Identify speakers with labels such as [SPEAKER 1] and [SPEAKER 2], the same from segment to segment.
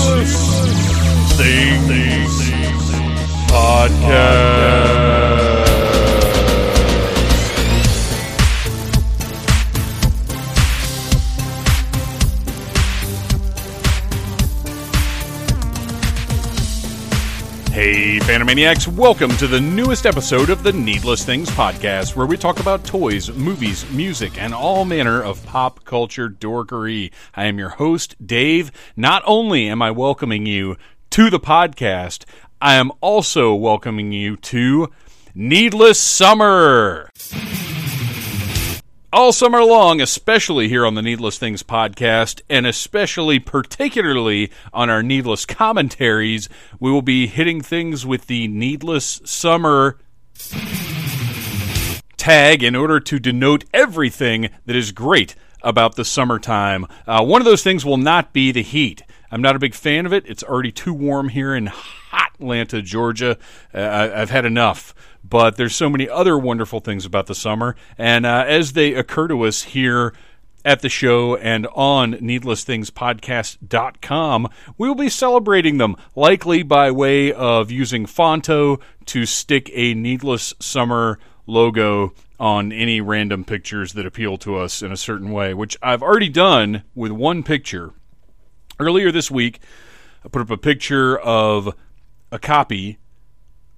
[SPEAKER 1] Needless Things Podcast. Hey, Phantomaniacs, welcome to the newest episode of the Needless Things Podcast, where we talk about toys, movies, music, and all manner of pop culture dorkery. I am your host, Dave. Not only am I welcoming you to the podcast, I am also welcoming you to Needless Summer. All summer long, especially here on the Needless Things podcast, and especially particularly on our Needless commentaries, we will be hitting things with the Needless Summer tag in order to denote everything that is great about the summertime. Uh, one of those things will not be the heat. I'm not a big fan of it. It's already too warm here in hot Atlanta, Georgia. Uh, I, I've had enough. But there's so many other wonderful things about the summer, and uh, as they occur to us here at the show and on needlessthingspodcast.com. We will be celebrating them, likely by way of using Fonto to stick a Needless Summer logo on any random pictures that appeal to us in a certain way, which I've already done with one picture. Earlier this week, I put up a picture of a copy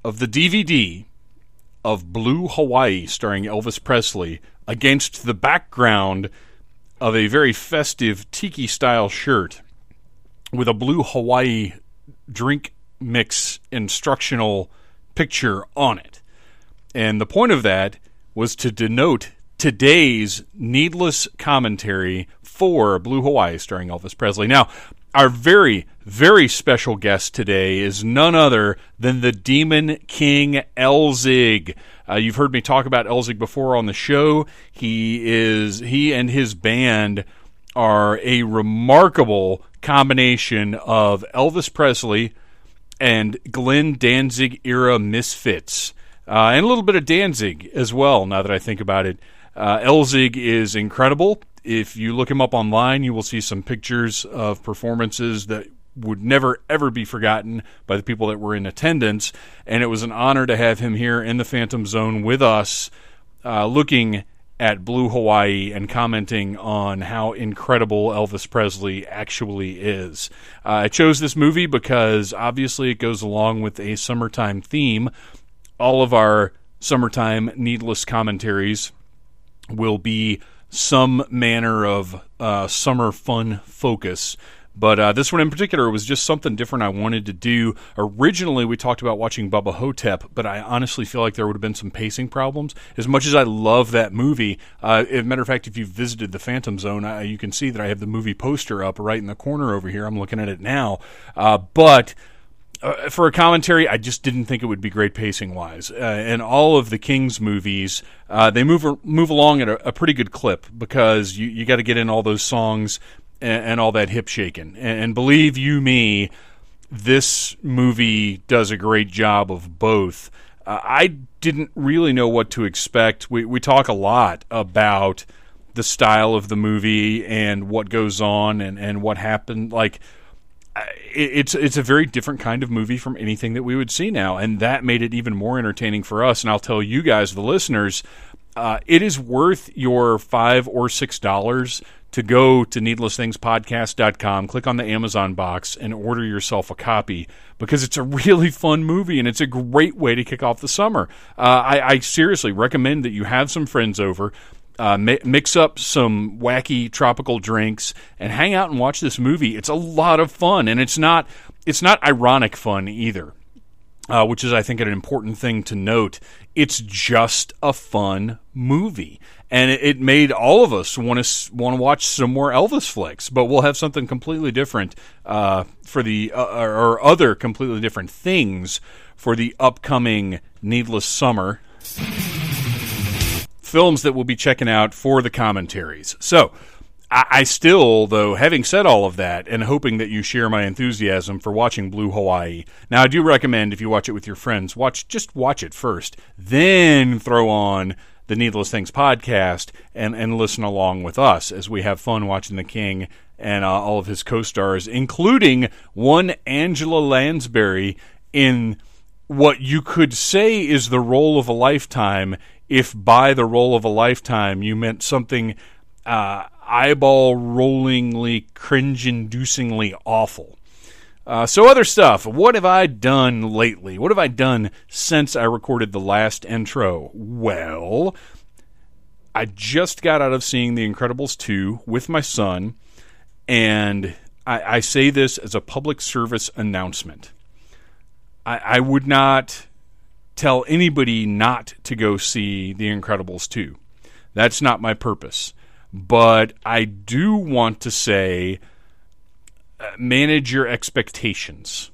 [SPEAKER 1] of the DVD of Blue Hawaii starring Elvis Presley against the background of a very festive tiki style shirt with a blue Hawaii drink mix instructional picture on it. And the point of that was to denote today's needless commentary for Blue Hawaii starring Elvis Presley. Now, our very, very special guest today is none other than the Demon King Elzig. Uh, you've heard me talk about Elzig before on the show. He is he and his band are a remarkable combination of Elvis Presley, and Glenn Danzig era misfits, uh, and a little bit of Danzig as well. Now that I think about it, uh, Elzig is incredible. If you look him up online, you will see some pictures of performances that would never ever be forgotten by the people that were in attendance. And it was an honor to have him here in the Phantom Zone with us, uh, looking at Blue Hawaii and commenting on how incredible Elvis Presley actually is. Uh, I chose this movie because obviously it goes along with a summertime theme. All of our summertime needless commentaries will be some manner of uh, summer fun focus. But uh, this one in particular was just something different I wanted to do. Originally, we talked about watching Bubba Hotep, but I honestly feel like there would have been some pacing problems. As much as I love that movie, uh, as a matter of fact, if you've visited the Phantom Zone, uh, you can see that I have the movie poster up right in the corner over here. I'm looking at it now. Uh, but uh, for a commentary, I just didn't think it would be great pacing wise. Uh, and all of the King's movies, uh, they move move along at a, a pretty good clip because you you got to get in all those songs and, and all that hip shaking. And, and believe you me, this movie does a great job of both. Uh, I didn't really know what to expect. We we talk a lot about the style of the movie and what goes on and, and what happened like it, it's it's a very different kind of movie from anything that we would see now, and that made it even more entertaining for us. And I'll tell you guys, the listeners, uh, it is worth your five or six dollars to go to needlessthingspodcast.com, click on the Amazon box, and order yourself a copy because it's a really fun movie and it's a great way to kick off the summer. Uh, I, I seriously recommend that you have some friends over uh, mi- mix up some wacky tropical drinks and hang out and watch this movie. It's a lot of fun, and it's not it's not ironic fun either, uh, which is I think an important thing to note. It's just a fun movie, and it, it made all of us want to want to watch some more Elvis flicks. But we'll have something completely different uh, for the uh, or or other completely different things for the upcoming Needless Summer films that we'll be checking out for the commentaries. So, I, I still, though, having said all of that and hoping that you share my enthusiasm for watching Blue Hawaii, now I do recommend if you watch it with your friends, watch just watch it first, then throw on. The the Needless Things podcast and, and listen along with us as we have fun watching the King and uh, all of his co-stars, including one Angela Lansbury in what you could say is the role of a lifetime. If by the role of a lifetime you meant something uh, eyeball-rollingly, cringe-inducingly awful. Uh, so, other stuff. What have I done lately? What have I done since I recorded the last intro? Well, I just got out of seeing The Incredibles 2 with my son, and I, I say this as a public service announcement. I, I would not tell anybody not to go see The Incredibles 2. That's not my purpose. But I do want to say uh, manage your expectations.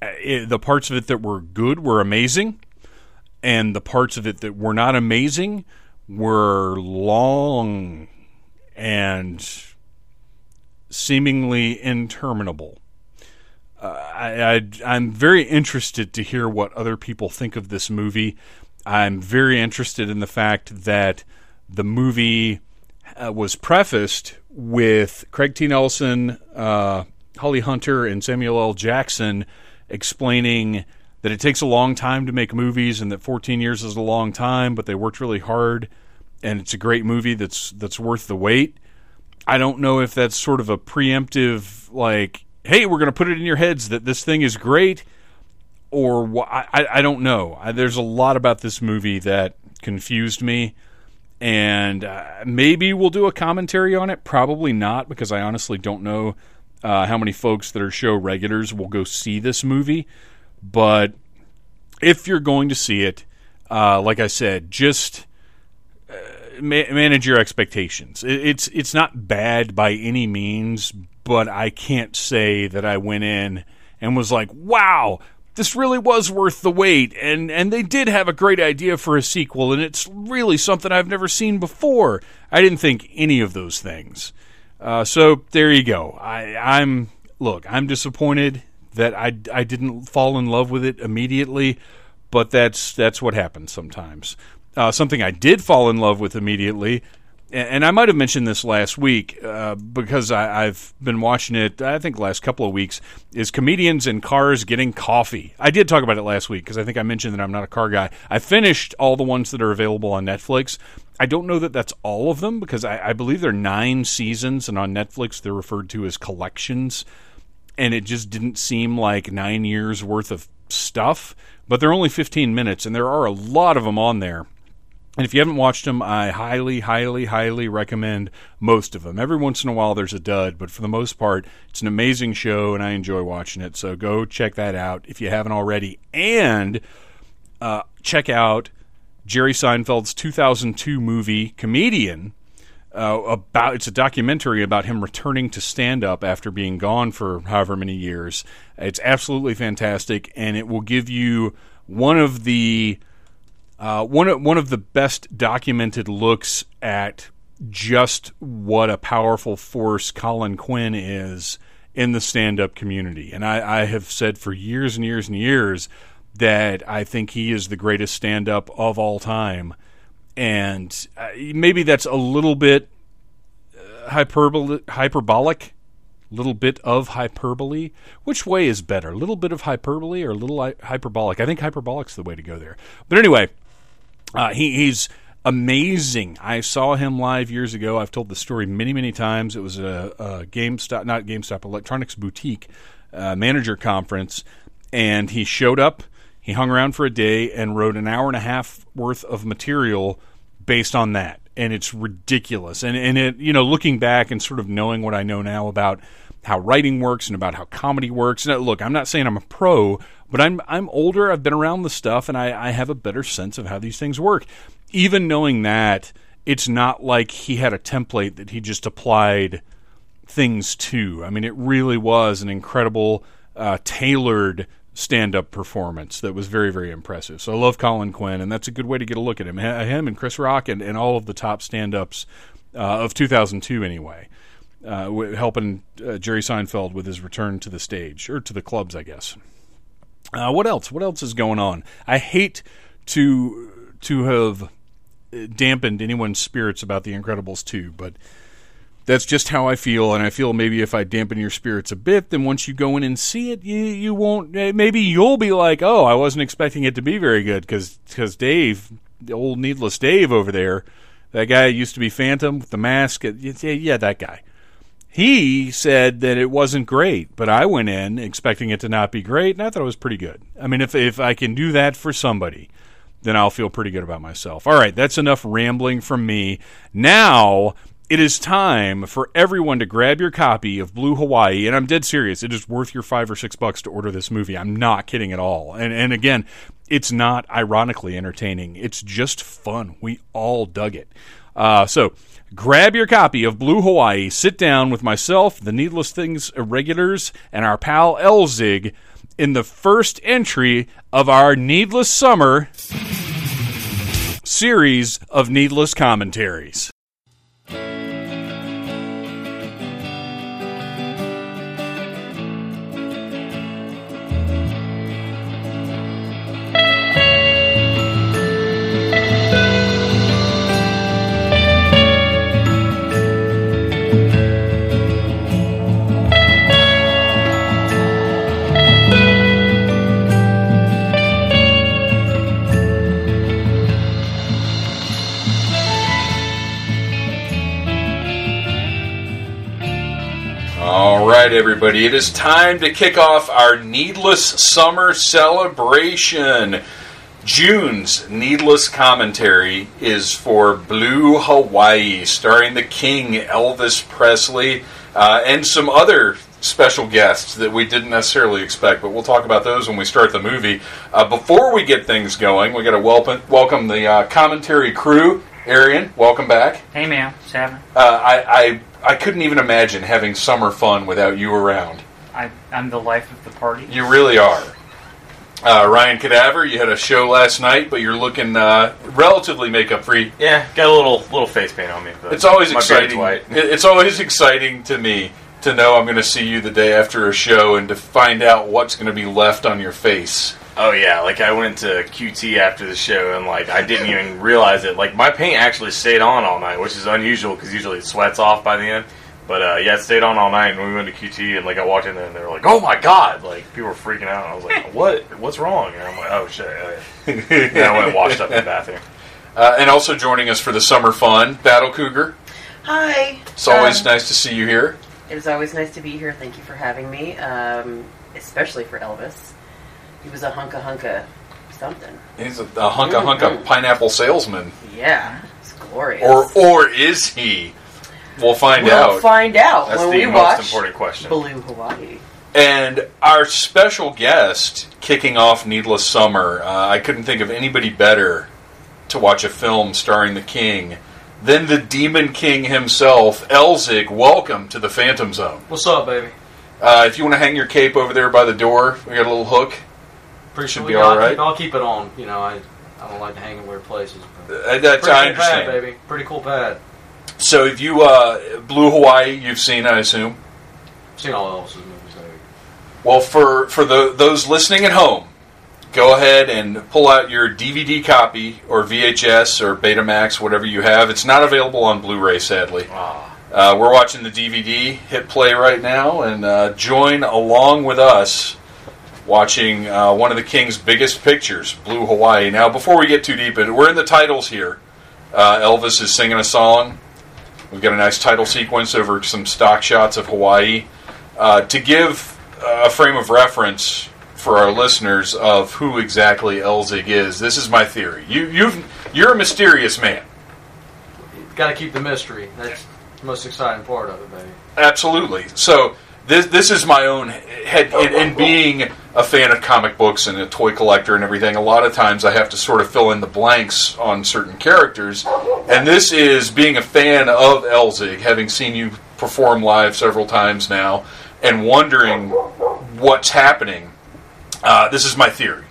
[SPEAKER 1] Uh, it- the parts of it that were good were amazing, and the parts of it that were not amazing were long and seemingly interminable. I, I, I'm very interested to hear what other people think of this movie. I'm very interested in the fact that the movie uh, was prefaced with Craig T. Nelson, uh, Holly Hunter, and Samuel L. Jackson explaining that it takes a long time to make movies and that 14 years is a long time, but they worked really hard and it's a great movie that's that's worth the wait. I don't know if that's sort of a preemptive, like, hey, we're going to put it in your heads that this thing is great, or wh- I, I- I don't know. I, there's a lot about this movie that confused me, and uh, maybe we'll do a commentary on it. Probably not, because I honestly don't know uh, how many folks that are show regulars will go see this movie. But if you're going to see it, uh, like I said, just ma- manage your expectations. It, it's it's not bad by any means, but I can't say that I went in and was like, "Wow, this really was worth the wait." And and they did have a great idea for a sequel, and it's really something I've never seen before. I didn't think any of those things. Uh, so there you go. I, I'm look. I'm disappointed that I, I didn't fall in love with it immediately, but that's that's what happens sometimes. Uh, something I did fall in love with immediately, and, and I might have mentioned this last week uh, because I, I've been watching it. I think last couple of weeks is comedians in cars getting coffee. I did talk about it last week because I think I mentioned that I'm not a car guy. I finished all the ones that are available on Netflix. I don't know that that's all of them because I, I believe there are nine seasons, and on Netflix they're referred to as collections. And it just didn't seem like nine years worth of stuff, but they're only 15 minutes, and there are a lot of them on there. And if you haven't watched them, I highly, highly, highly recommend most of them. Every once in a while, there's a dud, but for the most part, it's an amazing show, and I enjoy watching it. So go check that out if you haven't already. And uh, check out Jerry Seinfeld's 2002 movie Comedian. Uh, about it's a documentary about him returning to stand up after being gone for however many years. It's absolutely fantastic, and it will give you one of the uh, one of, one of the best documented looks at just what a powerful force Colin Quinn is in the stand up community. And I, I have said for years and years and years that I think he is the greatest stand up of all time. And uh, maybe that's a little bit uh, hyperbol- hyperbolic, little bit of hyperbole. Which way is better? A little bit of hyperbole or a little hy- hyperbolic? I think hyperbolic's the way to go there. But anyway, uh, he, he's amazing. I saw him live years ago. I've told the story many, many times. It was a, a GameStop, not GameStop, Electronics Boutique uh, manager conference, and he showed up. He hung around for a day and wrote an hour and a half worth of material based on that and it's ridiculous and and it you know looking back and sort of knowing what I know now about how writing works and about how comedy works and look I'm not saying I'm a pro but I'm I'm older I've been around the stuff and I, I have a better sense of how these things work even knowing that it's not like he had a template that he just applied things too. I mean, it really was an incredible, uh, tailored stand-up performance that was very, very impressive. So I love Colin Quinn, and that's a good way to get a look at him. H- uh, Him and Chris Rock and, and all of the top stand-ups uh, of 2002 anyway, uh, w- helping uh, Jerry Seinfeld with his return to the stage, or to the clubs, I guess. Uh, what else? What else is going on? I hate to to have uh, dampened anyone's spirits about The Incredibles 2, but that's just how I feel. And I feel maybe if I dampen your spirits a bit, then once you go in and see it, you, you won't. eh, Maybe you'll be like, oh, I wasn't expecting it to be very good because Dave, the old needless Dave over there, that guy who used to be Phantom with the mask. eh, Yeah, yeah, that guy he said that it wasn't great, but I went in expecting it to not be great, and I thought it was pretty good. I mean, if if I can do that for somebody, then I'll feel pretty good about myself. All right, that's enough rambling from me. Now it is time for everyone to grab your copy of Blue Hawaii, and I'm dead serious. It is worth your five or six bucks to order this movie. I'm not kidding at all. And and again, it's not ironically entertaining. It's just fun. We all dug it. Uh, so grab your copy of Blue Hawaii, sit down with myself, the Needless Things Irregulars, and our pal Elzig in the first entry of our Needless Summer series of needless commentaries. All right, everybody, it is time to kick off our Needless Summer celebration. June's Needless Commentary is for Blue Hawaii, starring the King, Elvis Presley, uh, and some other special guests that we didn't necessarily expect, but we'll talk about those when we start the movie. Uh, before we get things going, we got to welcome, welcome the uh, commentary crew. Arian, welcome back.
[SPEAKER 2] Hey, man, it's happening.
[SPEAKER 1] Uh, I, I I couldn't even imagine having summer fun without you around.
[SPEAKER 2] I, I'm the life of the party.
[SPEAKER 1] You really are. Uh, Ryan Cadaver, you had a show last night, but you're looking uh, relatively makeup free.
[SPEAKER 3] Yeah, got a little little face paint on me. But
[SPEAKER 1] It's always
[SPEAKER 3] my
[SPEAKER 1] exciting.
[SPEAKER 3] beard's
[SPEAKER 1] It- It's always exciting to me to know I'm going to see you the day after a show and to find out what's going to be left on your face.
[SPEAKER 3] Oh yeah, like I went to QT after the show and like I didn't even realize it. Like my paint actually stayed on all night, which is unusual because usually it sweats off by the end. But uh, yeah, it stayed on all night, and we went to QT, and like I walked in there, and they were like, "Oh my god!" Like people were freaking out. And I was like, "What? What's wrong?" And I'm like, "Oh shit!" oh, yeah." And I went and washed up in the bathroom.
[SPEAKER 1] Uh, and also joining us for the summer fun, Battle Cougar.
[SPEAKER 4] Hi.
[SPEAKER 1] It's always
[SPEAKER 4] Um,
[SPEAKER 1] nice to see you here.
[SPEAKER 4] It was always nice to be here. Thank you for having me, um, especially for Elvis. He was a hunka hunka something.
[SPEAKER 1] He's a, a hunka hunka
[SPEAKER 4] Mhm.
[SPEAKER 1] pineapple salesman,
[SPEAKER 4] Yeah, it's glorious.
[SPEAKER 1] or or is he? We'll find
[SPEAKER 4] we'll
[SPEAKER 1] out.
[SPEAKER 4] find out
[SPEAKER 3] That's
[SPEAKER 4] when
[SPEAKER 3] the
[SPEAKER 4] we
[SPEAKER 3] most
[SPEAKER 4] watch
[SPEAKER 3] important question.
[SPEAKER 4] Blue Hawaii.
[SPEAKER 1] And our special guest kicking off Needless Summer, uh, I couldn't think of anybody better to watch a film starring the King than the Demon King himself, Elzig. Welcome to the Phantom Zone.
[SPEAKER 5] What's up, baby?
[SPEAKER 1] Uh, if you want to hang your cape over there by the door, we got a little hook.
[SPEAKER 5] Pretty
[SPEAKER 1] Should
[SPEAKER 5] sure
[SPEAKER 1] be
[SPEAKER 5] we- I'll
[SPEAKER 1] all right.
[SPEAKER 5] Keep, I'll keep it on. You know, I I don't like to hang in weird places. But
[SPEAKER 1] Uh, that's,
[SPEAKER 5] pretty
[SPEAKER 1] I
[SPEAKER 5] cool pad,
[SPEAKER 1] understand.
[SPEAKER 5] baby. Pretty cool pad.
[SPEAKER 1] So if you uh, Blue Hawaii, you've seen, I assume.
[SPEAKER 5] Seen all Elvis's movies. Baby.
[SPEAKER 1] Well, for for the, those listening at home, go ahead and pull out your DVD copy or VHS or Betamax, whatever you have. It's not available on Blu-ray, sadly.
[SPEAKER 3] Ah,
[SPEAKER 1] Uh, we're watching the DVD. Hit play right now and uh, join along with us watching uh, one of the King's biggest pictures, Blue Hawaii. Now, before we get too deep, in, we're in the titles here. Uh, Elvis is singing a song. We've got a nice title sequence over some stock shots of Hawaii. Uh, to give uh, a frame of reference for our listeners of who exactly Elzig is, this is my theory. You, you've, you're a mysterious man.
[SPEAKER 5] Got to keep the mystery. That's the most exciting part of it, baby.
[SPEAKER 1] Absolutely. So this this is my own head. And, and being a fan of comic books and a toy collector and everything, a lot of times I have to sort of fill in the blanks on certain characters. And this is being a fan of Elzig, having seen you perform live several times now, and wondering what's happening. Uh, this is my theory.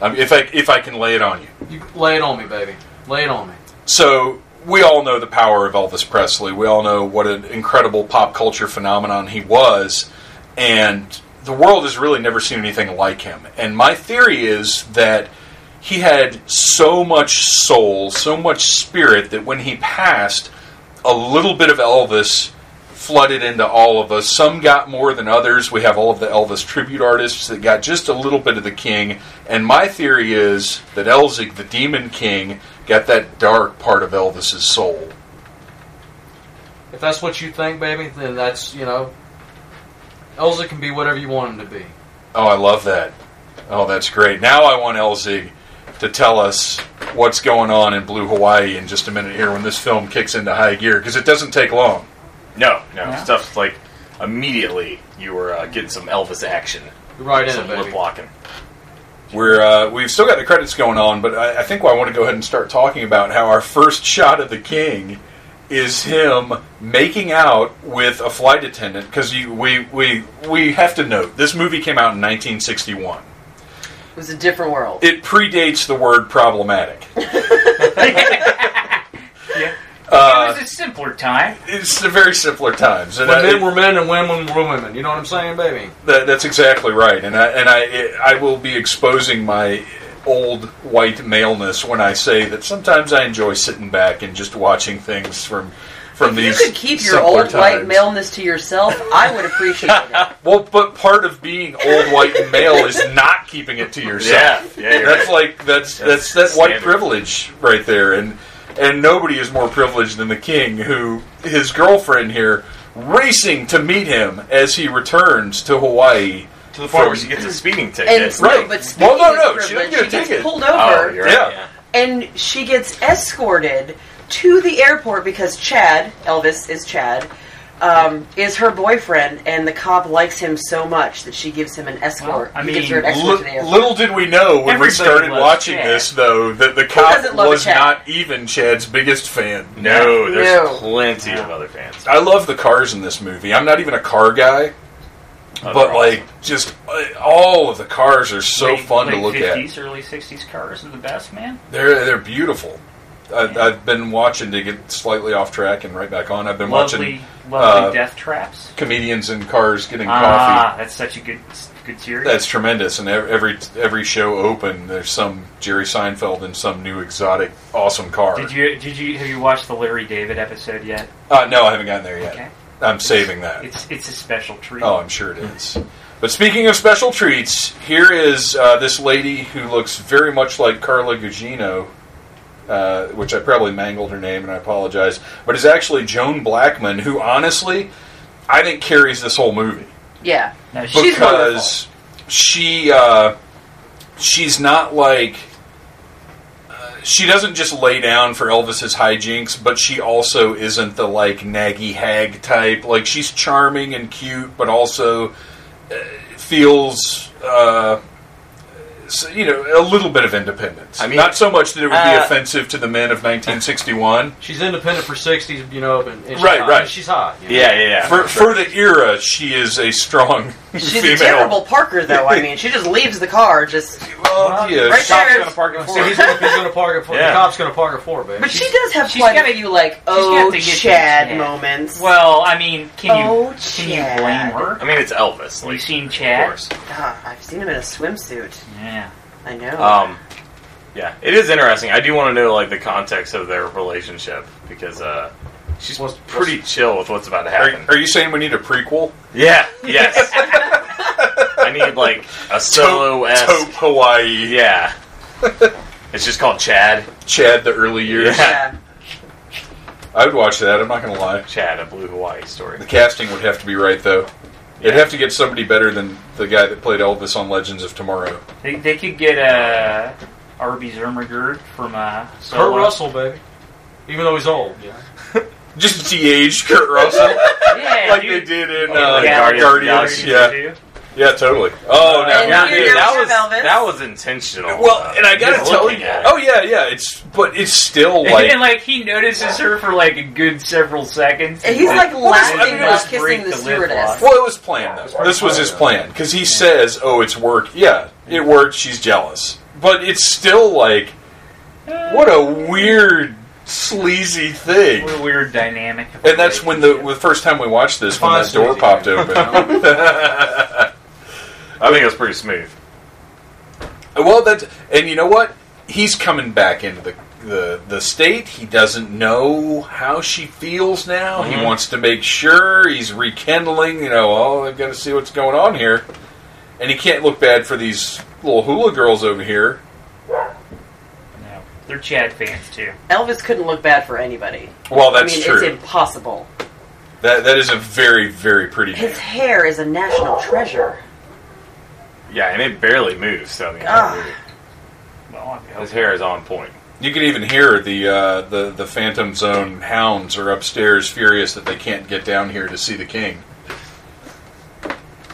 [SPEAKER 1] Um, if I if I can lay it on you.
[SPEAKER 5] You lay it on me, baby. Lay it on me.
[SPEAKER 1] So we all know the power of Elvis Presley. We all know what an incredible pop culture phenomenon he was, and the world has really never seen anything like him. And my theory is that he had so much soul, so much spirit that when he passed, a little bit of Elvis flooded into all of us. Some got more than others. We have all of the Elvis tribute artists that got just a little bit of the king. And my theory is that Elzig, the demon king, got that dark part of Elvis's soul.
[SPEAKER 5] If that's what you think, baby, then that's you know, Elza can be whatever you want him to be.
[SPEAKER 1] Oh, I love that. Oh, that's great. Now I want Elzig to tell us what's going on in Blue Hawaii in just a minute here when this film kicks into high gear because it doesn't take long. No, no,
[SPEAKER 2] No.
[SPEAKER 1] stuff's like immediately you were uh, getting some Elvis action,
[SPEAKER 5] You're right in it,
[SPEAKER 1] lip
[SPEAKER 5] baby.
[SPEAKER 1] blocking. We're uh, we've still got the credits going on, but I, I think I want to go ahead and start talking about how our first shot of the king is him making out with a flight attendant because we we we have to note this movie came out in 1961.
[SPEAKER 4] It was a different world.
[SPEAKER 1] It predates the word problematic.
[SPEAKER 2] Yeah.
[SPEAKER 1] Uh,
[SPEAKER 2] it was a simpler time.
[SPEAKER 1] it's a very simpler times. And uh,
[SPEAKER 5] When
[SPEAKER 1] I-
[SPEAKER 5] men were men and women were women. You know what I'm saying, baby?
[SPEAKER 1] That, that's exactly right, and I and I it, I will be exposing my old white maleness when I say that sometimes I enjoy sitting back and just watching things from from
[SPEAKER 4] If
[SPEAKER 1] these.
[SPEAKER 4] you could keep your
[SPEAKER 1] simpler
[SPEAKER 4] old white
[SPEAKER 1] times.
[SPEAKER 4] maleness to yourself, I would appreciate it.
[SPEAKER 1] Well, but part of being old white male is not keeping it to yourself.
[SPEAKER 3] yeah, you're
[SPEAKER 1] that's like that's that's
[SPEAKER 3] That's
[SPEAKER 1] that white
[SPEAKER 3] standard.
[SPEAKER 1] privilege right there, and and nobody is more privileged than the king, who his girlfriend here racing to meet him as he returns to Hawaii.
[SPEAKER 3] to the point where she gets a speeding
[SPEAKER 4] And
[SPEAKER 3] ticket.
[SPEAKER 4] no,
[SPEAKER 1] right.
[SPEAKER 4] but speaking
[SPEAKER 1] Well, no,
[SPEAKER 4] of
[SPEAKER 1] no,
[SPEAKER 4] privilege,
[SPEAKER 1] she didn't get a
[SPEAKER 4] gets
[SPEAKER 1] ticket.
[SPEAKER 4] pulled over,
[SPEAKER 3] Oh, you're right.
[SPEAKER 1] Yeah.
[SPEAKER 3] yeah.
[SPEAKER 4] and she gets escorted to the airport because Chad, Elvis is Chad, um, is her boyfriend, and the cop likes him so much that she gives him an escort.
[SPEAKER 2] Well, I
[SPEAKER 4] He gives
[SPEAKER 2] mean,
[SPEAKER 4] her an escort to the
[SPEAKER 1] Li-
[SPEAKER 4] airport.
[SPEAKER 1] little did we know when we
[SPEAKER 2] Everybody
[SPEAKER 1] started
[SPEAKER 2] loves
[SPEAKER 1] watching
[SPEAKER 2] Chad.
[SPEAKER 1] this, though, that the cop
[SPEAKER 4] doesn't love
[SPEAKER 1] was
[SPEAKER 4] Chad?
[SPEAKER 1] not even Chad's biggest fan.
[SPEAKER 3] No, there's
[SPEAKER 4] No.
[SPEAKER 3] plenty of other fans.
[SPEAKER 1] I love the cars in this movie. I'm not even a car guy,
[SPEAKER 3] Oh,
[SPEAKER 1] but
[SPEAKER 3] they're
[SPEAKER 1] like, just uh, all of the cars are so
[SPEAKER 2] Late-
[SPEAKER 1] fun
[SPEAKER 2] late
[SPEAKER 1] to look
[SPEAKER 2] 50s, Early 60s cars are the best, man.
[SPEAKER 1] at. They're they're beautiful. I, I've been watching to get slightly off track and right back on. I've been
[SPEAKER 2] Lovely,
[SPEAKER 1] watching
[SPEAKER 2] lovely
[SPEAKER 1] uh,
[SPEAKER 2] death traps.
[SPEAKER 1] comedians in cars getting coffee.
[SPEAKER 2] Ah, that's such a good, good series.
[SPEAKER 1] That's tremendous, and ev- every every show open, there's some Jerry Seinfeld in some new exotic, awesome car.
[SPEAKER 2] Did you did you have you watched the Larry David episode yet?
[SPEAKER 1] Uh, no, I haven't gotten there yet.
[SPEAKER 2] Okay.
[SPEAKER 1] I'm saving that.
[SPEAKER 2] It's it's a special treat.
[SPEAKER 1] Oh, I'm sure it is. But speaking of special treats, here is uh, this lady who looks very much like Carla Gugino, uh, which I probably mangled her name, and I apologize. But is actually Joan Blackman, who honestly, I think carries this whole movie
[SPEAKER 4] yeah.
[SPEAKER 2] Now, she-
[SPEAKER 4] She's
[SPEAKER 1] because she uh, she's not like uh, she doesn't just lay down for Elvis's hijinks, but she also isn't the like naggy hag type. Like she's charming and cute, but also uh, feels. Uh, so, you know, a little bit of independence.
[SPEAKER 3] I mean-
[SPEAKER 1] not so much that it would be
[SPEAKER 3] Uh,
[SPEAKER 1] offensive to the men of 1961.
[SPEAKER 5] She's independent for '60s, you know, and, and she's
[SPEAKER 1] Right,
[SPEAKER 5] hot.
[SPEAKER 1] right.
[SPEAKER 5] She's hot. you know?
[SPEAKER 3] Yeah, yeah, yeah.
[SPEAKER 1] for, for the era, she is a strong
[SPEAKER 4] She's
[SPEAKER 1] female.
[SPEAKER 4] a terrible Parker, though. I mean, she just leaves the car, just.
[SPEAKER 1] Well, yeah,
[SPEAKER 4] Right
[SPEAKER 1] she-
[SPEAKER 4] there.
[SPEAKER 3] Cop's gonna park it for
[SPEAKER 5] So he's
[SPEAKER 3] her.
[SPEAKER 5] gonna, he's gonna park it for
[SPEAKER 3] Yeah.
[SPEAKER 5] the cop's gonna park it for her, baby.
[SPEAKER 4] But she does have
[SPEAKER 2] she's
[SPEAKER 4] plenty
[SPEAKER 2] gotta-
[SPEAKER 4] of you like
[SPEAKER 2] got
[SPEAKER 4] oh
[SPEAKER 2] to get these
[SPEAKER 4] Chad
[SPEAKER 2] men.
[SPEAKER 4] moments.
[SPEAKER 2] well, I mean, can you
[SPEAKER 4] Oh,
[SPEAKER 2] can you
[SPEAKER 4] Chad.
[SPEAKER 2] blame her?
[SPEAKER 3] I mean, it's Elvis.
[SPEAKER 2] Have you
[SPEAKER 3] Like,
[SPEAKER 2] seen
[SPEAKER 3] of
[SPEAKER 2] Chad?
[SPEAKER 3] course.
[SPEAKER 4] God, I've seen him in a swimsuit.
[SPEAKER 2] Yeah.
[SPEAKER 4] I know.
[SPEAKER 2] Oh,
[SPEAKER 3] Um, yeah, it is interesting. I do want to know like the context of their relationship because uh, she's
[SPEAKER 5] What's-
[SPEAKER 3] pretty chill with what's about to
[SPEAKER 1] Are,
[SPEAKER 3] happen.
[SPEAKER 1] are you saying we need a prequel?
[SPEAKER 3] yeah, yes. I need like a solo
[SPEAKER 1] Tope
[SPEAKER 3] s.
[SPEAKER 1] Hawaii.
[SPEAKER 3] Yeah, it's just called Chad.
[SPEAKER 1] Chad, the early years.
[SPEAKER 3] Yeah.
[SPEAKER 4] yeah.
[SPEAKER 1] I would watch that. I'm not going to lie.
[SPEAKER 3] Chad, a Blue Hawaii story.
[SPEAKER 1] The casting would have to be right, though. They'd have to get somebody better than the guy that played Elvis on Legends of Tomorrow.
[SPEAKER 2] They, they could get uh, Arby Zermagerd from uh,
[SPEAKER 5] Kurt
[SPEAKER 2] Solo.
[SPEAKER 5] Russell, baby. Even though he's old. Yeah.
[SPEAKER 1] Just de-age Kurt Russell
[SPEAKER 2] Yeah,
[SPEAKER 1] like they
[SPEAKER 2] dude.
[SPEAKER 1] did in
[SPEAKER 3] Oh,
[SPEAKER 1] uh,
[SPEAKER 3] the
[SPEAKER 1] Guardians.
[SPEAKER 3] Guardians.
[SPEAKER 1] Yeah,
[SPEAKER 2] too.
[SPEAKER 1] yeah, totally. Oh no.
[SPEAKER 4] And
[SPEAKER 3] Yeah,
[SPEAKER 4] here
[SPEAKER 3] dude,
[SPEAKER 4] now
[SPEAKER 3] that
[SPEAKER 4] we
[SPEAKER 3] was
[SPEAKER 4] have Elvis.
[SPEAKER 3] that was intentional.
[SPEAKER 1] Well, and I gotta
[SPEAKER 3] Just
[SPEAKER 1] tell
[SPEAKER 3] looking
[SPEAKER 1] you.
[SPEAKER 3] at it.
[SPEAKER 1] Oh yeah, yeah. It's but it's still
[SPEAKER 2] And
[SPEAKER 1] like
[SPEAKER 2] then, like he notices her for like a good several seconds.
[SPEAKER 4] And he's like
[SPEAKER 1] was- I
[SPEAKER 4] laughing
[SPEAKER 1] mean, it
[SPEAKER 4] while
[SPEAKER 1] was
[SPEAKER 4] kissing
[SPEAKER 2] break
[SPEAKER 4] the
[SPEAKER 2] the lip lock.
[SPEAKER 4] stewardess.
[SPEAKER 1] Well, it was planned though. This was his plan because he says, "Oh, it's work." Yeah, it worked. She's jealous, but it's still like, what a weird, sleazy thing.
[SPEAKER 2] what a weird dynamic. of
[SPEAKER 1] And that's when the,
[SPEAKER 2] relationship.
[SPEAKER 1] the first time we watched this, when that door
[SPEAKER 5] Fonzie.
[SPEAKER 1] popped open.
[SPEAKER 3] I think it was pretty smooth.
[SPEAKER 1] well, that and you know what? he's coming back into the, the the state. He doesn't know how she feels now. He wants to make sure he's rekindling. You know, oh, I've got to see what's going on here, and he can't look bad for these little hula girls over here.
[SPEAKER 2] No. They're Chad fans too.
[SPEAKER 4] Elvis couldn't look bad for anybody.
[SPEAKER 1] Well, that's
[SPEAKER 4] I mean,
[SPEAKER 1] true.
[SPEAKER 4] it's impossible.
[SPEAKER 1] that that is a very very pretty.
[SPEAKER 4] His
[SPEAKER 1] name.
[SPEAKER 4] hair is a national treasure.
[SPEAKER 3] Yeah, and it barely moves. So I mean,
[SPEAKER 4] Ah.
[SPEAKER 2] Well, I hope
[SPEAKER 3] his hair is on point.
[SPEAKER 1] You can even hear the uh, the the Phantom Zone hounds are upstairs, furious that they can't get down here to see the king.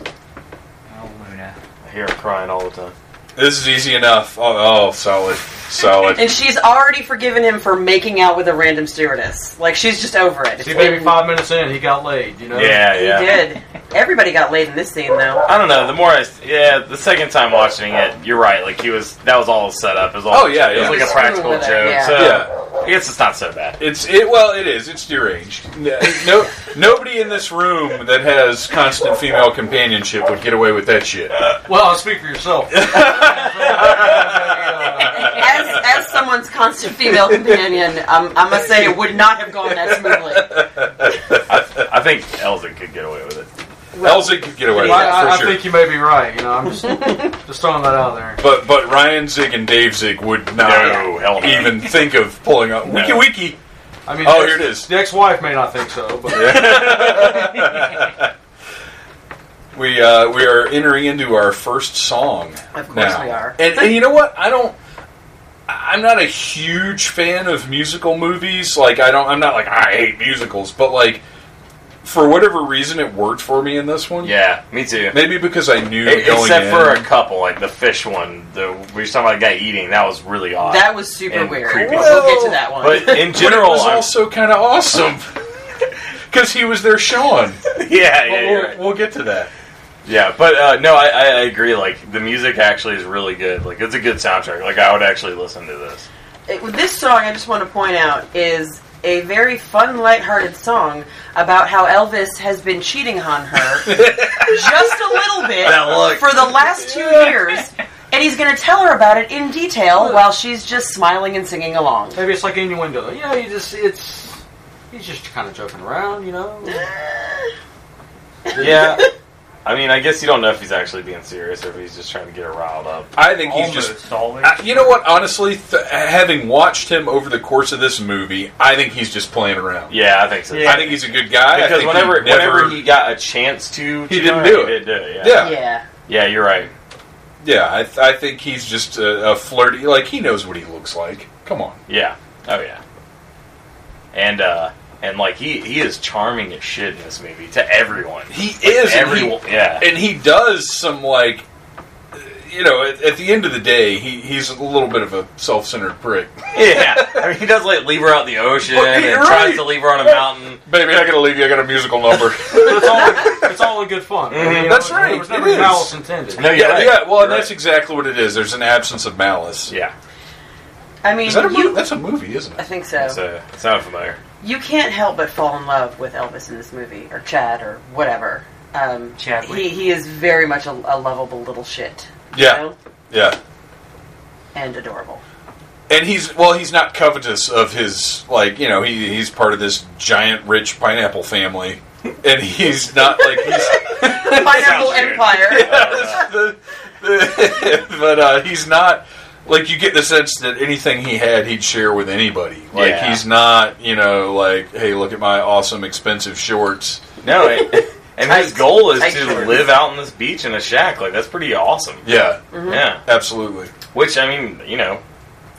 [SPEAKER 2] Oh, Luna.
[SPEAKER 3] I hear him crying all the time.
[SPEAKER 1] This is easy enough. Oh, oh solid, solid.
[SPEAKER 4] And she's already forgiven him for making out with a random stewardess. Like she's just over it.
[SPEAKER 5] See, maybe five minutes in, he got laid. You know.
[SPEAKER 3] Yeah,
[SPEAKER 4] He
[SPEAKER 3] yeah.
[SPEAKER 4] did. Everybody got laid in this scene though.
[SPEAKER 3] I don't know. The more I, yeah, the second time watching it, you're right. Like he was, that was all set up. It was all,
[SPEAKER 1] Oh, yeah,
[SPEAKER 3] it was
[SPEAKER 1] yeah.
[SPEAKER 3] like
[SPEAKER 4] Just
[SPEAKER 3] a practical joke.
[SPEAKER 4] screwing with it, yeah.
[SPEAKER 3] So
[SPEAKER 1] Yeah.
[SPEAKER 3] I guess it's not so bad.
[SPEAKER 1] It's it. Well, it is. It's deranged. uh, No, nobody in this room that has constant female companionship would get away with that shit.
[SPEAKER 5] Well, I'll speak for yourself.
[SPEAKER 4] As as someone's constant female companion, um, I must say it would not have gone that smoothly.
[SPEAKER 1] Uh,
[SPEAKER 3] I think Elza could get away with it.
[SPEAKER 1] Elzig could get away with
[SPEAKER 5] I, I,
[SPEAKER 1] that
[SPEAKER 5] I
[SPEAKER 1] for sure.
[SPEAKER 5] think you may be right. You know, I'm just just throwing that out there.
[SPEAKER 1] But but Ryan Zig and Dave Zig would not
[SPEAKER 3] No, hell no.
[SPEAKER 1] Oh, even think of pulling up Wiki Wiki.
[SPEAKER 5] I mean,
[SPEAKER 1] Oh,
[SPEAKER 5] the
[SPEAKER 1] here it
[SPEAKER 5] ex-
[SPEAKER 1] is.
[SPEAKER 5] The ex-wife may not think so, but
[SPEAKER 1] We uh, we are entering into our first song.
[SPEAKER 4] Of course
[SPEAKER 1] now.
[SPEAKER 4] we are.
[SPEAKER 1] And, and you know what? I don't. I- I'm not a huge fan of musical movies. Like I don't. I'm not like I hate musicals, but like for whatever reason, it worked for me in this one.
[SPEAKER 3] Yeah, me too.
[SPEAKER 1] Maybe because I knew
[SPEAKER 3] E-
[SPEAKER 1] going
[SPEAKER 3] Except
[SPEAKER 1] in.
[SPEAKER 3] for a couple, like the fish one. The we were talking about the guy eating. That was really odd.
[SPEAKER 4] That was super
[SPEAKER 3] And
[SPEAKER 4] weird.
[SPEAKER 3] creepy.
[SPEAKER 4] We'll get to that one.
[SPEAKER 3] but in
[SPEAKER 1] But it
[SPEAKER 3] general,
[SPEAKER 1] was
[SPEAKER 3] I'm-
[SPEAKER 1] also kind of awesome because he was there showing.
[SPEAKER 3] yeah, yeah,
[SPEAKER 1] But
[SPEAKER 3] you're
[SPEAKER 1] we'll,
[SPEAKER 3] right.
[SPEAKER 1] we'll get to that.
[SPEAKER 3] yeah. But uh, no, I, I I agree. Like the music actually is really good. Like it's a good soundtrack. Like I would actually listen to this.
[SPEAKER 4] It- this song, I just want to point out, is a very fun, lighthearted song about how Elvis has been cheating on her just a little
[SPEAKER 3] That
[SPEAKER 4] bit
[SPEAKER 3] look.
[SPEAKER 4] for the last two years, and he's going to tell her about it in detail while she's just smiling and singing along.
[SPEAKER 5] maybe it's like innuendo. You know, you just it's he's just kind of joking around. You know.
[SPEAKER 3] Yeah. I mean, I guess you don't know if he's actually being serious or if he's just trying to get her riled up.
[SPEAKER 1] I think he's
[SPEAKER 2] Almost
[SPEAKER 1] just
[SPEAKER 2] always.
[SPEAKER 1] Uh, you know what? Honestly, th- having watched him over the course of this movie, I think he's just playing around.
[SPEAKER 3] Yeah, I think so.
[SPEAKER 1] I think he's a good guy. I
[SPEAKER 3] because
[SPEAKER 1] think
[SPEAKER 3] whenever
[SPEAKER 1] he never-
[SPEAKER 3] whenever he got a chance to,
[SPEAKER 1] He
[SPEAKER 3] cheat
[SPEAKER 1] didn't
[SPEAKER 3] on
[SPEAKER 1] do
[SPEAKER 3] her,
[SPEAKER 1] it.
[SPEAKER 3] He did do it. Yeah.
[SPEAKER 1] yeah, yeah,
[SPEAKER 4] Yeah.
[SPEAKER 3] Yeah, you're right.
[SPEAKER 1] I, th- I think he's just a, a flirty. Like he knows what he looks like. Come on,
[SPEAKER 3] Yeah. Oh yeah. And uh and like he he is charming as shit in this movie to everyone.
[SPEAKER 1] he is and he-
[SPEAKER 3] everyone. yeah.
[SPEAKER 1] and he does some like, uh, you know, at, at the end of the day, he, he's a little bit of a self-centered prick.
[SPEAKER 3] yeah. I mean, he does like leave her out in the ocean
[SPEAKER 1] Well,
[SPEAKER 3] and
[SPEAKER 1] you're
[SPEAKER 3] tries
[SPEAKER 1] right.
[SPEAKER 3] to leave her on a mountain.
[SPEAKER 1] Baby, I gotta leave you. I got a musical number.
[SPEAKER 5] But it's all it's all in good fun. I mean, you know,
[SPEAKER 1] Mm-hmm. That's right,
[SPEAKER 5] There was never
[SPEAKER 1] it is.
[SPEAKER 5] malice intended.
[SPEAKER 3] No,
[SPEAKER 1] yeah,
[SPEAKER 3] you're right.
[SPEAKER 1] yeah. Well, and
[SPEAKER 3] You're
[SPEAKER 1] that's exactly what it is. There's an absence of malice.
[SPEAKER 3] right. yeah.
[SPEAKER 4] I mean,
[SPEAKER 1] Is that a movie?
[SPEAKER 4] you.
[SPEAKER 1] That's a movie, isn't
[SPEAKER 4] I
[SPEAKER 1] it?
[SPEAKER 4] think so.
[SPEAKER 3] So it sounded familiar.
[SPEAKER 4] You can't help but fall in love with Elvis in this movie, or Chad, or whatever. Um,
[SPEAKER 2] Chadwick.
[SPEAKER 4] he, he is very much a, a lovable little shit. You
[SPEAKER 1] Yeah,
[SPEAKER 4] know?
[SPEAKER 1] yeah.
[SPEAKER 4] And adorable.
[SPEAKER 1] And he's well, he's not covetous of his like you know he he's part of this giant rich pineapple family, and he's not like he's
[SPEAKER 4] Pineapple Empire.
[SPEAKER 1] the, the, but uh, he's not like you get the sense that anything he had he'd share with anybody. Like
[SPEAKER 3] Yeah.
[SPEAKER 1] he's not you know like hey look at my awesome expensive shorts.
[SPEAKER 3] No, it, and his
[SPEAKER 4] Tight-
[SPEAKER 3] goal is
[SPEAKER 4] tight
[SPEAKER 3] to
[SPEAKER 4] shorts.
[SPEAKER 3] live out on this beach in a shack. Like that's pretty awesome.
[SPEAKER 1] Yeah,
[SPEAKER 3] Yeah.
[SPEAKER 1] absolutely.
[SPEAKER 3] Which I mean, you know,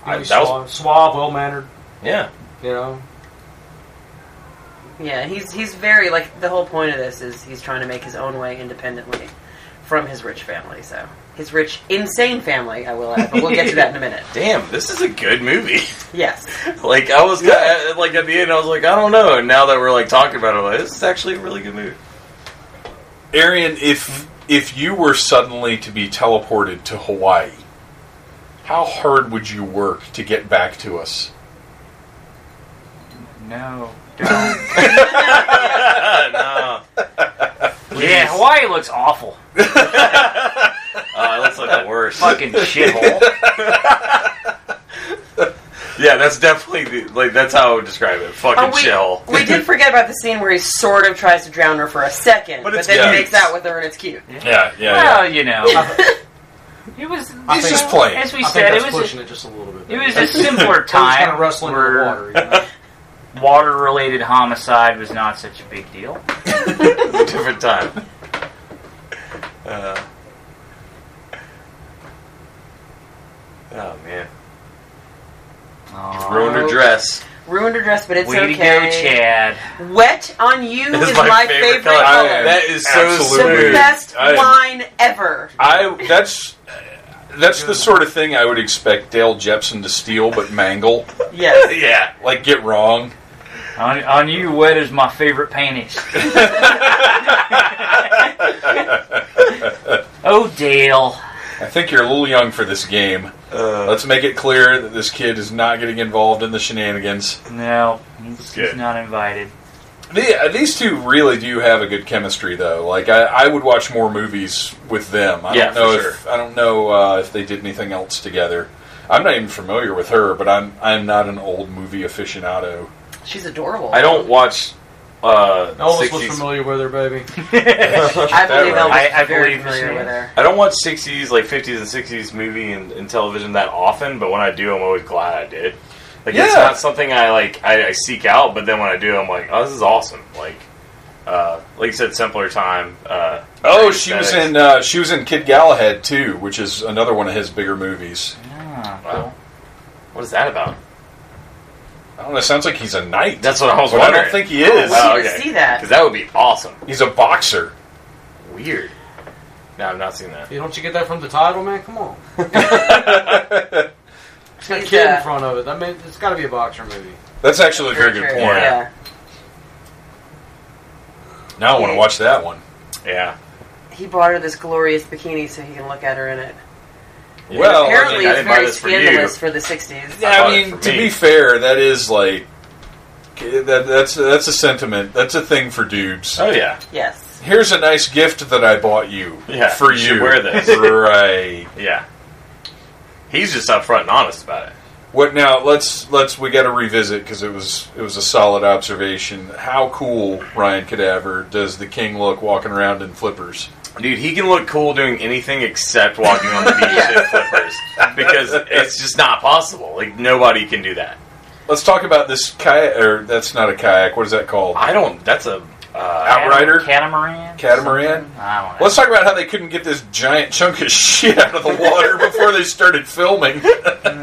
[SPEAKER 3] I,
[SPEAKER 5] He's
[SPEAKER 3] that was
[SPEAKER 5] suave, suave, well mannered.
[SPEAKER 3] yeah.
[SPEAKER 5] You know.
[SPEAKER 4] Yeah, he's he's very like the whole point of this is he's trying to make his own way independently from his rich family. So his rich insane family, I will add, but we'll get to that in a minute.
[SPEAKER 3] Damn, this is a good movie.
[SPEAKER 4] Yes,
[SPEAKER 3] like I was kinda, uh, like at the end, I was like, I don't know. And now that we're like talking about it, I'm like, this is actually a really good movie.
[SPEAKER 1] Arian, if if you were suddenly to be teleported to Hawaii, how hard would you work to get back to us?
[SPEAKER 2] No. Don't.
[SPEAKER 3] no,
[SPEAKER 2] yeah, Hawaii looks awful.
[SPEAKER 3] oh, it looks like the worst.
[SPEAKER 2] Fucking shithole.
[SPEAKER 3] Yeah, that's definitely the, like that's how I would describe it. Fucking
[SPEAKER 4] Oh, we,
[SPEAKER 3] shell.
[SPEAKER 4] we did forget about the scene where he sort of tries to drown her for a second, but,
[SPEAKER 3] it's
[SPEAKER 4] then
[SPEAKER 1] cute.
[SPEAKER 4] he makes out with her and it's cute.
[SPEAKER 1] Yeah, yeah,
[SPEAKER 2] Well, you know, it
[SPEAKER 1] He's
[SPEAKER 2] was.
[SPEAKER 5] think-
[SPEAKER 1] just playing.
[SPEAKER 2] As we
[SPEAKER 5] I
[SPEAKER 2] said,
[SPEAKER 5] think
[SPEAKER 2] it
[SPEAKER 5] that's
[SPEAKER 2] was.
[SPEAKER 5] pushing it just a little bit.
[SPEAKER 2] A, it was a simpler time
[SPEAKER 5] kind of wrestling with
[SPEAKER 2] where
[SPEAKER 5] water. You know?
[SPEAKER 2] water-related homicide was not such a big deal.
[SPEAKER 3] It's a different time. Uh, oh man,
[SPEAKER 2] Aw,
[SPEAKER 3] ruined her
[SPEAKER 1] Uh,
[SPEAKER 3] dress.
[SPEAKER 4] Ruined her dress, but it's
[SPEAKER 2] way
[SPEAKER 4] okay.
[SPEAKER 2] to go, Chad.
[SPEAKER 4] Wet on you
[SPEAKER 3] It's
[SPEAKER 4] is my, favorite, color.
[SPEAKER 1] color.
[SPEAKER 3] That is so
[SPEAKER 4] The
[SPEAKER 1] Absolutely.
[SPEAKER 3] weird.
[SPEAKER 4] best
[SPEAKER 1] I-
[SPEAKER 4] line ever.
[SPEAKER 1] I that's that's the sort of thing I would expect Dale Jepson to steal, but mangle,
[SPEAKER 4] Yes.
[SPEAKER 3] Yeah,
[SPEAKER 1] like get wrong.
[SPEAKER 2] On, on you, wet is my favorite panties. oh, Dale.
[SPEAKER 1] I think you're a little young for this game.
[SPEAKER 3] uh,
[SPEAKER 1] Let's make it clear that this kid is not getting involved in the shenanigans.
[SPEAKER 2] No, he's,
[SPEAKER 3] good.
[SPEAKER 2] he's not invited.
[SPEAKER 1] The, uh, these two really do have a good chemistry, though. Like I, I would watch more movies with them. I
[SPEAKER 3] Yeah,
[SPEAKER 1] don't know
[SPEAKER 3] for
[SPEAKER 1] if I don't know uh, if they did anything else together. I'm not even familiar with her, but I'm I'm not an old movie aficionado.
[SPEAKER 4] She's adorable.
[SPEAKER 3] I don't watch. Uh,
[SPEAKER 5] Elvis was
[SPEAKER 3] 60s
[SPEAKER 5] familiar with her, baby.
[SPEAKER 4] I believe
[SPEAKER 1] That
[SPEAKER 4] Elvis
[SPEAKER 2] right.
[SPEAKER 4] is
[SPEAKER 2] I- I
[SPEAKER 4] very
[SPEAKER 2] believe
[SPEAKER 4] familiar
[SPEAKER 2] she
[SPEAKER 4] with
[SPEAKER 2] is.
[SPEAKER 4] her.
[SPEAKER 3] I don't watch 60s, like 50s and 60s movie and, and television that often, but when I do, I'm always glad I did. Like, it's
[SPEAKER 1] Yeah.
[SPEAKER 3] not something I, like, I, I seek out, but then when I do, I'm like, oh, this is awesome. Like, uh, like you said, simpler time. Uh,
[SPEAKER 1] Oh,
[SPEAKER 3] great
[SPEAKER 1] she was
[SPEAKER 3] aesthetics.
[SPEAKER 1] in uh, she was in Kid Galahad too, which is another one of his bigger movies.
[SPEAKER 2] Ah,
[SPEAKER 3] Wow. What is that about?
[SPEAKER 1] I don't know. Sounds like he's a knight.
[SPEAKER 3] That's what I was
[SPEAKER 1] but I
[SPEAKER 3] wondering.
[SPEAKER 1] don't think he is.
[SPEAKER 3] Oh,
[SPEAKER 4] wow. didn't see that.
[SPEAKER 3] Because that would be awesome.
[SPEAKER 1] He's a boxer.
[SPEAKER 3] Weird. No, I've not seen that.
[SPEAKER 5] You don't you get that from the title, man? Come on. It's got a
[SPEAKER 4] He's,
[SPEAKER 5] kid
[SPEAKER 4] uh,
[SPEAKER 5] in front of it. I mean, it's got to be a boxer movie.
[SPEAKER 1] That's actually a very
[SPEAKER 4] True,
[SPEAKER 1] good
[SPEAKER 4] true,
[SPEAKER 1] point.
[SPEAKER 4] Yeah.
[SPEAKER 1] Now I want to watch that one.
[SPEAKER 3] Yeah.
[SPEAKER 4] He bought her this glorious bikini so he can look at her in it.
[SPEAKER 3] Yeah.
[SPEAKER 1] Well,
[SPEAKER 4] Apparently,
[SPEAKER 3] Oh, I
[SPEAKER 4] it's
[SPEAKER 3] didn't buy
[SPEAKER 4] very
[SPEAKER 3] this for
[SPEAKER 4] scandalous
[SPEAKER 3] you.
[SPEAKER 4] for, the 60s.
[SPEAKER 1] Yeah,
[SPEAKER 3] bought
[SPEAKER 1] I
[SPEAKER 3] it
[SPEAKER 1] mean,
[SPEAKER 3] for
[SPEAKER 1] to
[SPEAKER 3] me.
[SPEAKER 1] be fair, that is like that, that's that's a sentiment. That's a thing for dudes.
[SPEAKER 3] Oh, yeah.
[SPEAKER 4] Yes.
[SPEAKER 1] Here's a nice gift that I bought you.
[SPEAKER 3] Yeah,
[SPEAKER 1] for
[SPEAKER 3] you should
[SPEAKER 1] you.
[SPEAKER 3] wear this.
[SPEAKER 1] right?
[SPEAKER 3] Yeah. He's just upfront and honest about it.
[SPEAKER 1] What now? Let's let's we got to revisit because it was it was a solid observation. How cool Ryan Cadaver does the king look walking around in flippers?
[SPEAKER 3] Dude, he can look cool doing anything except walking on the beach in flippers because it's just not possible. Like nobody can do that.
[SPEAKER 1] Let's talk about this kayak. Or that's not a kayak. What is that called?
[SPEAKER 3] I don't. That's a uh,
[SPEAKER 1] Outrider?
[SPEAKER 2] Catamaran?
[SPEAKER 1] Catamaran?
[SPEAKER 2] Something? I don't know.
[SPEAKER 1] Let's talk about how they couldn't get this giant chunk of shit out of the water before they started filming.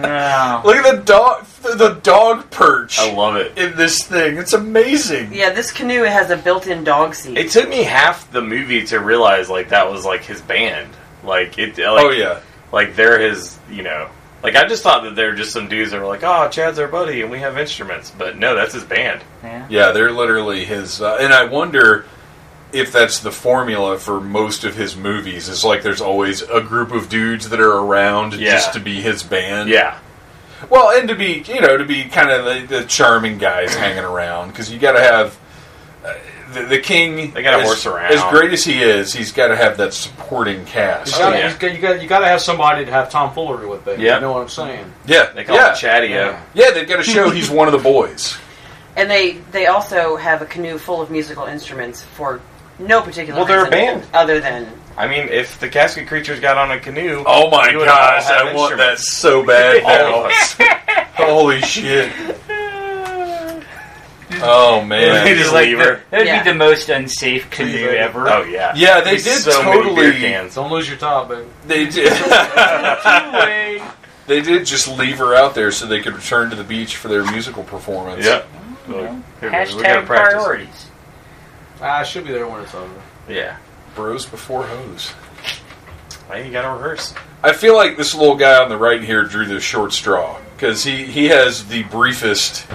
[SPEAKER 2] No.
[SPEAKER 1] Look at the dog, the dog perch
[SPEAKER 3] I love it.
[SPEAKER 1] in this thing. It's amazing.
[SPEAKER 4] Yeah, this canoe has a built-in dog seat.
[SPEAKER 3] It took me half the movie to realize like that was like his band. Like it. Like,
[SPEAKER 1] oh yeah,
[SPEAKER 3] Like they're his. You know. Like I just thought that they're just some dudes that were like, "Oh, Chad's our buddy, and we have instruments." But no, that's his band.
[SPEAKER 2] Yeah.
[SPEAKER 1] yeah. They're literally his. Uh, and I wonder if that's the formula for most of his movies. Is like there's always a group of dudes that are around
[SPEAKER 3] Yeah.
[SPEAKER 1] just to be his band.
[SPEAKER 3] Yeah.
[SPEAKER 1] Well, and to be you know to be kind of the, the charming guys hanging around because you got to have uh, the, the king.
[SPEAKER 3] They gotta
[SPEAKER 1] as-
[SPEAKER 3] horse around.
[SPEAKER 1] As great as he is, he's got to have that supporting cast.
[SPEAKER 5] You gotta,
[SPEAKER 3] yeah.
[SPEAKER 5] you gotta- you gotta, you gotta have somebody to have tomfoolery with, baby.
[SPEAKER 3] Yeah.
[SPEAKER 5] You know what I'm saying?
[SPEAKER 1] Yeah,
[SPEAKER 3] They call
[SPEAKER 1] yeah.
[SPEAKER 3] him Chadio.
[SPEAKER 5] Yeah.
[SPEAKER 1] Yeah, they've got to show he's one of the boys.
[SPEAKER 4] And they they also have a canoe full of musical instruments for no particular
[SPEAKER 3] Well, they're a
[SPEAKER 4] reason
[SPEAKER 3] band.
[SPEAKER 4] other than
[SPEAKER 3] I mean, if the casket creatures got on a canoe,
[SPEAKER 1] Oh my
[SPEAKER 3] we would
[SPEAKER 1] gosh,
[SPEAKER 3] all have
[SPEAKER 1] I want that
[SPEAKER 3] instruments.
[SPEAKER 1] so bad
[SPEAKER 3] All
[SPEAKER 1] now.
[SPEAKER 3] of us.
[SPEAKER 1] Holy shit. Oh
[SPEAKER 3] They
[SPEAKER 1] man.
[SPEAKER 3] just
[SPEAKER 2] Like,
[SPEAKER 3] leave her.
[SPEAKER 2] That'd
[SPEAKER 4] Yeah.
[SPEAKER 2] be the most unsafe canoe ever.
[SPEAKER 3] Oh yeah,
[SPEAKER 1] Yeah, they
[SPEAKER 3] There's
[SPEAKER 1] did
[SPEAKER 3] so
[SPEAKER 1] totally-
[SPEAKER 3] Many beer cans.
[SPEAKER 5] Don't lose your top, baby.
[SPEAKER 1] They did. they did just leave her out there so they could return to the beach for their musical performance.
[SPEAKER 3] Yeah.
[SPEAKER 2] Hashtag priorities.
[SPEAKER 5] Ah, I should be there when it's over.
[SPEAKER 3] Yeah.
[SPEAKER 1] Bros before hoes.
[SPEAKER 3] Well, you gotta rehearse.
[SPEAKER 1] I feel like this little guy on the right here drew the short straw because he, he has the briefest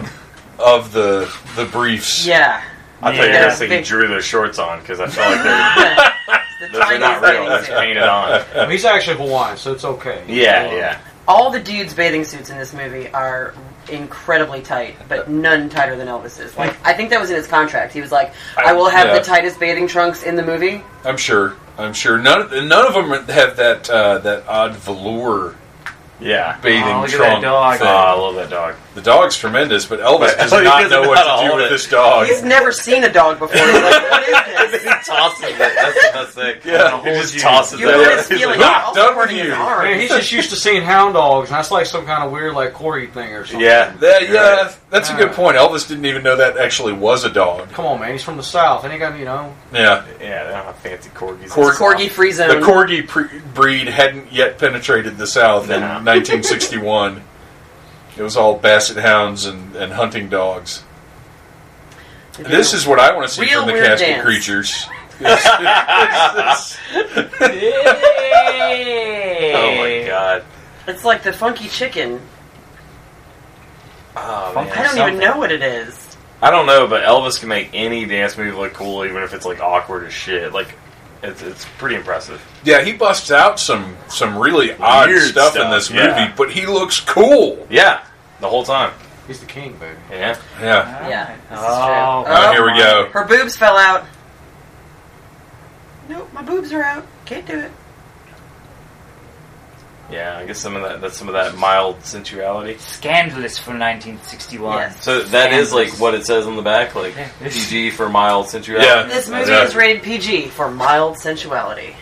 [SPEAKER 1] of the the briefs.
[SPEAKER 4] yeah.
[SPEAKER 3] I thought you were
[SPEAKER 4] Yeah.
[SPEAKER 3] gonna say he
[SPEAKER 4] They-
[SPEAKER 3] drew their shorts on because I felt like they're
[SPEAKER 4] The
[SPEAKER 3] those are
[SPEAKER 4] tiniest
[SPEAKER 3] not real.
[SPEAKER 4] bathing
[SPEAKER 3] That's
[SPEAKER 4] suit.
[SPEAKER 3] painted on.
[SPEAKER 5] I mean, he's actually Hawaiian, so it's okay.
[SPEAKER 3] Yeah,
[SPEAKER 5] Um,
[SPEAKER 3] yeah.
[SPEAKER 4] All the dudes' bathing suits in this movie are incredibly tight, but none tighter than Elvis's. Like I think that was in his contract. He was like, "I will have
[SPEAKER 1] yeah.
[SPEAKER 4] the tightest bathing trunks in the movie."
[SPEAKER 1] I'm sure. I'm sure none of, none of them have that uh, that odd velour
[SPEAKER 3] Yeah.
[SPEAKER 1] bathing
[SPEAKER 2] Aw, look at
[SPEAKER 1] trunk
[SPEAKER 2] that dog.
[SPEAKER 1] thing.
[SPEAKER 3] Aw, I love that dog.
[SPEAKER 1] the dog's tremendous, but Elvis
[SPEAKER 3] But
[SPEAKER 1] does
[SPEAKER 3] Elvis
[SPEAKER 1] not
[SPEAKER 3] doesn't
[SPEAKER 1] know
[SPEAKER 3] know how
[SPEAKER 1] what
[SPEAKER 3] to
[SPEAKER 1] to do
[SPEAKER 3] hold
[SPEAKER 1] with
[SPEAKER 3] it.
[SPEAKER 1] this dog.
[SPEAKER 4] He's never seen a dog before. He's like, what is this?
[SPEAKER 3] tosses it. That's, that's sick.
[SPEAKER 1] Yeah.
[SPEAKER 3] he just tosses
[SPEAKER 4] You know his
[SPEAKER 3] it. He's
[SPEAKER 4] feeling.
[SPEAKER 3] like,
[SPEAKER 1] "Ah,
[SPEAKER 4] I'll
[SPEAKER 1] done
[SPEAKER 4] support
[SPEAKER 1] with
[SPEAKER 4] his
[SPEAKER 1] you."
[SPEAKER 4] arm.
[SPEAKER 5] Man, he's just used to seeing hound dogs, and that's like some kind of weird, like Corey thing or something.
[SPEAKER 3] "Ah, yeah.
[SPEAKER 1] That- yeah, that's a good
[SPEAKER 5] Ah.
[SPEAKER 1] point. Elvis didn't even know that actually was a dog.
[SPEAKER 5] Come on, man. He's from the south. Ain't got you know.
[SPEAKER 1] Yeah,
[SPEAKER 3] Yeah, they don't have fancy corgis.
[SPEAKER 1] Corgi.
[SPEAKER 4] Corgi free
[SPEAKER 1] the
[SPEAKER 4] zone.
[SPEAKER 1] corgi pre- breed hadn't yet penetrated the South in
[SPEAKER 3] No.
[SPEAKER 1] 1961. It was all basset hounds and, and hunting dogs. This is what I want to see
[SPEAKER 4] Real
[SPEAKER 1] from the
[SPEAKER 4] weird
[SPEAKER 1] casket
[SPEAKER 4] dance.
[SPEAKER 1] creatures.
[SPEAKER 3] Oh my god.
[SPEAKER 4] It's like the funky chicken.
[SPEAKER 3] Oh, man,
[SPEAKER 4] I don't
[SPEAKER 3] something.
[SPEAKER 4] even know what it is.
[SPEAKER 3] I don't know, but Elvis can make any dance move look cool, even if it's like awkward as shit. Like, it's, it's pretty impressive.
[SPEAKER 1] Yeah, he busts out some some really odd
[SPEAKER 3] Weird
[SPEAKER 1] stuff, in
[SPEAKER 3] stuff,
[SPEAKER 1] this movie,
[SPEAKER 3] yeah.
[SPEAKER 1] but he looks cool.
[SPEAKER 3] Yeah, the whole time.
[SPEAKER 5] He's the king, baby.
[SPEAKER 3] Yeah.
[SPEAKER 1] Yeah.
[SPEAKER 4] Yeah, this is
[SPEAKER 2] Oh,
[SPEAKER 4] true.
[SPEAKER 1] Oh, here we go.
[SPEAKER 4] Her boobs fell out. Nope, my boobs are out. Can't do it.
[SPEAKER 3] Yeah, I guess some of that that's some of that mild sensuality.
[SPEAKER 2] Scandalous from 1961.
[SPEAKER 4] Yes.
[SPEAKER 3] So that is like what it says on the back, like
[SPEAKER 2] Yeah.
[SPEAKER 3] PG for mild sensuality.
[SPEAKER 4] This movie
[SPEAKER 1] Yeah.
[SPEAKER 4] is rated PG for mild sensuality.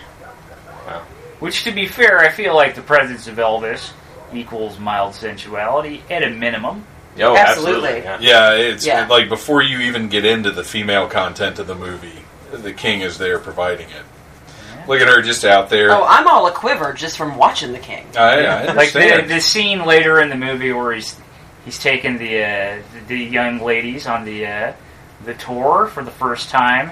[SPEAKER 2] Which, to be fair, I feel like the presence of Elvis equals mild sensuality at a minimum.
[SPEAKER 3] Yeah. Oh,
[SPEAKER 4] Absolutely.
[SPEAKER 3] absolutely. Yeah.
[SPEAKER 1] Yeah, it's
[SPEAKER 4] Yeah.
[SPEAKER 1] like before you even get into the female content of the movie, the king is there providing it. Look at her just out there.
[SPEAKER 4] Oh, I'm all a quiver just from watching The King.
[SPEAKER 1] I, I
[SPEAKER 2] Like the,
[SPEAKER 1] understand.
[SPEAKER 2] the scene later in the movie where he's he's taking the uh, the, the young ladies on the uh, the tour for the first time,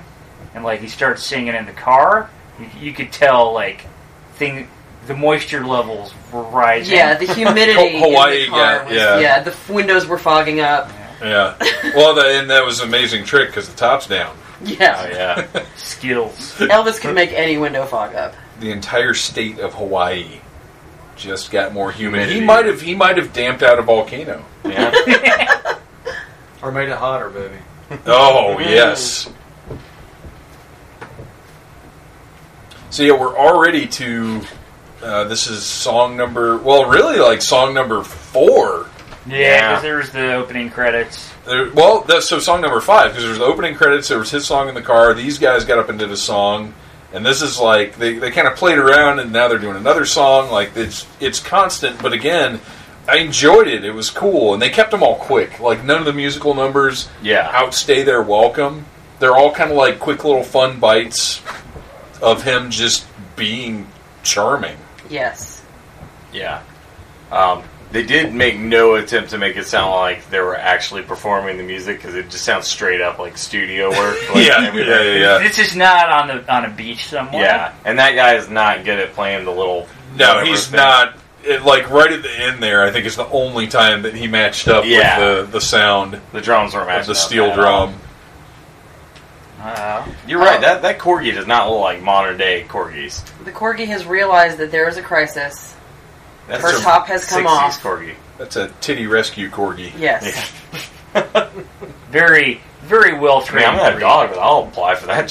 [SPEAKER 2] and like he starts singing in the car. You, you could tell like thing the moisture levels were rising.
[SPEAKER 4] Yeah, the humidity. in the
[SPEAKER 1] Hawaii,
[SPEAKER 4] car
[SPEAKER 1] yeah,
[SPEAKER 4] was-
[SPEAKER 1] yeah.
[SPEAKER 4] the f- windows were fogging up.
[SPEAKER 1] yeah. Well, the, and that was an amazing trick because the top's down.
[SPEAKER 3] Oh,
[SPEAKER 4] Yeah,
[SPEAKER 3] yeah.
[SPEAKER 2] Skills.
[SPEAKER 4] Elvis could make any window fog up.
[SPEAKER 1] The entire state of Hawaii just got more humid. He
[SPEAKER 3] Humidity.
[SPEAKER 1] might have he might have damped out a volcano.
[SPEAKER 3] Oh, yeah.
[SPEAKER 5] Or made it hotter, baby.
[SPEAKER 1] Oh yes. So yeah, we're already to. Uh, this is song number. Well, really, like song number four.
[SPEAKER 2] Yeah, because there was the opening credits.
[SPEAKER 1] There, well, that's, so song number five because there was the opening credits. There was his song in the car. These guys got up and did a song, and this is like they, they kind of played around, and now they're doing another song. Like it's it's constant, but again, I enjoyed it. It was cool, and they kept them all quick. Like none of the musical numbers
[SPEAKER 3] Yeah.
[SPEAKER 1] outstay their welcome. They're all kind of like quick little fun bites of him just being charming.
[SPEAKER 4] Yes.
[SPEAKER 3] Yeah. Um, they did make no attempt to make it sound like they were actually performing the music because it just sounds straight up like studio work. Like, everybody-
[SPEAKER 2] This is not on the on a beach somewhere.
[SPEAKER 3] Yeah, and that guy is not good at playing the little.
[SPEAKER 1] No,
[SPEAKER 3] whatever
[SPEAKER 1] he's
[SPEAKER 3] thing.
[SPEAKER 1] not. It, like right at the end there, I think it's the only time that he matched up
[SPEAKER 3] Yeah.
[SPEAKER 1] with the, the sound
[SPEAKER 3] The drums were matching
[SPEAKER 1] of the
[SPEAKER 3] up
[SPEAKER 1] steel
[SPEAKER 3] at all.
[SPEAKER 1] drum.
[SPEAKER 2] Uh,
[SPEAKER 3] You're right. That that corgi does not look like modern day corgis.
[SPEAKER 4] The corgi has realized that there is a crisis.
[SPEAKER 3] That's
[SPEAKER 4] Her
[SPEAKER 3] a
[SPEAKER 4] top has come
[SPEAKER 3] 60s
[SPEAKER 4] off.
[SPEAKER 3] corgi.
[SPEAKER 1] That's a titty rescue corgi.
[SPEAKER 4] Yes.
[SPEAKER 2] very very well
[SPEAKER 3] I mean,
[SPEAKER 2] trained.
[SPEAKER 3] I'm not a dog, but I'll apply for that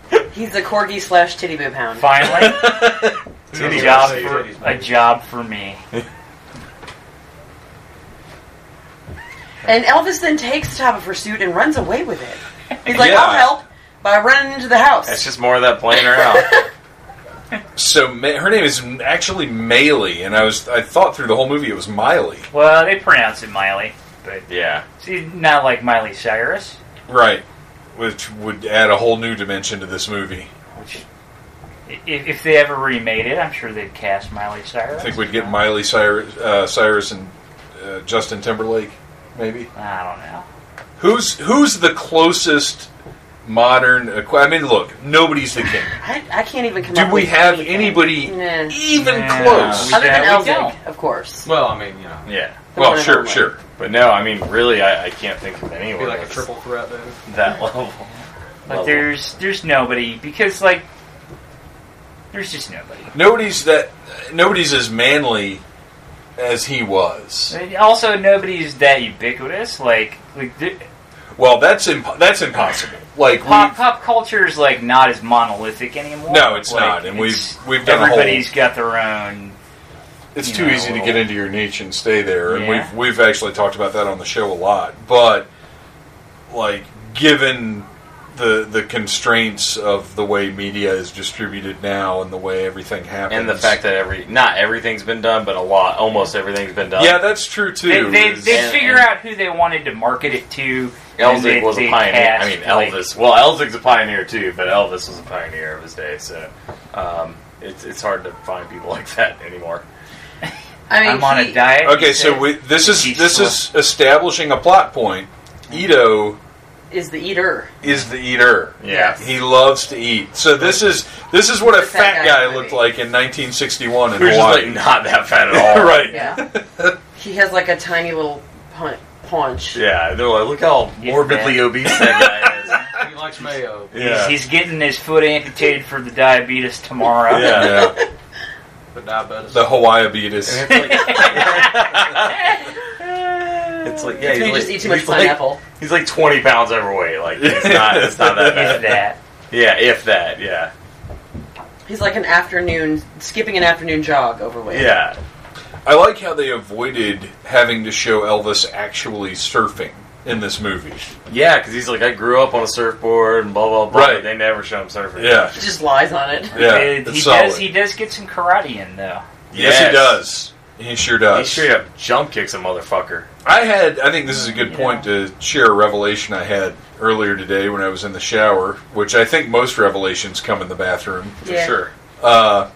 [SPEAKER 3] job.
[SPEAKER 4] He's the corgi slash titty boob hound.
[SPEAKER 2] Finally,
[SPEAKER 3] Titty
[SPEAKER 2] a job
[SPEAKER 3] rescue.
[SPEAKER 2] for a job for me.
[SPEAKER 4] And Elvis then takes the top of her suit and runs away with it. He's like,
[SPEAKER 1] Yeah.
[SPEAKER 4] I'll help by running into the house.
[SPEAKER 3] That's just more of that playing around.
[SPEAKER 1] So Ma- her name is actually Maley, and I was I thought through the whole movie it was Miley.
[SPEAKER 2] Well, they pronounce it Miley, but
[SPEAKER 3] yeah,
[SPEAKER 2] she's not like Miley Cyrus,
[SPEAKER 1] Right. Which would add a whole new dimension to this movie.
[SPEAKER 2] which i- if, if they ever remade it, I'm sure they'd cast Miley Cyrus.
[SPEAKER 1] I think we'd get Miley Cyrus, uh, Cyrus and uh, Justin Timberlake, maybe.
[SPEAKER 2] I don't know.
[SPEAKER 1] Who's who's the closest modern? equi- I mean, look, nobody's the king.
[SPEAKER 4] I, I can't even come up
[SPEAKER 1] Do we
[SPEAKER 4] with
[SPEAKER 1] have
[SPEAKER 4] anything.
[SPEAKER 1] anybody
[SPEAKER 4] Nah.
[SPEAKER 1] even
[SPEAKER 2] Yeah.
[SPEAKER 1] close?
[SPEAKER 4] Other than
[SPEAKER 2] Yeah, we
[SPEAKER 4] Elvis,
[SPEAKER 2] don't.
[SPEAKER 4] of course.
[SPEAKER 5] Well, I mean, you know,
[SPEAKER 3] yeah.
[SPEAKER 4] The
[SPEAKER 1] Well,
[SPEAKER 4] one and
[SPEAKER 1] sure,
[SPEAKER 4] only.
[SPEAKER 1] sure.
[SPEAKER 3] But no, I mean, really, I, I can't think of
[SPEAKER 5] be
[SPEAKER 3] anyone
[SPEAKER 5] like a
[SPEAKER 3] that's
[SPEAKER 5] triple threat, baby.
[SPEAKER 3] that level.
[SPEAKER 2] But there's there's nobody because like there's just nobody.
[SPEAKER 1] Nobody's that. Nobody's as manly as he was.
[SPEAKER 2] And Also, nobody's that ubiquitous. Like like the,
[SPEAKER 1] Well, that's imp- that's impossible. Like we,
[SPEAKER 2] pop pop culture is like not as monolithic anymore.
[SPEAKER 1] no, it's
[SPEAKER 2] Like,
[SPEAKER 1] not, and
[SPEAKER 2] it's-
[SPEAKER 1] we've we've done a whole
[SPEAKER 2] everybody's got their own
[SPEAKER 1] it's
[SPEAKER 2] you
[SPEAKER 1] too
[SPEAKER 2] know,
[SPEAKER 1] easy to
[SPEAKER 2] little-
[SPEAKER 1] get into your niche and stay there, and
[SPEAKER 2] Yeah.
[SPEAKER 1] we've we've actually talked about that on the show a lot. But like, given the the constraints of the way media is distributed now and the way everything happens,
[SPEAKER 3] and the fact that every not everything's been done, but a lot, almost everything's been done.
[SPEAKER 1] yeah, that's true too.
[SPEAKER 2] They, they,
[SPEAKER 1] is-
[SPEAKER 2] they
[SPEAKER 3] And-
[SPEAKER 2] figure
[SPEAKER 3] and-
[SPEAKER 2] out who they wanted to market it to. and they-
[SPEAKER 3] Elzick was
[SPEAKER 2] they
[SPEAKER 3] a pioneer.
[SPEAKER 2] cast,
[SPEAKER 3] I mean,
[SPEAKER 2] like-
[SPEAKER 3] Elvis. Well, Elzick's a pioneer too, but Elvis was a pioneer of his day. So um, it's it's hard to find people like that anymore.
[SPEAKER 4] I mean,
[SPEAKER 2] I'm on
[SPEAKER 4] he-
[SPEAKER 2] a diet.
[SPEAKER 1] okay,
[SPEAKER 2] he
[SPEAKER 1] so
[SPEAKER 2] said.
[SPEAKER 1] we, this is
[SPEAKER 2] He's
[SPEAKER 1] this is establishing a plot point. Ito
[SPEAKER 4] is the eater.
[SPEAKER 1] is the eater.
[SPEAKER 3] Yeah.
[SPEAKER 1] He loves to eat. So this is this is what a
[SPEAKER 4] The fat
[SPEAKER 1] fat
[SPEAKER 4] guy
[SPEAKER 1] guy
[SPEAKER 4] in the
[SPEAKER 1] looked
[SPEAKER 4] movie.
[SPEAKER 1] like in 1961 in
[SPEAKER 3] Who's just
[SPEAKER 1] Hawaii.
[SPEAKER 3] like not that fat at all.
[SPEAKER 1] right.
[SPEAKER 4] Yeah, he has like a tiny little pun- paunch.
[SPEAKER 3] Yeah, they're like, look how
[SPEAKER 2] He's
[SPEAKER 3] morbidly
[SPEAKER 2] fat.
[SPEAKER 3] obese that
[SPEAKER 5] He likes mayo.
[SPEAKER 3] guy is. Yeah.
[SPEAKER 2] He's getting his foot amputated for the diabetes tomorrow.
[SPEAKER 3] Yeah.
[SPEAKER 1] Yeah.
[SPEAKER 5] The diabetes.
[SPEAKER 1] The Hawaii beatus.
[SPEAKER 3] it's like yeah,
[SPEAKER 4] You
[SPEAKER 3] he's
[SPEAKER 4] just
[SPEAKER 3] like,
[SPEAKER 4] eat too much
[SPEAKER 3] he's like-
[SPEAKER 4] pineapple.
[SPEAKER 3] he's like twenty pounds overweight. Like it's not it's not that
[SPEAKER 2] If
[SPEAKER 3] bad.
[SPEAKER 2] that.
[SPEAKER 3] Yeah, if that. Yeah,
[SPEAKER 4] He's like an afternoon, skipping an afternoon jog overweight.
[SPEAKER 3] yeah.
[SPEAKER 1] I like how they avoided having to show Elvis actually surfing in this movie.
[SPEAKER 3] Yeah, because he's like, I grew up on a surfboard and blah blah blah.
[SPEAKER 1] Right.
[SPEAKER 3] but They never show him surfing.
[SPEAKER 1] Yeah.
[SPEAKER 4] He just lies on it.
[SPEAKER 1] Yeah.
[SPEAKER 2] Uh,
[SPEAKER 1] it's
[SPEAKER 2] he
[SPEAKER 1] solid.
[SPEAKER 2] does. He does get some karate in though.
[SPEAKER 1] yes, he does. He sure
[SPEAKER 3] He
[SPEAKER 1] does.
[SPEAKER 3] straight up jump kicks a motherfucker.
[SPEAKER 1] I had I think this is a good
[SPEAKER 2] Yeah.
[SPEAKER 1] point to share a revelation I had earlier today when I was in the shower, which I think most revelations come in the bathroom.
[SPEAKER 3] For
[SPEAKER 4] Yeah.
[SPEAKER 3] sure.
[SPEAKER 1] uh,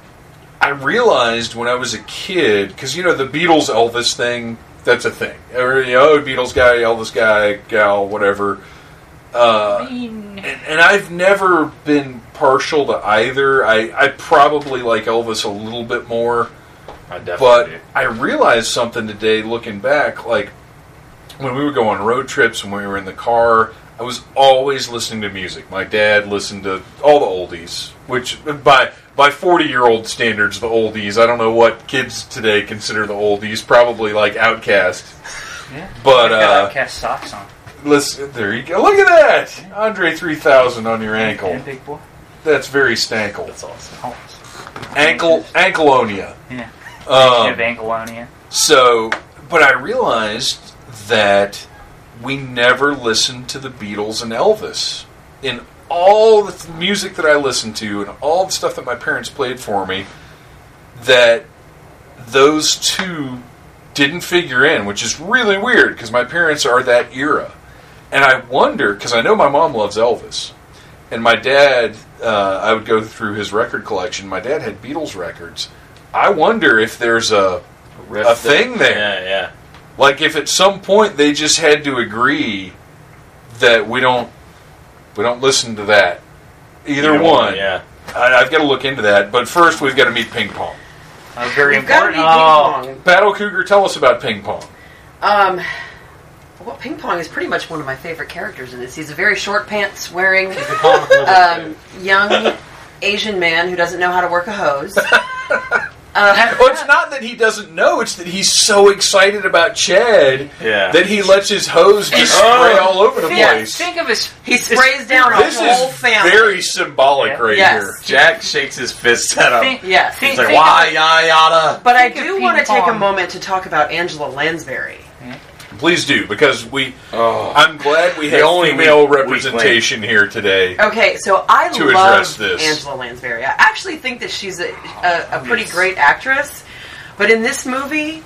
[SPEAKER 1] I realized when I was a kid, because you know the Beatles Elvis thing, that's a thing. Or, you know, oh, Beatles guy, Elvis guy, gal, whatever. Uh, and, and I've never been partial to either. I, I probably like Elvis a little bit more.
[SPEAKER 3] I definitely
[SPEAKER 1] But
[SPEAKER 3] do.
[SPEAKER 1] I realized something today looking back. Like, when we would go on road trips, when we were in the car, I was always listening to music. My dad listened to all the oldies, which by by 40 year old standards, the oldies. I don't know what kids today consider the oldies. Probably like Outcast.
[SPEAKER 2] Yeah.
[SPEAKER 1] But,
[SPEAKER 2] I got
[SPEAKER 1] uh,
[SPEAKER 2] outcast socks on.
[SPEAKER 1] Listen, there you go. Look at that! Andre 3000 on your ankle.
[SPEAKER 2] And big boy.
[SPEAKER 1] That's very stankel.
[SPEAKER 3] That's awesome.
[SPEAKER 2] Oh,
[SPEAKER 1] Ankle, ankleonia.
[SPEAKER 2] Yeah.
[SPEAKER 1] Um,
[SPEAKER 2] of Angolonia.
[SPEAKER 1] So, but I realized that we never listened to the Beatles and Elvis. In all the th- music that I listened to and all the stuff that my parents played for me, that those two didn't figure in, which is really weird because my parents are that era. And I wonder, because I know my mom loves Elvis. And my dad, uh, I would go through his record collection. My dad had Beatles records. I wonder if there's a
[SPEAKER 3] Riff
[SPEAKER 1] A thing there.
[SPEAKER 3] Yeah, yeah.
[SPEAKER 1] like if at some point they just had to agree that we don't we don't listen to that. Either,
[SPEAKER 3] Either
[SPEAKER 1] one.
[SPEAKER 3] Yeah.
[SPEAKER 1] I, I've got to look into that. But first, we've got to meet Ping Pong.
[SPEAKER 2] Uh, very
[SPEAKER 4] We've got to
[SPEAKER 2] important.
[SPEAKER 4] be
[SPEAKER 2] Oh,
[SPEAKER 4] ping pong.
[SPEAKER 1] Battle Cougar, tell us about Ping Pong.
[SPEAKER 4] Um, well, ping pong is pretty much one of my favorite characters in this. He's a very short pants wearing um, young Asian man who doesn't know how to work a hose. Uh,
[SPEAKER 1] Well, it's not that he doesn't know; it's that he's so excited about Chad
[SPEAKER 3] Yeah.
[SPEAKER 1] that he lets his hose just
[SPEAKER 3] Oh.
[SPEAKER 1] spray all over the
[SPEAKER 2] think,
[SPEAKER 1] place.
[SPEAKER 2] think of his.
[SPEAKER 4] he sprays down a
[SPEAKER 1] This
[SPEAKER 4] whole
[SPEAKER 1] is
[SPEAKER 4] family.
[SPEAKER 1] very symbolic
[SPEAKER 2] Yeah.
[SPEAKER 1] right
[SPEAKER 4] Yes.
[SPEAKER 1] here.
[SPEAKER 3] Jack shakes his fist at him.
[SPEAKER 2] Think,
[SPEAKER 4] yes.
[SPEAKER 2] think,
[SPEAKER 3] He's like,
[SPEAKER 2] think of-
[SPEAKER 3] why, yada, yada.
[SPEAKER 4] but I
[SPEAKER 2] think of
[SPEAKER 4] do
[SPEAKER 2] ping
[SPEAKER 4] want to take a
[SPEAKER 2] pong.
[SPEAKER 4] moment to talk about Angela Lansbury.
[SPEAKER 1] Please do because we.
[SPEAKER 3] Oh.
[SPEAKER 1] I'm glad we
[SPEAKER 3] The
[SPEAKER 1] have
[SPEAKER 3] only
[SPEAKER 1] female
[SPEAKER 3] weak- weak link.
[SPEAKER 1] representation here today.
[SPEAKER 4] Okay, so I
[SPEAKER 1] To address
[SPEAKER 4] love
[SPEAKER 1] this.
[SPEAKER 4] Angela Lansbury. I actually think that she's a, a, a pretty great actress, but in this movie,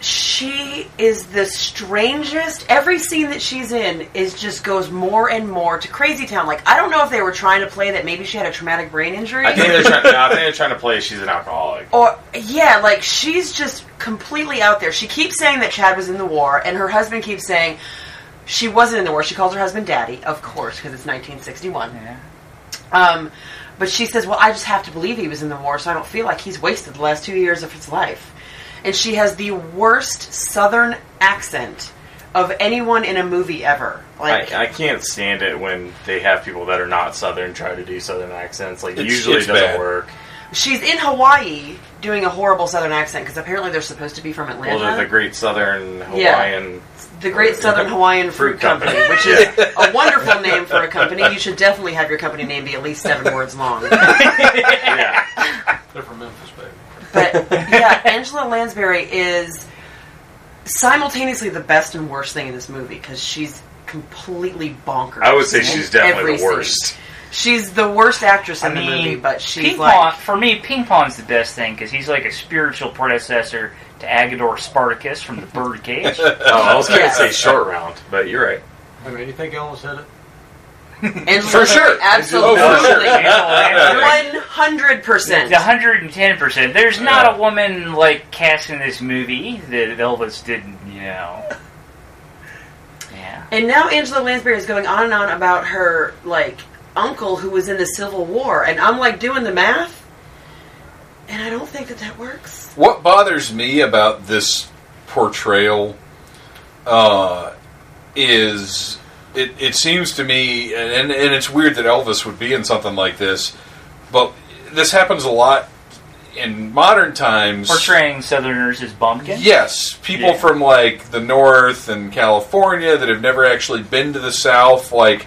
[SPEAKER 4] she is the strangest. Every scene that she's in is just goes more and more to Crazy Town. Like I don't know if they were trying to play that maybe she had a traumatic brain injury.
[SPEAKER 3] I think they're trying. No, I think they're trying to play. She's an alcoholic.
[SPEAKER 4] Or yeah, like she's just completely out there. She keeps saying that Chad was in the war, and her husband keeps saying she wasn't in the war. She calls her husband daddy, of course, because it's 1961.
[SPEAKER 2] Yeah.
[SPEAKER 4] Um, but she says, "Well, I just have to believe he was in the war, so I don't feel like he's wasted the last two years of his life." And she has the worst Southern accent of anyone in a movie ever. Like,
[SPEAKER 3] I, I can't stand it when they have people that are not Southern try to do Southern accents. Like
[SPEAKER 1] It's-
[SPEAKER 3] usually
[SPEAKER 1] it's
[SPEAKER 3] it doesn't
[SPEAKER 1] bad.
[SPEAKER 3] work.
[SPEAKER 4] she's in Hawaii doing a horrible Southern accent because apparently they're supposed to be from Atlanta.
[SPEAKER 3] Well, they're the Great Southern
[SPEAKER 4] Yeah.
[SPEAKER 3] Hawaiian.
[SPEAKER 4] the Great Southern Hawaiian Fruit Company, which is a wonderful name for a company. You should definitely have your company name be at least seven words long.
[SPEAKER 3] Yeah,
[SPEAKER 5] They're from Memphis, baby.
[SPEAKER 4] But yeah, Angela Lansbury is simultaneously the best and worst thing in this movie because she's completely bonkers.
[SPEAKER 3] I would say
[SPEAKER 4] in
[SPEAKER 3] she's definitely
[SPEAKER 4] every
[SPEAKER 3] the worst.
[SPEAKER 4] scene. She's the worst actress in
[SPEAKER 2] I mean,
[SPEAKER 4] the movie,
[SPEAKER 2] Ping
[SPEAKER 4] but she's
[SPEAKER 2] Pong,
[SPEAKER 4] like
[SPEAKER 2] for me, Ping Pong's the best thing because he's like a spiritual predecessor to Agador Spartacus from the Birdcage.
[SPEAKER 3] Oh,
[SPEAKER 1] Uh,
[SPEAKER 3] I was going to
[SPEAKER 4] Yes.
[SPEAKER 3] say short round, but you're right.
[SPEAKER 5] I mean, you think I almost hit it?
[SPEAKER 4] Angela
[SPEAKER 1] For sure.
[SPEAKER 4] absolutely,
[SPEAKER 1] Oh, for
[SPEAKER 2] Angela Lansbury.
[SPEAKER 4] one hundred percent.
[SPEAKER 2] The 110%. There's not a woman like casting this movie that Elvis didn't, you know. Yeah.
[SPEAKER 4] And now Angela Lansbury is going on and on about her like uncle who was in the Civil War, and I'm like doing the math, and I don't think that that works.
[SPEAKER 1] What bothers me about this portrayal uh, is it, it seems to me, and, and it's weird that Elvis would be in something like this, but this happens a lot in modern times.
[SPEAKER 2] Portraying Southerners as bumpkins?
[SPEAKER 1] Yes, people
[SPEAKER 3] Yeah.
[SPEAKER 1] from like the North and California that have never actually been to the South. Like,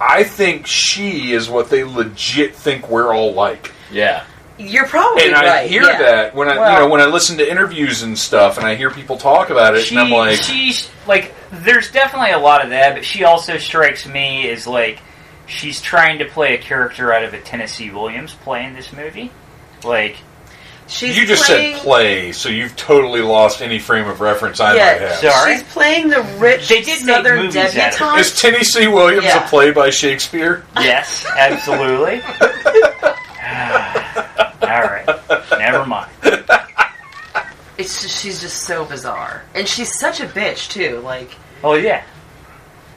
[SPEAKER 1] I think she is what they legit think we're all like
[SPEAKER 3] Yeah.
[SPEAKER 4] You're probably
[SPEAKER 1] and
[SPEAKER 4] right.
[SPEAKER 1] I hear
[SPEAKER 4] yeah.
[SPEAKER 1] that when I you
[SPEAKER 2] Well-
[SPEAKER 1] know when I listen to interviews and stuff, and I hear people talk about it,
[SPEAKER 2] She,
[SPEAKER 1] and I'm like,
[SPEAKER 2] she's like, there's definitely a lot of that, but she also strikes me as like, she's trying to play a character out of a Tennessee Williams play in this movie. Like,
[SPEAKER 4] She's
[SPEAKER 1] you just
[SPEAKER 4] playing,
[SPEAKER 1] said play, so you've totally lost any frame of reference I
[SPEAKER 4] Yeah,
[SPEAKER 1] might have.
[SPEAKER 2] so- Sorry?
[SPEAKER 4] She's playing the rich
[SPEAKER 2] They did make
[SPEAKER 4] Southern
[SPEAKER 2] movies out of it.
[SPEAKER 4] debutante.
[SPEAKER 1] Is Tennessee Williams
[SPEAKER 4] Yeah.
[SPEAKER 1] a play by Shakespeare?
[SPEAKER 2] yes, absolutely. Alright, never mind.
[SPEAKER 4] It's just, she's just so bizarre, and she's such a bitch too. Like
[SPEAKER 2] Oh, yeah.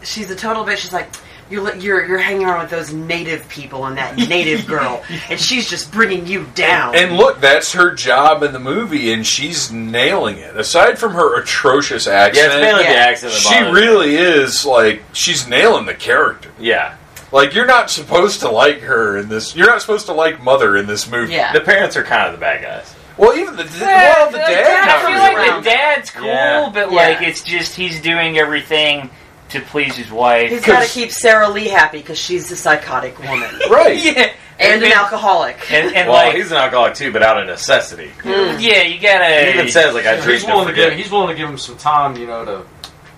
[SPEAKER 4] she's a total bitch. She's like. You're, li- you're, you're hanging around with those native people and that native girl, and she's just bringing you down.
[SPEAKER 1] And look, that's her job in the movie, and she's nailing it. Aside from her atrocious
[SPEAKER 3] Yeah, it's
[SPEAKER 1] accent,
[SPEAKER 3] mainly
[SPEAKER 4] Yeah.
[SPEAKER 3] the accent. that
[SPEAKER 1] she
[SPEAKER 3] bothers me.
[SPEAKER 1] really is like she's nailing the character.
[SPEAKER 3] Yeah.
[SPEAKER 1] Like you're not supposed to like her in this. You're not supposed to like Mother in this movie.
[SPEAKER 4] yeah.
[SPEAKER 3] The parents are kind of the bad guys.
[SPEAKER 1] Well, even the, the well, the
[SPEAKER 2] Like,
[SPEAKER 1] dad.
[SPEAKER 2] I feel
[SPEAKER 4] comes
[SPEAKER 2] like
[SPEAKER 4] around.
[SPEAKER 2] the dad's cool,
[SPEAKER 3] Yeah.
[SPEAKER 2] but
[SPEAKER 4] Yeah.
[SPEAKER 2] like it's just he's doing everything to please his wife.
[SPEAKER 4] He's got to keep Sarah Lee happy because she's a psychotic woman
[SPEAKER 1] Right.
[SPEAKER 2] yeah,
[SPEAKER 4] and an
[SPEAKER 2] And-
[SPEAKER 4] alcoholic.
[SPEAKER 2] and, and
[SPEAKER 3] well,
[SPEAKER 2] like
[SPEAKER 3] he's an alcoholic too, but out of necessity.
[SPEAKER 4] Hmm.
[SPEAKER 2] yeah, you
[SPEAKER 3] He
[SPEAKER 2] gotta.
[SPEAKER 3] even says like I drink
[SPEAKER 5] He's
[SPEAKER 3] to
[SPEAKER 5] willing to give.
[SPEAKER 3] forget.
[SPEAKER 5] He's willing to give him some time, you know, to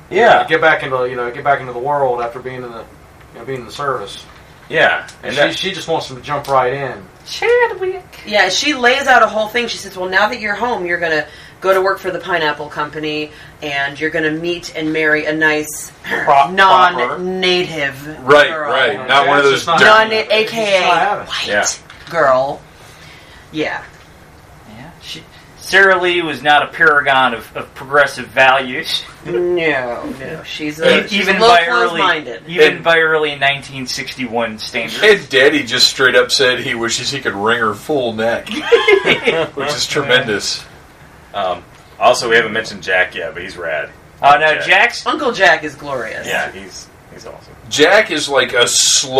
[SPEAKER 3] Yeah,
[SPEAKER 5] to get back into you know get back into the world after being in the you know being in the service.
[SPEAKER 3] yeah,
[SPEAKER 5] And
[SPEAKER 3] and that,
[SPEAKER 5] she, she just wants him to jump right in.
[SPEAKER 2] Chadwick.
[SPEAKER 4] Yeah, she lays out a whole thing. She says, "Well, now that you're home, you're gonna go to work for the pineapple company, and you're gonna meet and marry a nice
[SPEAKER 2] Pro- proper.
[SPEAKER 4] non-native,
[SPEAKER 1] Right,
[SPEAKER 4] girl.
[SPEAKER 1] right.
[SPEAKER 5] Yeah,
[SPEAKER 1] Not one of
[SPEAKER 5] it's
[SPEAKER 1] those
[SPEAKER 5] just not-
[SPEAKER 1] dirty-
[SPEAKER 4] non,
[SPEAKER 5] He's just
[SPEAKER 4] aka
[SPEAKER 5] not having it.
[SPEAKER 4] white
[SPEAKER 3] Yeah.
[SPEAKER 4] girl." Yeah,
[SPEAKER 2] Yeah, she, Sarah Lee was not a paragon of, of progressive values,
[SPEAKER 4] no, no, she's a,
[SPEAKER 2] e-
[SPEAKER 4] she's
[SPEAKER 2] even
[SPEAKER 4] a little
[SPEAKER 2] by early,
[SPEAKER 4] close-minded.
[SPEAKER 2] even
[SPEAKER 1] And-
[SPEAKER 2] by early 1961 standards.
[SPEAKER 1] And Daddy just straight up said he wishes he could wring her full neck, which is tremendous.
[SPEAKER 3] um, also we haven't mentioned Jack yet, but he's rad.
[SPEAKER 2] Oh no,
[SPEAKER 3] Jack.
[SPEAKER 2] Jack's
[SPEAKER 4] Uncle Jack is glorious.
[SPEAKER 3] Yeah, he's he's awesome.
[SPEAKER 1] Jack is like a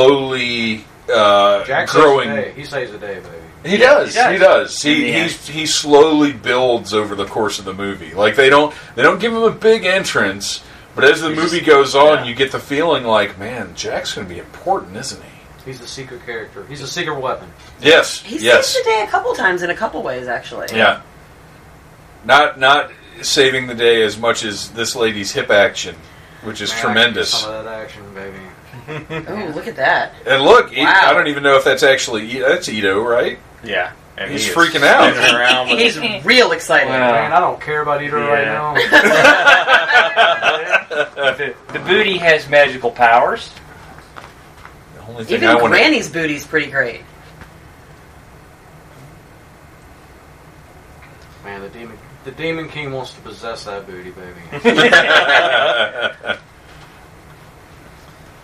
[SPEAKER 1] slowly uh,
[SPEAKER 5] Jack
[SPEAKER 1] growing.
[SPEAKER 5] saves the day. He saves the day, baby.
[SPEAKER 1] He does.
[SPEAKER 2] Yeah,
[SPEAKER 1] He
[SPEAKER 2] he
[SPEAKER 1] does.
[SPEAKER 2] In
[SPEAKER 1] He
[SPEAKER 2] the
[SPEAKER 1] he,
[SPEAKER 2] end.
[SPEAKER 1] he slowly builds over the course of the movie. Like they don't they don't give him a big entrance, but as the
[SPEAKER 3] He's
[SPEAKER 1] movie goes on,
[SPEAKER 3] yeah.
[SPEAKER 1] you get the feeling like, man, Jack's going to be important, isn't he?
[SPEAKER 5] He's a secret character. He's a secret weapon.
[SPEAKER 1] Yes.
[SPEAKER 4] he
[SPEAKER 1] yes.
[SPEAKER 4] saves the day a couple times in a couple ways, actually.
[SPEAKER 1] Yeah. Not not saving the day as much as this lady's hip action, which is
[SPEAKER 5] Man, I can do
[SPEAKER 1] tremendous.
[SPEAKER 5] Some of that action, baby.
[SPEAKER 4] Oh, look at that.
[SPEAKER 1] And look, E-
[SPEAKER 4] Wow.
[SPEAKER 1] I don't even know if that's actually E- that's Ito, right?
[SPEAKER 3] Yeah, and
[SPEAKER 1] He's
[SPEAKER 3] he is
[SPEAKER 1] freaking out.
[SPEAKER 3] spinning around with
[SPEAKER 4] He's real excited.
[SPEAKER 2] Wow.
[SPEAKER 5] Man, I don't care about either
[SPEAKER 2] Yeah.
[SPEAKER 5] right now.
[SPEAKER 2] the, the booty has magical powers.
[SPEAKER 1] The only thing
[SPEAKER 4] Even
[SPEAKER 1] I want to
[SPEAKER 4] Granny's booty's pretty great.
[SPEAKER 5] Man, the demon, the demon king wants to possess that booty, baby.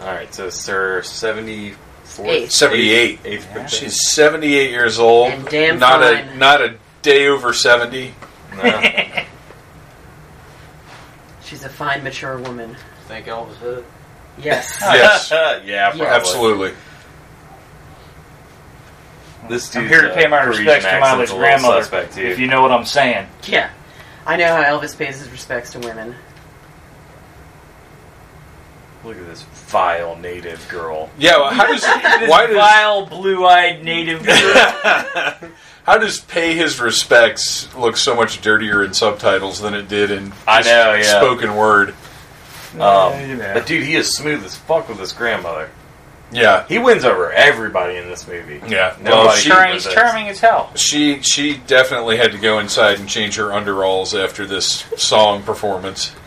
[SPEAKER 3] All right, so Sir seventy four.
[SPEAKER 4] Eighth.
[SPEAKER 1] seventy-eight.
[SPEAKER 3] Eighth
[SPEAKER 2] Yeah.
[SPEAKER 3] picture.
[SPEAKER 1] She's seventy-eight years old.
[SPEAKER 4] And damn
[SPEAKER 1] not a
[SPEAKER 4] fine.
[SPEAKER 1] not a day over seventy.
[SPEAKER 3] No.
[SPEAKER 4] She's a fine, mature woman.
[SPEAKER 5] Think Elvis hit it?
[SPEAKER 4] Yes.
[SPEAKER 1] Yes,
[SPEAKER 3] yeah, probably.
[SPEAKER 1] absolutely.
[SPEAKER 3] This
[SPEAKER 2] I'm
[SPEAKER 3] dude's,
[SPEAKER 2] here to
[SPEAKER 3] uh,
[SPEAKER 2] pay my
[SPEAKER 3] Parisian
[SPEAKER 2] respects to my late
[SPEAKER 3] accent's a little
[SPEAKER 2] grandmother,
[SPEAKER 3] suspect, too.
[SPEAKER 2] if you know what I'm saying.
[SPEAKER 4] yeah. I know how Elvis pays his respects to women.
[SPEAKER 3] Look at this vile native girl.
[SPEAKER 1] Yeah. Well, how does
[SPEAKER 2] This
[SPEAKER 1] why does
[SPEAKER 2] vile, blue-eyed native girl.
[SPEAKER 3] How
[SPEAKER 1] How does "Pay His Respects" look so much dirtier in subtitles than it did in
[SPEAKER 3] I know,
[SPEAKER 1] s-
[SPEAKER 3] yeah.
[SPEAKER 1] spoken word?
[SPEAKER 3] Um,
[SPEAKER 2] Yeah, you know.
[SPEAKER 3] But dude, he is smooth as fuck with his grandmother.
[SPEAKER 1] Yeah,
[SPEAKER 3] He wins over everybody in this movie.
[SPEAKER 1] yeah.
[SPEAKER 3] Well,
[SPEAKER 1] Well,
[SPEAKER 3] she-
[SPEAKER 1] she,
[SPEAKER 2] Charming, he's
[SPEAKER 3] was a-
[SPEAKER 2] charming as hell.
[SPEAKER 1] she she definitely had to go inside and change her underalls after this song performance.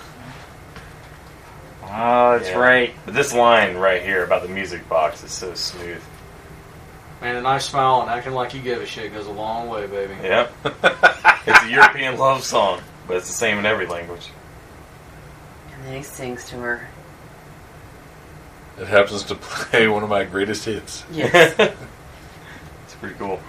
[SPEAKER 2] Oh, that's
[SPEAKER 3] Yeah.
[SPEAKER 2] right.
[SPEAKER 3] But this line right here about the music box is so smooth.
[SPEAKER 5] Man, a nice smile and acting like you give a shit goes a long way, baby.
[SPEAKER 3] Yep. it's a European love song, but it's the same in every language.
[SPEAKER 4] And then he sings to her.
[SPEAKER 1] It happens to play one of my greatest hits.
[SPEAKER 4] Yes.
[SPEAKER 3] It's pretty cool.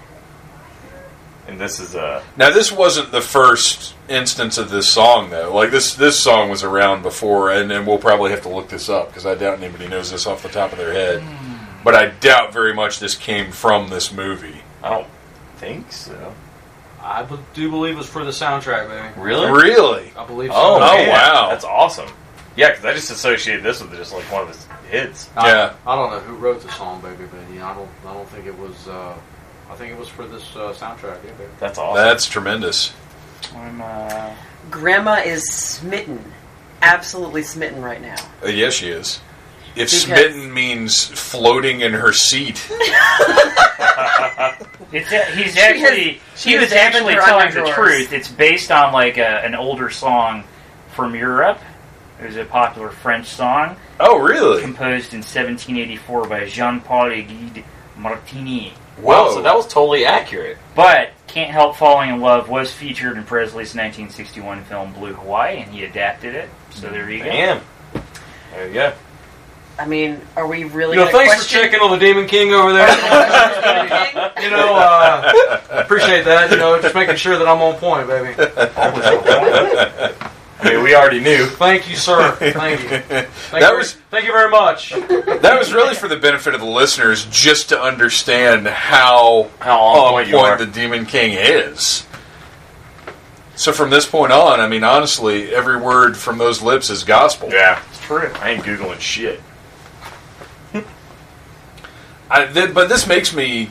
[SPEAKER 3] And this is uh
[SPEAKER 1] Now, this wasn't the first instance of this song, though. Like this, this song was around before, and, and we'll probably have to look this up because I doubt anybody knows this off the top of their head. But I doubt very much this came from this movie.
[SPEAKER 3] I don't think so.
[SPEAKER 5] I b- do believe it's for the soundtrack, baby.
[SPEAKER 3] Really?
[SPEAKER 1] Really?
[SPEAKER 5] I believe so.
[SPEAKER 3] Oh,
[SPEAKER 1] Oh,
[SPEAKER 3] man.
[SPEAKER 1] wow.
[SPEAKER 3] That's awesome. Yeah, because I just associate this with just like one of his hits.
[SPEAKER 5] I,
[SPEAKER 1] Yeah.
[SPEAKER 5] I don't know who wrote the song, baby, but yeah, I don't. I don't think it was. Uh, I think it was for this uh, soundtrack. Yeah, baby.
[SPEAKER 3] That's awesome.
[SPEAKER 1] That's tremendous.
[SPEAKER 2] I'm, uh,
[SPEAKER 4] Grandma is smitten. Absolutely smitten right now.
[SPEAKER 1] Uh, yes, she is. If
[SPEAKER 4] Because-
[SPEAKER 1] smitten means floating in her seat,
[SPEAKER 2] it's, a- he's
[SPEAKER 4] has-
[SPEAKER 2] actually
[SPEAKER 4] she
[SPEAKER 2] he
[SPEAKER 4] has
[SPEAKER 2] was
[SPEAKER 4] dampened
[SPEAKER 2] actually
[SPEAKER 4] her
[SPEAKER 2] telling the
[SPEAKER 4] underdrawers.
[SPEAKER 2] truth. It's based on like a, an older song from Europe. It was a popular French song
[SPEAKER 1] oh, really?
[SPEAKER 2] composed in 1784 by Jean-Paul Guide Martini.
[SPEAKER 3] wow,
[SPEAKER 1] Whoa.
[SPEAKER 3] so that was totally accurate.
[SPEAKER 2] But Can't Help Falling in Love was featured in Presley's 1961 film Blue Hawaii, and he adapted it. So there you go.
[SPEAKER 3] Damn. There you go.
[SPEAKER 4] I mean, are we really?
[SPEAKER 5] Yo,
[SPEAKER 4] gonna
[SPEAKER 5] thanks for
[SPEAKER 4] question-
[SPEAKER 5] checking on the Demon King over there. you know, uh, appreciate that. You know, just making sure that I'm on point, baby.
[SPEAKER 3] I mean, we already knew.
[SPEAKER 5] Thank you, sir. Thank you. Thank you
[SPEAKER 1] that
[SPEAKER 5] very-
[SPEAKER 1] was
[SPEAKER 5] Thank you very much.
[SPEAKER 1] that was really for the benefit of the listeners, just to understand how
[SPEAKER 3] How
[SPEAKER 1] on
[SPEAKER 3] on
[SPEAKER 1] point
[SPEAKER 3] Oh,
[SPEAKER 5] Oh,
[SPEAKER 3] point you are.
[SPEAKER 1] the Demon King is. So from this point on, I mean, honestly, every word from those lips is gospel.
[SPEAKER 3] Yeah, it's true. I ain't googling shit.
[SPEAKER 1] I, th- but this makes me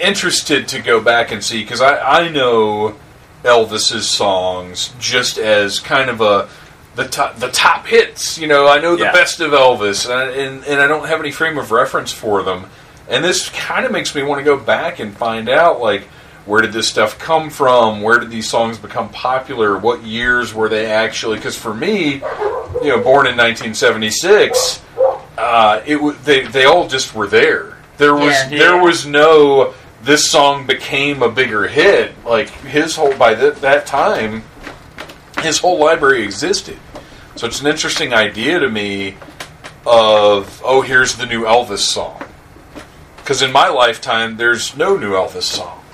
[SPEAKER 1] interested to go back and see because I, I know Elvis's songs just as kind of a the top, the top hits. You know, I know the
[SPEAKER 3] Yeah.
[SPEAKER 1] best of Elvis, and I, and, and I don't have any frame of reference for them. And this kind of makes me want to go back and find out like where did this stuff come from? Where did these songs become popular? What years were they actually? Because for me, you know, born in 1976 uh, it w- they they all just were there. There was
[SPEAKER 4] Yeah.
[SPEAKER 1] there was no this song became a bigger hit. Like his whole by th- that time, his whole library existed. So it's an interesting idea to me of oh here's the new Elvis song because in my lifetime there's no new Elvis song.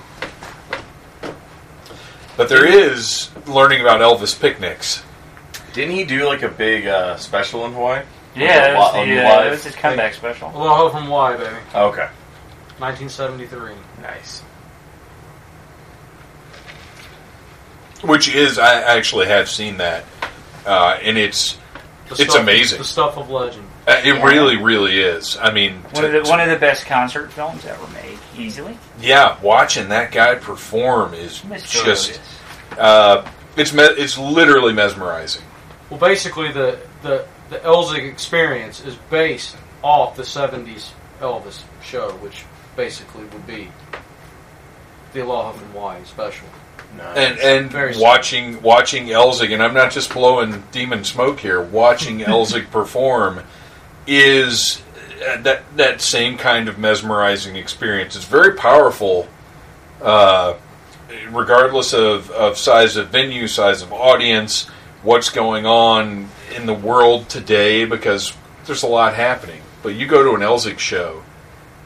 [SPEAKER 1] But there
[SPEAKER 4] Mm-hmm.
[SPEAKER 1] is learning about Elvis picnics.
[SPEAKER 3] Didn't he do like a big uh, special in Hawaii?
[SPEAKER 2] Yeah, that was,
[SPEAKER 3] On
[SPEAKER 2] the, uh,
[SPEAKER 3] live
[SPEAKER 2] that was his comeback special.
[SPEAKER 5] A little hope from why, baby.
[SPEAKER 3] Okay,
[SPEAKER 5] 1973.
[SPEAKER 3] nice.
[SPEAKER 1] Which is, I actually have seen that, uh, and it's It's
[SPEAKER 5] The stuff-
[SPEAKER 1] amazing.
[SPEAKER 5] The stuff of legend.
[SPEAKER 1] uh, it
[SPEAKER 2] Yeah.
[SPEAKER 1] really, really is. I mean,
[SPEAKER 2] One of,
[SPEAKER 1] to-
[SPEAKER 2] the, one of the best concert films ever made, easily.
[SPEAKER 1] yeah, watching that guy perform is
[SPEAKER 2] Mr.
[SPEAKER 1] just,
[SPEAKER 2] Otis.
[SPEAKER 1] uh, it's me- it's literally mesmerizing.
[SPEAKER 5] Well, basically, the the the Elzig experience is based off the '70s Elvis show, which basically would be the Aloha from Hawaii special.
[SPEAKER 3] Nice.
[SPEAKER 1] And and
[SPEAKER 5] Very similar.
[SPEAKER 1] watching watching Elzig, and I'm not just blowing demon smoke here. Watching Elzig perform is uh, that that same kind of mesmerizing experience. It's very powerful, uh, regardless of, of size of venue, size of audience, what's going on in the world today, because there's a lot happening. But you go to an Elzig show,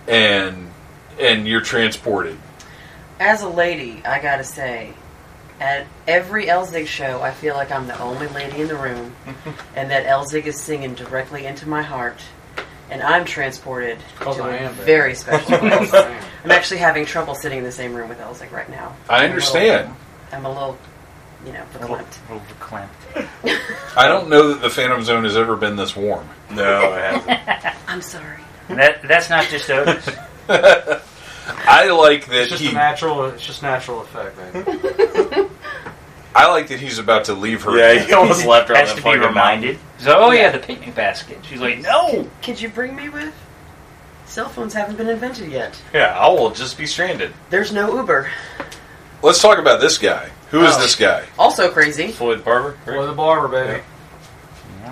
[SPEAKER 1] and and you're transported.
[SPEAKER 4] As a lady, I gotta say, at every Elzig show, I feel like I'm the only lady in the room, and that Elzig is singing directly into my heart, and I'm transported
[SPEAKER 5] Cause
[SPEAKER 4] to
[SPEAKER 5] I
[SPEAKER 4] a
[SPEAKER 5] am, baby.
[SPEAKER 4] very special place.
[SPEAKER 5] Man.
[SPEAKER 4] I'm actually having trouble sitting in the same room with Elzig right now.
[SPEAKER 1] I understand.
[SPEAKER 4] I'm a little, you know,
[SPEAKER 2] A little,
[SPEAKER 4] verklempt.
[SPEAKER 2] little clamped.
[SPEAKER 1] I don't know that the Phantom Zone has ever been this warm.
[SPEAKER 3] no, it hasn't.
[SPEAKER 4] I'm sorry.
[SPEAKER 2] And that, that's not just Otis.
[SPEAKER 1] I like that
[SPEAKER 5] It's just
[SPEAKER 1] he.
[SPEAKER 5] a natural. It's just natural effect, man.
[SPEAKER 1] I like that he's about to leave her.
[SPEAKER 3] Yeah, he almost left her on
[SPEAKER 2] Has
[SPEAKER 3] that
[SPEAKER 2] to be
[SPEAKER 3] fucking mountain.
[SPEAKER 2] reminded. So, oh yeah, the picnic basket. She's like, no.
[SPEAKER 4] Could you bring me with? Cell phones haven't been invented yet.
[SPEAKER 3] Yeah, I will just be stranded.
[SPEAKER 4] There's no Uber.
[SPEAKER 1] Let's talk about this guy. Who is
[SPEAKER 4] Oh.
[SPEAKER 1] this guy?
[SPEAKER 4] Also crazy.
[SPEAKER 3] Floyd Barber
[SPEAKER 5] Boy,
[SPEAKER 3] right?
[SPEAKER 5] the barber, baby.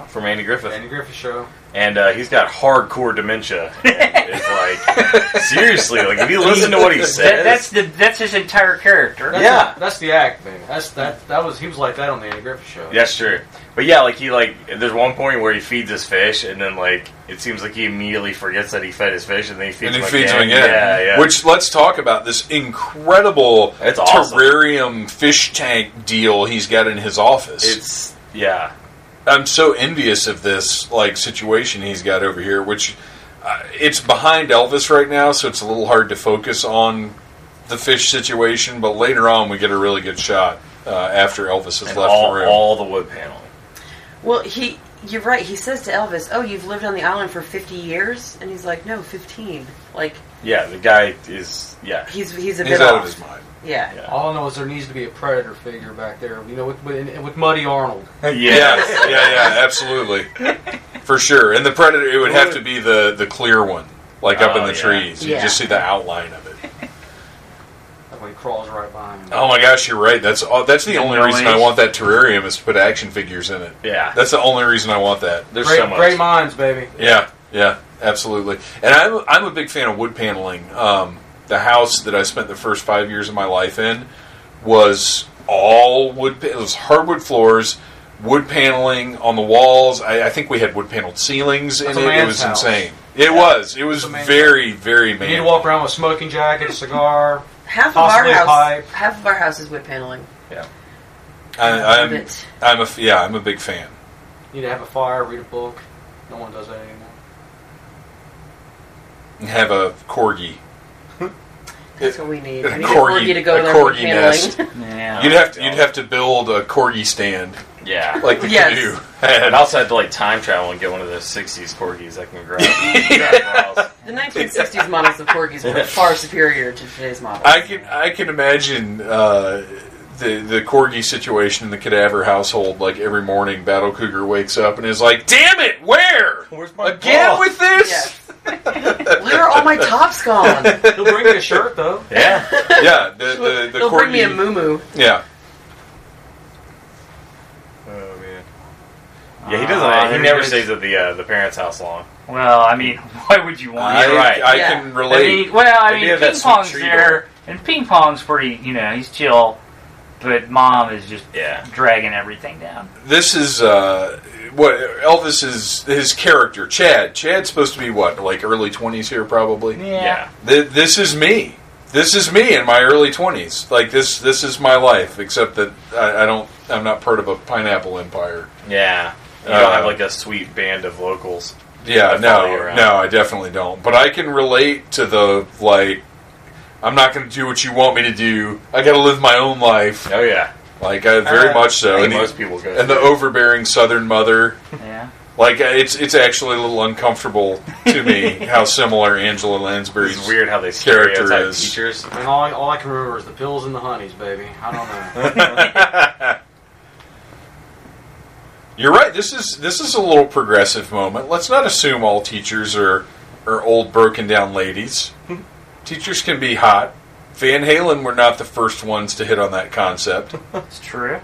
[SPEAKER 3] from Andy Griffith,
[SPEAKER 5] Andy Griffith show.
[SPEAKER 3] and uh, he's got hardcore dementia. And it's like seriously, like if you listen to what he
[SPEAKER 2] That,
[SPEAKER 3] says,
[SPEAKER 2] that's the that's his entire character.
[SPEAKER 5] That's
[SPEAKER 3] Yeah.
[SPEAKER 5] the, that's the act, man. That's that. That was he was like that on the Andy Griffith show.
[SPEAKER 3] That's true. But yeah, like he like there's one point where he feeds his fish, and then like it seems like he immediately forgets that he fed his fish, and then he feeds
[SPEAKER 1] and he
[SPEAKER 3] him
[SPEAKER 1] feeds
[SPEAKER 3] again.
[SPEAKER 1] him again.
[SPEAKER 3] Yeah, yeah.
[SPEAKER 1] Which let's talk about this incredible
[SPEAKER 3] It's awesome.
[SPEAKER 1] terrarium fish tank deal he's got in his office.
[SPEAKER 3] it's yeah,
[SPEAKER 1] I'm so envious of this like situation he's got over here, which uh, it's behind Elvis right now, so it's a little hard to focus on the fish situation. But later on, we get a really good shot uh, after Elvis has
[SPEAKER 3] and
[SPEAKER 1] left
[SPEAKER 3] all,
[SPEAKER 1] the room.
[SPEAKER 3] all the wood paneling.
[SPEAKER 4] Well, he. You're right. He says to Elvis, "Oh, you've lived on the island for 50 years," and he's like, "No, 15." Like
[SPEAKER 3] Yeah, the guy is yeah.
[SPEAKER 4] he's he's a
[SPEAKER 1] he's
[SPEAKER 4] bit
[SPEAKER 1] out
[SPEAKER 4] off.
[SPEAKER 1] of his mind.
[SPEAKER 4] Yeah.
[SPEAKER 3] Yeah.
[SPEAKER 5] All I know is there needs to be a predator figure back there. You know, with with, with Muddy Arnold.
[SPEAKER 3] yeah,
[SPEAKER 1] Yeah, yeah, yeah, absolutely, for sure. And the predator, it would have to be the the clear one, like up in
[SPEAKER 3] Oh,
[SPEAKER 1] the
[SPEAKER 3] yeah.
[SPEAKER 1] trees. You
[SPEAKER 4] Yeah.
[SPEAKER 1] just see the outline of it.
[SPEAKER 5] That way he crawls right behind him.
[SPEAKER 1] Oh my gosh, you're right. That's all that's the
[SPEAKER 2] The
[SPEAKER 1] only reason I
[SPEAKER 2] noise.
[SPEAKER 1] want that terrarium is to put action figures in it.
[SPEAKER 3] Yeah.
[SPEAKER 1] That's the only reason I want that.
[SPEAKER 3] There's
[SPEAKER 5] great,
[SPEAKER 3] so much.
[SPEAKER 5] great minds, baby.
[SPEAKER 1] Yeah, yeah, absolutely. And I'm I'm a big fan of wood paneling. Um, the house that I spent the first five years of my life in was all wood. pa- It was hardwood floors, wood paneling on the walls. I, I think we had wood paneled ceilings in
[SPEAKER 5] That's
[SPEAKER 1] it.
[SPEAKER 5] a
[SPEAKER 1] It
[SPEAKER 5] man's
[SPEAKER 1] was
[SPEAKER 5] house.
[SPEAKER 1] insane. It was. It was
[SPEAKER 5] That's a man's
[SPEAKER 1] very, very
[SPEAKER 5] You need to
[SPEAKER 1] man.
[SPEAKER 5] walk around with a smoking jacket, a cigar.
[SPEAKER 4] Half of our
[SPEAKER 5] Possibly
[SPEAKER 4] house,
[SPEAKER 5] pipe.
[SPEAKER 4] half of our house is wood paneling.
[SPEAKER 1] I,
[SPEAKER 4] Love
[SPEAKER 1] I'm
[SPEAKER 4] it.
[SPEAKER 1] I'm a f- yeah. I'm a big fan.
[SPEAKER 5] You need to have a fire, read a book. No one does that anymore.
[SPEAKER 1] And have a corgi.
[SPEAKER 4] That's what we need.
[SPEAKER 1] A
[SPEAKER 4] We need a corgi to go
[SPEAKER 1] a
[SPEAKER 4] to their wood
[SPEAKER 1] corgi
[SPEAKER 4] paneling.
[SPEAKER 1] nest.
[SPEAKER 2] Yeah.
[SPEAKER 1] You'd have to, you'd have to build a corgi stand
[SPEAKER 3] yeah.
[SPEAKER 1] like the
[SPEAKER 4] Yes.
[SPEAKER 1] canoe had.
[SPEAKER 3] And I also had to like time travel and get one of those '60s corgis I can grab. grab
[SPEAKER 4] The 1960s models of corgis were far superior to today's models.
[SPEAKER 1] I can I can imagine uh, the the corgi situation in the cadaver household. Like every morning, Battle Cougar wakes up and is like, "Damn it, where
[SPEAKER 3] Where's my
[SPEAKER 1] again
[SPEAKER 3] ball?"
[SPEAKER 1] with this?"
[SPEAKER 4] Yes. Where are all my tops gone?
[SPEAKER 5] He'll bring you a shirt though.
[SPEAKER 3] yeah,
[SPEAKER 1] Yeah, the the, the
[SPEAKER 4] They'll
[SPEAKER 1] corgi.
[SPEAKER 4] bring me a moo
[SPEAKER 1] yeah,
[SPEAKER 3] Oh man. Yeah, he doesn't.
[SPEAKER 2] Ah,
[SPEAKER 3] he
[SPEAKER 2] there
[SPEAKER 3] never
[SPEAKER 2] goes-
[SPEAKER 3] stays at the uh, the parents' house long.
[SPEAKER 2] Well, I mean, why would you want?
[SPEAKER 1] I,
[SPEAKER 2] it?
[SPEAKER 3] You're right.
[SPEAKER 1] I
[SPEAKER 4] Yeah.
[SPEAKER 1] can
[SPEAKER 2] I
[SPEAKER 1] relate.
[SPEAKER 2] mean, well, I
[SPEAKER 3] They do
[SPEAKER 2] mean,
[SPEAKER 3] have that
[SPEAKER 2] ping
[SPEAKER 3] sweet
[SPEAKER 2] pong's
[SPEAKER 3] tree
[SPEAKER 2] there, and ping pong's pretty. You know, he's chill, but mom is just
[SPEAKER 3] Yeah.
[SPEAKER 2] dragging everything down.
[SPEAKER 1] this is uh, what Elvis is his character, Chad. Chad's supposed to be what, like early twenties here, probably.
[SPEAKER 3] Yeah.
[SPEAKER 1] Th- this is me. This is me in my early twenties. Like this, this is my life. Except that I, I don't. I'm not part of a pineapple empire.
[SPEAKER 3] Yeah. You
[SPEAKER 1] Uh,
[SPEAKER 3] don't have like a sweet band of locals.
[SPEAKER 1] Yeah,
[SPEAKER 3] I follow you
[SPEAKER 1] no,
[SPEAKER 3] around.
[SPEAKER 1] no, I definitely don't. But I can relate to the like. I'm not going to do what you want me to do. I got to live my own life.
[SPEAKER 3] Oh yeah.
[SPEAKER 1] Like I very
[SPEAKER 5] Uh,
[SPEAKER 1] much so.
[SPEAKER 3] I
[SPEAKER 1] And
[SPEAKER 3] think most
[SPEAKER 1] the,
[SPEAKER 3] people go.
[SPEAKER 1] and the overbearing Southern mother.
[SPEAKER 2] Yeah.
[SPEAKER 1] Like uh, it's it's actually a little uncomfortable to me how similar Angela Lansbury's
[SPEAKER 3] it's weird how they
[SPEAKER 1] character
[SPEAKER 3] stereotype
[SPEAKER 1] is-
[SPEAKER 3] teachers.
[SPEAKER 5] I mean, all I, all I can remember is the pills and the honeys, baby. I don't know.
[SPEAKER 1] You're right. This is this is a little progressive moment. Let's not assume all teachers are are old broken down ladies. teachers can be hot. Van Halen were not the first ones to hit on that concept.
[SPEAKER 2] It's true.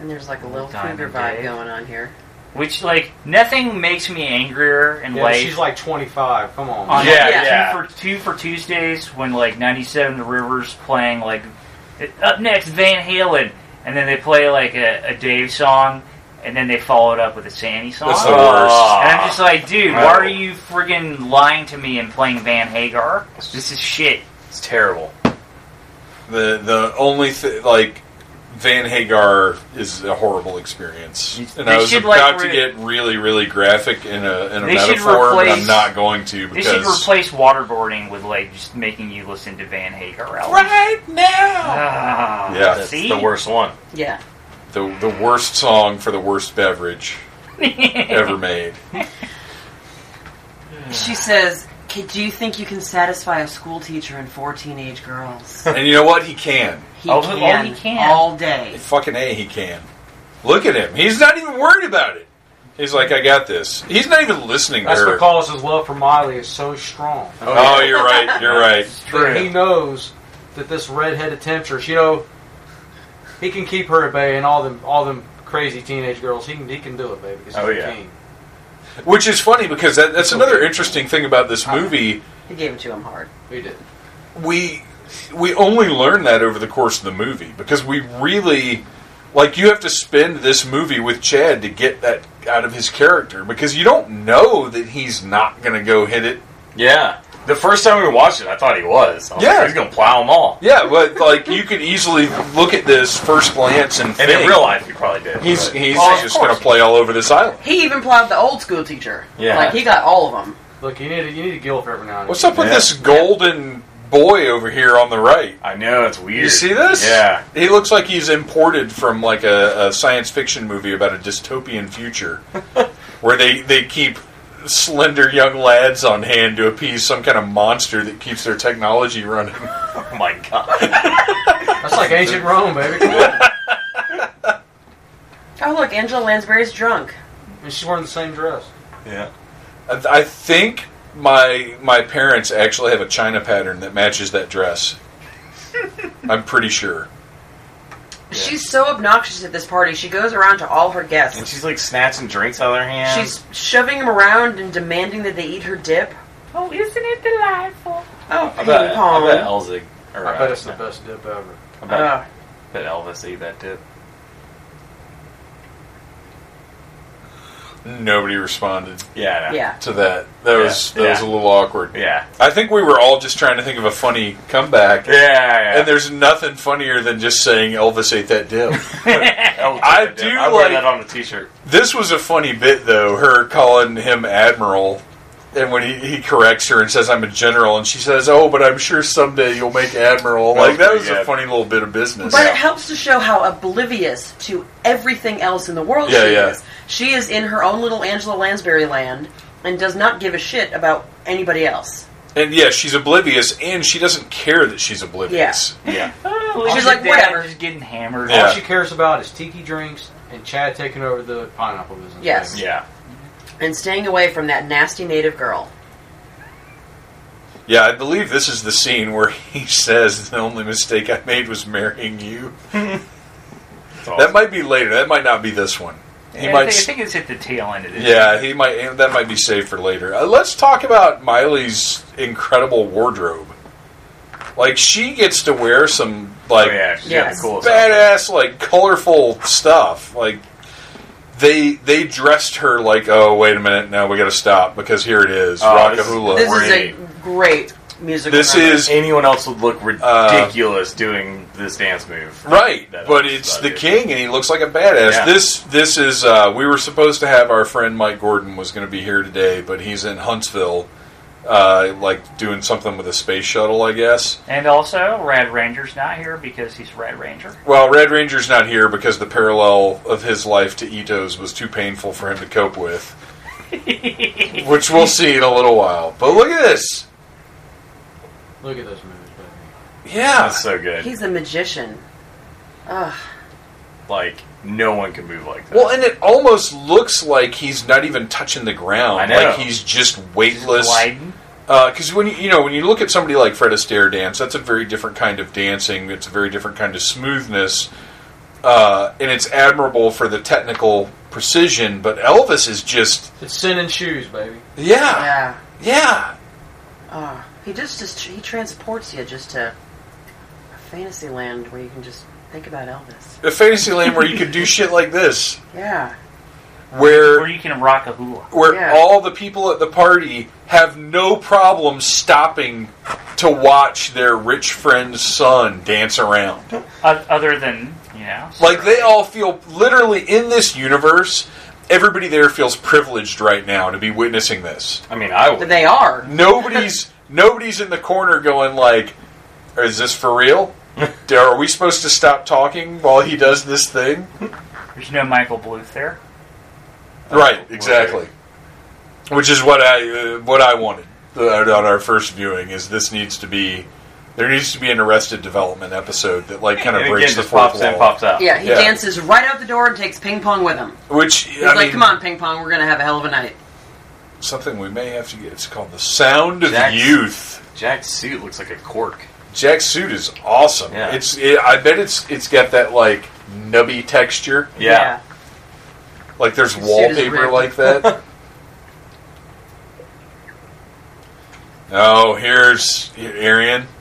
[SPEAKER 4] And there's like a little
[SPEAKER 2] Diamond
[SPEAKER 4] cougar vibe
[SPEAKER 2] Dave.
[SPEAKER 4] going on here.
[SPEAKER 2] Which, like, nothing makes me angrier in
[SPEAKER 5] Yeah,
[SPEAKER 2] life.
[SPEAKER 5] she's like 25. Come on.
[SPEAKER 2] on
[SPEAKER 5] man.
[SPEAKER 3] Yeah,
[SPEAKER 2] like,
[SPEAKER 3] yeah.
[SPEAKER 2] Two, for, two for Tuesdays when like '97 The Rivers playing like up next Van Halen, and then they play like a, a Dave song, and then they follow it up with a Sandy song.
[SPEAKER 1] That's the
[SPEAKER 3] Ah.
[SPEAKER 2] and
[SPEAKER 1] worst.
[SPEAKER 2] I'm just like, dude,
[SPEAKER 3] No.
[SPEAKER 2] why are you friggin' lying to me and playing Van Hagar? This is shit.
[SPEAKER 3] It's terrible.
[SPEAKER 1] The the only thi- like Van Hagar is a horrible experience, and I
[SPEAKER 2] They
[SPEAKER 1] was
[SPEAKER 2] should, like,
[SPEAKER 1] about to
[SPEAKER 2] re-
[SPEAKER 1] get really really graphic in a in a
[SPEAKER 2] They should
[SPEAKER 1] metaphor, but I'm
[SPEAKER 2] replace-
[SPEAKER 1] not going to
[SPEAKER 2] They should
[SPEAKER 1] because
[SPEAKER 2] replace waterboarding with like just making you listen to Van Hagar albums.
[SPEAKER 1] right now
[SPEAKER 2] Ah,
[SPEAKER 1] Yeah.
[SPEAKER 3] That's
[SPEAKER 2] see?
[SPEAKER 3] the worst one.
[SPEAKER 4] Yeah.
[SPEAKER 1] the the worst song for the worst beverage ever made.
[SPEAKER 2] Hmm.
[SPEAKER 4] She says, "K- "Do you think you can satisfy a school teacher and four teenage girls?"
[SPEAKER 1] And you know what? He can.
[SPEAKER 4] He
[SPEAKER 2] Oh, oh,
[SPEAKER 4] can,
[SPEAKER 2] he can.
[SPEAKER 4] all day.
[SPEAKER 1] Fucking A, he can. Look at him. He's not even worried about it. He's like, I got this. He's not even listening to
[SPEAKER 5] That's
[SPEAKER 1] her.
[SPEAKER 5] because his love for Miley is so strong.
[SPEAKER 1] Oh, you're right. You're right.
[SPEAKER 5] that he knows that this redheaded temptress, you know, he can keep her at bay and all them all them crazy teenage girls. He can he can do it, baby. 'cause he's
[SPEAKER 6] Oh,
[SPEAKER 5] the
[SPEAKER 6] yeah.
[SPEAKER 5] king.
[SPEAKER 1] Which is funny because that, that's another interesting thing about this movie.
[SPEAKER 4] He gave it to him hard.
[SPEAKER 5] He did.
[SPEAKER 1] We we only learn that over the course of the movie because we really like you have to spend this movie with Chad to get that out of his character because you don't know that he's not going to go hit it.
[SPEAKER 6] Yeah. The first time we watched it, I thought he was. I was
[SPEAKER 1] Yeah.
[SPEAKER 6] like, he's gonna plow them all.
[SPEAKER 1] Yeah, but like you could easily look at this first glance and,
[SPEAKER 6] And in
[SPEAKER 1] think,
[SPEAKER 6] real life, he probably did.
[SPEAKER 1] he's
[SPEAKER 6] but-
[SPEAKER 1] he's
[SPEAKER 5] Oh, of
[SPEAKER 1] just going to play all over this island.
[SPEAKER 4] He even plowed the old school teacher.
[SPEAKER 6] Yeah.
[SPEAKER 4] like he got all of them.
[SPEAKER 5] Look, you need a, you need a gilf every now and
[SPEAKER 1] What's
[SPEAKER 5] then.
[SPEAKER 1] up with
[SPEAKER 6] Yeah.
[SPEAKER 1] this golden boy over here on the right?
[SPEAKER 6] I know it's weird.
[SPEAKER 1] You see this?
[SPEAKER 6] Yeah.
[SPEAKER 1] He looks like he's imported from like a, a science fiction movie about a dystopian future where they, they keep slender young lads on hand to appease some kind of monster that keeps their technology running.
[SPEAKER 6] Oh my god.
[SPEAKER 5] That's like ancient Rome, baby. Come on.
[SPEAKER 4] Oh look, Angela Lansbury's drunk.
[SPEAKER 5] and she's wearing the same dress.
[SPEAKER 6] Yeah.
[SPEAKER 1] I, I think my my parents actually have a china pattern that matches that dress. I'm pretty sure.
[SPEAKER 4] She's so obnoxious at this party. She goes around to all her
[SPEAKER 6] And
[SPEAKER 4] guests.
[SPEAKER 6] she's like snatching drinks out of their hands.
[SPEAKER 4] She's shoving them around and demanding that they eat her dip.
[SPEAKER 2] Oh, isn't it delightful?
[SPEAKER 4] Oh,
[SPEAKER 6] I
[SPEAKER 4] ping
[SPEAKER 6] bet, I bet
[SPEAKER 4] pong.
[SPEAKER 6] Elzig. Or,
[SPEAKER 5] I bet it's the
[SPEAKER 6] uh,
[SPEAKER 5] best dip ever.
[SPEAKER 6] I bet,
[SPEAKER 4] Uh,
[SPEAKER 6] I bet Elvis ate that dip.
[SPEAKER 1] Nobody responded
[SPEAKER 6] Yeah. I know.
[SPEAKER 4] yeah.
[SPEAKER 1] to that. That was that
[SPEAKER 6] Yeah.
[SPEAKER 1] was a little awkward.
[SPEAKER 6] Yeah.
[SPEAKER 1] I think we were all just trying to think of a funny comeback.
[SPEAKER 6] Yeah. yeah.
[SPEAKER 1] And there's nothing funnier than just saying Elvis ate that dip.
[SPEAKER 6] Elvis ate
[SPEAKER 1] I
[SPEAKER 6] that
[SPEAKER 1] do
[SPEAKER 6] dip. I wear
[SPEAKER 1] like-
[SPEAKER 6] that on a t-shirt.
[SPEAKER 1] this was a funny bit though, her calling him admiral and when he, he corrects her and says I'm a general and she says, Oh, but I'm sure someday you'll make admiral. Like that was a
[SPEAKER 6] Yeah.
[SPEAKER 1] funny little bit of business.
[SPEAKER 4] But it helps to show how oblivious to everything else in the world
[SPEAKER 1] Yeah,
[SPEAKER 4] she
[SPEAKER 1] yeah.
[SPEAKER 4] is. She is in her own little Angela Lansbury land and does not give a shit about anybody else.
[SPEAKER 1] And yeah, she's oblivious, and she doesn't care that she's oblivious.
[SPEAKER 6] Yeah.
[SPEAKER 4] She's like, whatever.
[SPEAKER 2] Just getting hammered.
[SPEAKER 1] Yeah.
[SPEAKER 5] All she cares about is tiki drinks and Chad taking over the pineapple business.
[SPEAKER 4] Yes.
[SPEAKER 5] baby.
[SPEAKER 6] Yeah.
[SPEAKER 4] And staying away from that nasty native girl.
[SPEAKER 1] Yeah, I believe this is the scene where he says, "The only mistake I made was marrying you."
[SPEAKER 6] It's awesome.
[SPEAKER 1] That might be later. That might not be this one. He
[SPEAKER 2] I,
[SPEAKER 1] might.
[SPEAKER 2] think, I
[SPEAKER 1] s-
[SPEAKER 2] think it's at the tail end of this.
[SPEAKER 1] yeah, he might. That might be saved for later. Uh, let's talk about Miley's incredible wardrobe. Like she gets to wear some like
[SPEAKER 6] oh, yeah. She's
[SPEAKER 4] Yes.
[SPEAKER 6] got the coolest outfit.
[SPEAKER 1] badass, like colorful stuff. Like they they dressed her like, oh wait a minute, no, we got to stop because here it is,
[SPEAKER 6] Oh, this is-
[SPEAKER 1] Rockahula.
[SPEAKER 4] This is a
[SPEAKER 6] Great.
[SPEAKER 4] great musical.
[SPEAKER 1] This
[SPEAKER 4] number.
[SPEAKER 1] is
[SPEAKER 6] Anyone else would look
[SPEAKER 1] Uh,
[SPEAKER 6] ridiculous doing this dance move.
[SPEAKER 1] right,
[SPEAKER 6] That
[SPEAKER 1] but
[SPEAKER 6] is
[SPEAKER 1] it's
[SPEAKER 6] about
[SPEAKER 1] the
[SPEAKER 6] it.
[SPEAKER 1] king, and he looks like a badass.
[SPEAKER 6] Yeah.
[SPEAKER 1] This this is uh, we were supposed to have our friend Mike Gordon was going to be here today, but he's in Huntsville, uh, like doing something with a space shuttle, I guess.
[SPEAKER 2] And also, Red Ranger's not here because he's Red Ranger.
[SPEAKER 1] Well, Red Ranger's not here because the parallel of his life to Ito's was too painful for him to cope with, which we'll see in a little while. But look at this,
[SPEAKER 5] Look at those movies, baby.
[SPEAKER 1] yeah,
[SPEAKER 6] That's so good.
[SPEAKER 4] He's a magician. Ugh.
[SPEAKER 6] like no one can move like that.
[SPEAKER 1] Well, and it almost looks like he's not even touching the ground.
[SPEAKER 6] I know.
[SPEAKER 1] Like he's just weightless.
[SPEAKER 2] Gliding.
[SPEAKER 1] Because Uh, when you, you know when you look at somebody like Fred Astaire dance, that's a very different kind of dancing. It's a very different kind of smoothness, uh, and it's admirable for the technical precision. But Elvis is just
[SPEAKER 5] It's sin and shoes, baby.
[SPEAKER 1] yeah,
[SPEAKER 4] Yeah.
[SPEAKER 1] yeah.
[SPEAKER 4] Ugh. he just, just he transports you just to a fantasy land where you can just think about Elvis.
[SPEAKER 1] A fantasyland where you could do shit like this,
[SPEAKER 4] Yeah.
[SPEAKER 2] Or
[SPEAKER 1] where
[SPEAKER 2] you can rock a hula.
[SPEAKER 1] where
[SPEAKER 4] Yeah.
[SPEAKER 1] all the people at the party have no problem stopping to watch their rich friend's son dance around.
[SPEAKER 2] O- other than, you know.
[SPEAKER 1] Like they all feel literally in this universe, everybody there feels privileged right now to be witnessing this.
[SPEAKER 6] I mean, I would.
[SPEAKER 4] They are.
[SPEAKER 1] Nobody's nobody's in the corner going like, "Is this for real? Are we supposed to stop talking while he does this thing?"
[SPEAKER 2] There's no Michael Bluth there.
[SPEAKER 1] Right, exactly. which is what I uh, what I wanted uh, on our first viewing. Is this needs to be there needs to be an Arrested Development episode that like kind of
[SPEAKER 3] And again,
[SPEAKER 1] breaks the
[SPEAKER 3] just
[SPEAKER 1] fourth
[SPEAKER 3] pops
[SPEAKER 1] wall,
[SPEAKER 3] in, pops out.
[SPEAKER 4] Yeah, he
[SPEAKER 1] Yeah.
[SPEAKER 4] dances right out the door and takes ping pong with him.
[SPEAKER 1] which
[SPEAKER 4] He's
[SPEAKER 1] I
[SPEAKER 4] like,
[SPEAKER 1] mean,
[SPEAKER 4] "Come on, ping pong, we're gonna have a hell of a night."
[SPEAKER 1] something we may have to get. It's called the Sound of
[SPEAKER 3] Jack's-
[SPEAKER 1] Youth.
[SPEAKER 3] Jack's suit looks like a cork.
[SPEAKER 1] Jack's suit is awesome.
[SPEAKER 3] Yeah.
[SPEAKER 1] It's it, I bet it's it's got that like nubby texture.
[SPEAKER 3] Yeah.
[SPEAKER 1] Like there's
[SPEAKER 4] His suit is
[SPEAKER 1] wallpaper
[SPEAKER 4] ripped.
[SPEAKER 1] like that. oh, here's Arian.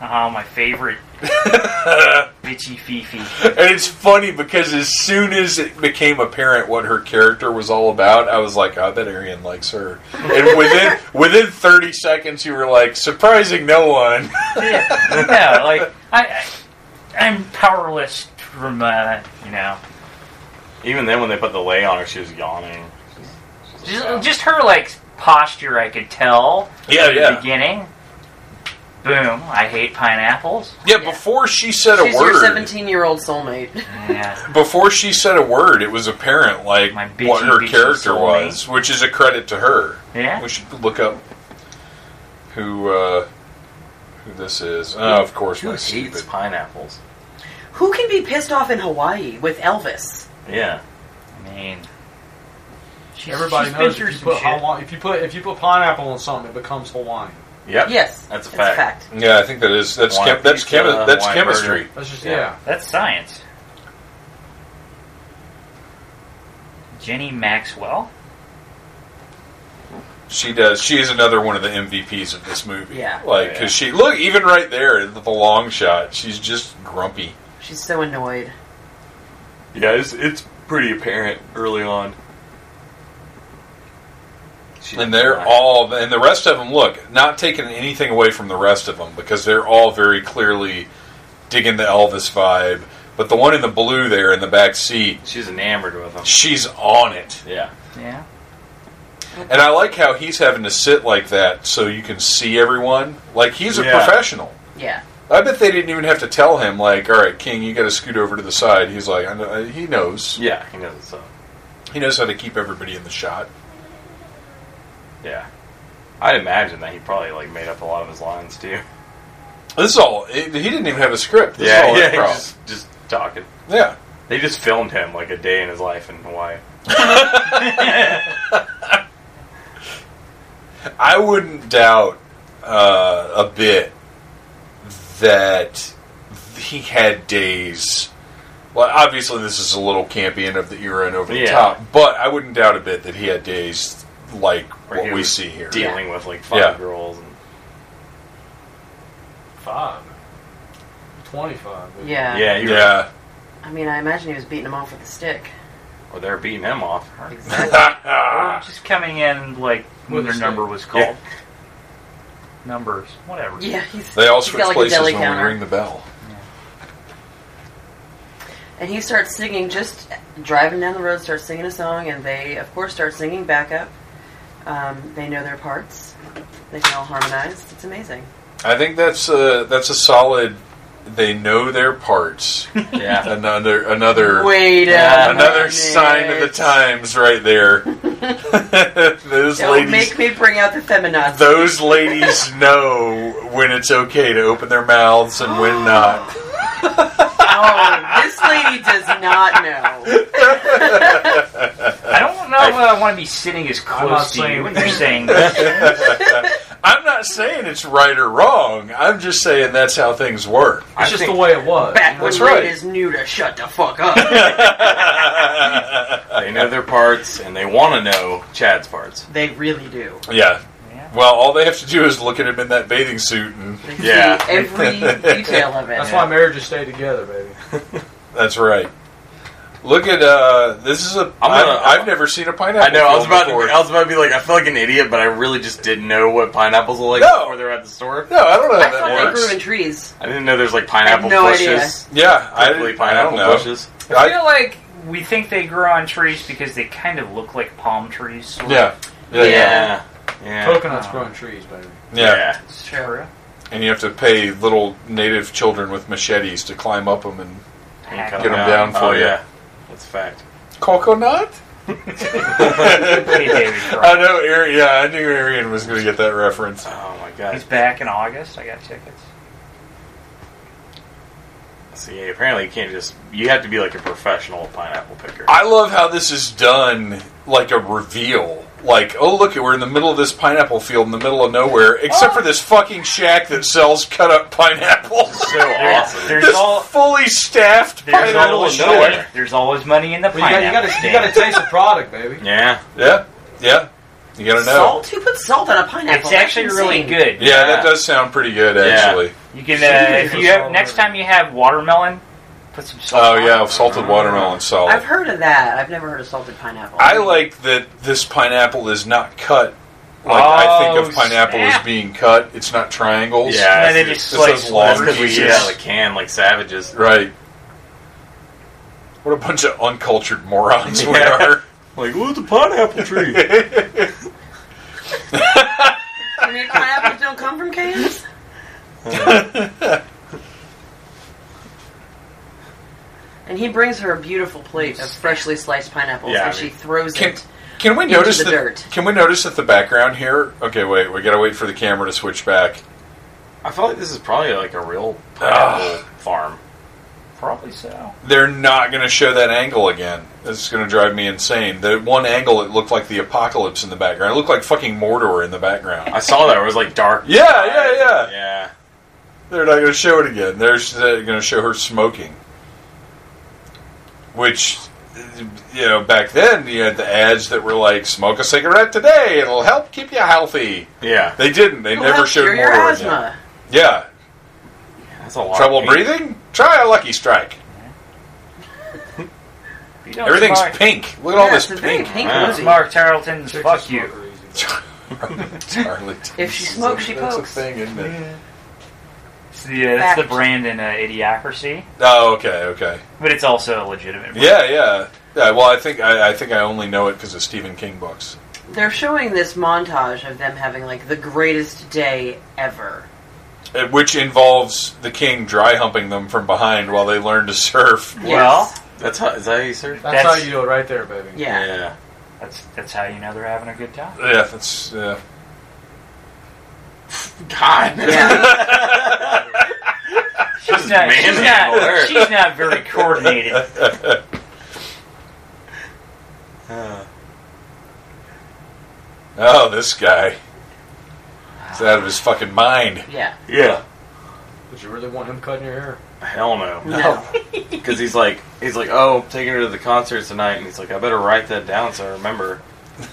[SPEAKER 2] Oh, my favorite. Bitchy Fifi.
[SPEAKER 1] And it's funny because as soon as it became apparent what her character was all about, I was like, I bet Arian likes her. And within within thirty seconds you were like, surprising no one.
[SPEAKER 2] yeah, yeah, like, I, I, I'm powerless from, uh, you know.
[SPEAKER 3] Even then, when they put the lay on her, she was yawning.
[SPEAKER 2] Just, just her, like, posture I could tell.
[SPEAKER 1] Yeah,
[SPEAKER 2] at the beginning. Boom, I hate pineapples.
[SPEAKER 1] Yeah, before she said
[SPEAKER 4] She's
[SPEAKER 1] a
[SPEAKER 4] your
[SPEAKER 1] word.
[SPEAKER 4] seventeen-year-old soulmate.
[SPEAKER 2] Yeah.
[SPEAKER 1] before she said a word, it was apparent like
[SPEAKER 2] My bitchy,
[SPEAKER 1] what her
[SPEAKER 2] bitchy
[SPEAKER 1] character
[SPEAKER 2] soulmate.
[SPEAKER 1] was, which is a credit to her.
[SPEAKER 2] Yeah.
[SPEAKER 1] We should look up who uh, who this is. Oh, of course,
[SPEAKER 3] Who
[SPEAKER 1] my
[SPEAKER 3] hates
[SPEAKER 1] stupid.
[SPEAKER 3] pineapples?
[SPEAKER 4] Who can be pissed off in Hawaii with Elvis?
[SPEAKER 3] Yeah.
[SPEAKER 2] I mean, she's,
[SPEAKER 5] Everybody
[SPEAKER 2] she's been
[SPEAKER 5] knows
[SPEAKER 2] through
[SPEAKER 5] if you
[SPEAKER 2] some
[SPEAKER 5] put
[SPEAKER 2] shit.
[SPEAKER 5] Hawaii, if you put if you put pineapple on something, it becomes Hawaiian.
[SPEAKER 3] Yep.
[SPEAKER 4] Yes,
[SPEAKER 3] That's a
[SPEAKER 4] That's a
[SPEAKER 3] fact.
[SPEAKER 4] fact.
[SPEAKER 1] Yeah, I think that is that's
[SPEAKER 3] Hawaiian
[SPEAKER 1] chem- that's
[SPEAKER 3] pizza,
[SPEAKER 1] chemi- that's
[SPEAKER 3] Hawaiian
[SPEAKER 1] chemistry.
[SPEAKER 3] burger.
[SPEAKER 5] That's just
[SPEAKER 3] Yeah.
[SPEAKER 5] yeah.
[SPEAKER 2] That's science. Jenny Maxwell.
[SPEAKER 1] She does. She is another one of the MVPs of this movie.
[SPEAKER 4] Yeah.
[SPEAKER 1] like
[SPEAKER 3] Yeah.
[SPEAKER 1] because she look even right there the long shot. She's just grumpy.
[SPEAKER 4] She's so annoyed.
[SPEAKER 3] Yeah, it's, it's pretty apparent early on. She
[SPEAKER 1] And they're all, and the rest of them look, not taking anything away from the rest of them because they're all very clearly digging the Elvis vibe. But the one in the blue there in the back seat,
[SPEAKER 3] She's enamored with him.
[SPEAKER 1] she's on it.
[SPEAKER 3] Yeah.
[SPEAKER 2] Yeah.
[SPEAKER 1] And I like how he's having to sit like that so you can see everyone. Like he's a
[SPEAKER 3] Yeah.
[SPEAKER 1] professional.
[SPEAKER 4] Yeah,
[SPEAKER 1] I bet they didn't even have to tell him, like, all right, King, you got to scoot over to the side. He's like, I know, uh, he knows.
[SPEAKER 3] Yeah, he knows it's up.
[SPEAKER 1] He knows how to keep everybody in the shot.
[SPEAKER 3] Yeah. I'd imagine that he probably like made up a lot of his lines too.
[SPEAKER 1] This is all, it, he didn't even have a script. This is all
[SPEAKER 3] yeah,
[SPEAKER 1] improv.
[SPEAKER 3] Just, just talking.
[SPEAKER 1] yeah.
[SPEAKER 3] They just filmed him like a day in his life in Hawaii.
[SPEAKER 1] I wouldn't doubt uh, a bit that he had days. Well, obviously, this is a little campy and of the era and over the
[SPEAKER 3] Yeah.
[SPEAKER 1] top, but I wouldn't doubt a bit that he had days like
[SPEAKER 3] Where he
[SPEAKER 1] what we
[SPEAKER 3] was
[SPEAKER 1] see here.
[SPEAKER 3] Dealing with like five
[SPEAKER 1] Yeah.
[SPEAKER 3] girls and
[SPEAKER 5] Five. Twenty-five. maybe.
[SPEAKER 4] yeah.
[SPEAKER 3] yeah, you yeah.
[SPEAKER 1] Yeah.
[SPEAKER 4] I mean, I imagine he was beating him off with a stick.
[SPEAKER 3] or they're beating him off.
[SPEAKER 4] Exactly.
[SPEAKER 2] Or just coming in like when
[SPEAKER 5] With
[SPEAKER 2] their
[SPEAKER 5] a
[SPEAKER 2] number
[SPEAKER 5] stick.
[SPEAKER 2] was called. Numbers, whatever.
[SPEAKER 4] yeah, he's.
[SPEAKER 1] they all
[SPEAKER 4] he's
[SPEAKER 1] switch
[SPEAKER 4] got, like, a
[SPEAKER 1] places
[SPEAKER 4] deli
[SPEAKER 1] when
[SPEAKER 4] counter.
[SPEAKER 1] we ring the bell.
[SPEAKER 4] And he starts singing, just driving down the road, starts singing a song, and they, of course, start singing backup. Um, they know their parts. They can all harmonize. It's amazing.
[SPEAKER 1] I think that's a, that's a solid. They know their parts.
[SPEAKER 3] Yeah.
[SPEAKER 1] another another
[SPEAKER 4] Wait a
[SPEAKER 2] Yeah,
[SPEAKER 1] another
[SPEAKER 4] minute.
[SPEAKER 1] sign of the times, right there. Those
[SPEAKER 4] Don't
[SPEAKER 1] ladies
[SPEAKER 4] make me bring out the feminazis.
[SPEAKER 1] those ladies know when it's okay to open their mouths and when not.
[SPEAKER 4] oh, this lady does not know.
[SPEAKER 2] I don't know if I want to be sitting as
[SPEAKER 5] I'm not
[SPEAKER 2] close to you
[SPEAKER 5] saying-
[SPEAKER 2] when you're saying this.
[SPEAKER 1] I'm not saying it's right or wrong. I'm just saying that's how things work.
[SPEAKER 5] It's just the way it was.
[SPEAKER 4] Back when
[SPEAKER 1] That's right.
[SPEAKER 4] ladies knew to shut the fuck up,
[SPEAKER 3] they know their parts and they want to know Chad's parts.
[SPEAKER 4] they really do.
[SPEAKER 1] Yeah.
[SPEAKER 2] Yeah.
[SPEAKER 1] Well, all they have to do is look at him in that bathing suit, and
[SPEAKER 4] They see
[SPEAKER 3] Yeah.
[SPEAKER 4] every detail of it.
[SPEAKER 5] That's why marriages stay together, baby.
[SPEAKER 1] that's right. Look at uh, this is a.
[SPEAKER 3] I'm gonna-
[SPEAKER 1] I've, I've never seen a pineapple.
[SPEAKER 3] I know. I was
[SPEAKER 1] film
[SPEAKER 3] about to.
[SPEAKER 1] before.
[SPEAKER 3] I was about to be like, I feel like an idiot, but I really just didn't know what pineapples look like
[SPEAKER 1] No.
[SPEAKER 3] before they were at the store.
[SPEAKER 1] no, I don't know
[SPEAKER 4] I
[SPEAKER 1] how that
[SPEAKER 4] thought they
[SPEAKER 1] works.
[SPEAKER 4] grew in trees.
[SPEAKER 3] I didn't know there's like pineapple
[SPEAKER 4] I had no
[SPEAKER 3] bushes.
[SPEAKER 1] yeah, I,
[SPEAKER 3] Prickly
[SPEAKER 1] didn't- I don't
[SPEAKER 3] pineapple
[SPEAKER 1] know.
[SPEAKER 3] bushes.
[SPEAKER 2] I
[SPEAKER 1] I,
[SPEAKER 2] feel like we think they grow on trees because they kind of look like palm trees. Sort of.
[SPEAKER 1] yeah, yeah, yeah,
[SPEAKER 3] Yeah. Yeah.
[SPEAKER 5] Coconuts grow on trees, baby.
[SPEAKER 1] yeah.
[SPEAKER 4] It's
[SPEAKER 2] Sure.
[SPEAKER 1] And you have to pay little native children with machetes to climb up them and
[SPEAKER 3] And
[SPEAKER 2] Hack
[SPEAKER 3] cut
[SPEAKER 1] Get
[SPEAKER 2] them.
[SPEAKER 1] 'em
[SPEAKER 3] out.
[SPEAKER 1] down for
[SPEAKER 3] oh,
[SPEAKER 1] you.
[SPEAKER 3] Yeah. That's a fact.
[SPEAKER 1] coconut.
[SPEAKER 2] Hey, David
[SPEAKER 1] I
[SPEAKER 2] Cross.
[SPEAKER 1] know, Ari- yeah, I knew Arian was going to get that reference.
[SPEAKER 3] Oh my
[SPEAKER 2] He's
[SPEAKER 3] god.
[SPEAKER 2] back in August. I got tickets.
[SPEAKER 3] See, apparently you can't just. You have to be like a professional pineapple picker.
[SPEAKER 1] I love how this is done like a reveal. Like, oh look, we're in the middle of this pineapple field in the middle of nowhere, except for this fucking shack that sells cut up pineapples.
[SPEAKER 3] so awesome.
[SPEAKER 2] There's
[SPEAKER 1] this
[SPEAKER 2] all.
[SPEAKER 1] fully staffed
[SPEAKER 2] There's
[SPEAKER 1] pineapple
[SPEAKER 2] always,
[SPEAKER 3] middle
[SPEAKER 1] shack.
[SPEAKER 3] of
[SPEAKER 2] money,
[SPEAKER 3] nowhere.
[SPEAKER 2] there's always money in the
[SPEAKER 5] Well, you
[SPEAKER 2] pineapple
[SPEAKER 5] got you got
[SPEAKER 2] stand.
[SPEAKER 5] to taste the product, baby.
[SPEAKER 3] Yeah.
[SPEAKER 1] Yeah, yeah. You gotta know.
[SPEAKER 4] Salt? Who puts salt on a pineapple?
[SPEAKER 2] It's actually
[SPEAKER 4] That's
[SPEAKER 2] really
[SPEAKER 4] insane.
[SPEAKER 2] good.
[SPEAKER 1] Yeah, that does sound pretty good, actually.
[SPEAKER 2] You can uh, if you have
[SPEAKER 5] Salt.
[SPEAKER 2] next time you have watermelon, put some salt.
[SPEAKER 1] Oh
[SPEAKER 2] on
[SPEAKER 1] yeah,
[SPEAKER 2] it.
[SPEAKER 1] salted watermelon solid.
[SPEAKER 4] I've heard of that. I've never heard of salted pineapple.
[SPEAKER 1] I like that this pineapple is not cut. Like I think
[SPEAKER 2] Oh,
[SPEAKER 1] of pineapple
[SPEAKER 2] snap.
[SPEAKER 1] as being cut. It's not triangles.
[SPEAKER 3] Yeah.
[SPEAKER 2] And then
[SPEAKER 3] it's-
[SPEAKER 2] they just
[SPEAKER 1] it's
[SPEAKER 2] slice
[SPEAKER 1] those
[SPEAKER 3] That's
[SPEAKER 1] long
[SPEAKER 3] because we eat it
[SPEAKER 1] Jesus.
[SPEAKER 3] out of the can like savages.
[SPEAKER 1] Right. What a bunch of uncultured morons we
[SPEAKER 3] Yeah.
[SPEAKER 1] are.
[SPEAKER 3] Like, look at the pineapple tree.
[SPEAKER 4] I mean, pineapples don't come from cans. and he brings her a beautiful plate of freshly sliced pineapples,
[SPEAKER 3] Yeah, I
[SPEAKER 4] and she
[SPEAKER 3] mean-
[SPEAKER 4] throws
[SPEAKER 1] Can,
[SPEAKER 4] it.
[SPEAKER 1] can we
[SPEAKER 4] Into
[SPEAKER 1] notice
[SPEAKER 4] the
[SPEAKER 1] that?
[SPEAKER 4] dirt.
[SPEAKER 1] Can we notice that the background here? Okay, wait. We gotta wait for the camera to switch back.
[SPEAKER 3] I feel like this is probably like a real pineapple farm.
[SPEAKER 2] Probably so.
[SPEAKER 1] They're not gonna show that angle again. This is gonna drive me insane. The one angle it looked like the apocalypse in the background. It looked like fucking Mordor in the background.
[SPEAKER 3] I saw that. It was like dark.
[SPEAKER 1] Yeah, yeah, yeah.
[SPEAKER 3] Yeah.
[SPEAKER 1] They're not going to show it again. They're, going to show her smoking, which you know back then you had the ads that were like "smoke a cigarette today; it'll help keep you healthy."
[SPEAKER 3] Yeah.
[SPEAKER 1] They didn't. They
[SPEAKER 4] It'll
[SPEAKER 1] never
[SPEAKER 4] help
[SPEAKER 1] showed
[SPEAKER 4] cure your
[SPEAKER 1] more.
[SPEAKER 4] asthma.
[SPEAKER 1] Yeah,
[SPEAKER 3] That's a lot. of
[SPEAKER 1] trouble
[SPEAKER 3] pain.
[SPEAKER 1] breathing? Try a Lucky Strike.
[SPEAKER 2] If you don't
[SPEAKER 1] Everything's
[SPEAKER 2] smoke,
[SPEAKER 1] pink. Look at
[SPEAKER 4] Yeah,
[SPEAKER 1] all this
[SPEAKER 4] it's a very
[SPEAKER 1] pink.
[SPEAKER 4] pink
[SPEAKER 3] Wow.
[SPEAKER 4] movie.
[SPEAKER 2] Mark Tarleton's fuck you.
[SPEAKER 1] Charlotte.
[SPEAKER 4] If she smokes, she
[SPEAKER 1] That's
[SPEAKER 4] pokes.
[SPEAKER 1] a thing, isn't it?
[SPEAKER 2] It's the, uh, that's the
[SPEAKER 4] Fact.
[SPEAKER 2] brand in uh, Idiocracy,
[SPEAKER 1] Oh, okay, okay.
[SPEAKER 2] but it's also a legitimate. brand.
[SPEAKER 1] Yeah, yeah, yeah. Well, I think I, I think I only know it because of Stephen King books.
[SPEAKER 4] They're showing this montage of them having like the greatest day ever.
[SPEAKER 1] Uh, which involves the king dry humping them from behind while they learn to surf.
[SPEAKER 2] Well,
[SPEAKER 3] That's how, is that how you serve?
[SPEAKER 5] That's,
[SPEAKER 2] That's-
[SPEAKER 5] how you do it right there, baby.
[SPEAKER 4] Yeah.
[SPEAKER 2] that's that's how you know they're having a good time.
[SPEAKER 1] Yeah, that's yeah.
[SPEAKER 3] God.
[SPEAKER 4] Yeah.
[SPEAKER 2] She's not, she's
[SPEAKER 3] manhandle her.
[SPEAKER 2] not, she's not very coordinated.
[SPEAKER 1] Oh, this guy. He's out of his fucking mind.
[SPEAKER 4] yeah.
[SPEAKER 3] yeah.
[SPEAKER 5] Would you really want him cutting your hair?
[SPEAKER 3] Hell no.
[SPEAKER 4] No.
[SPEAKER 3] Because he's like, he's like, oh, I'm taking her to the concert tonight, and he's like, I better write that down so I remember.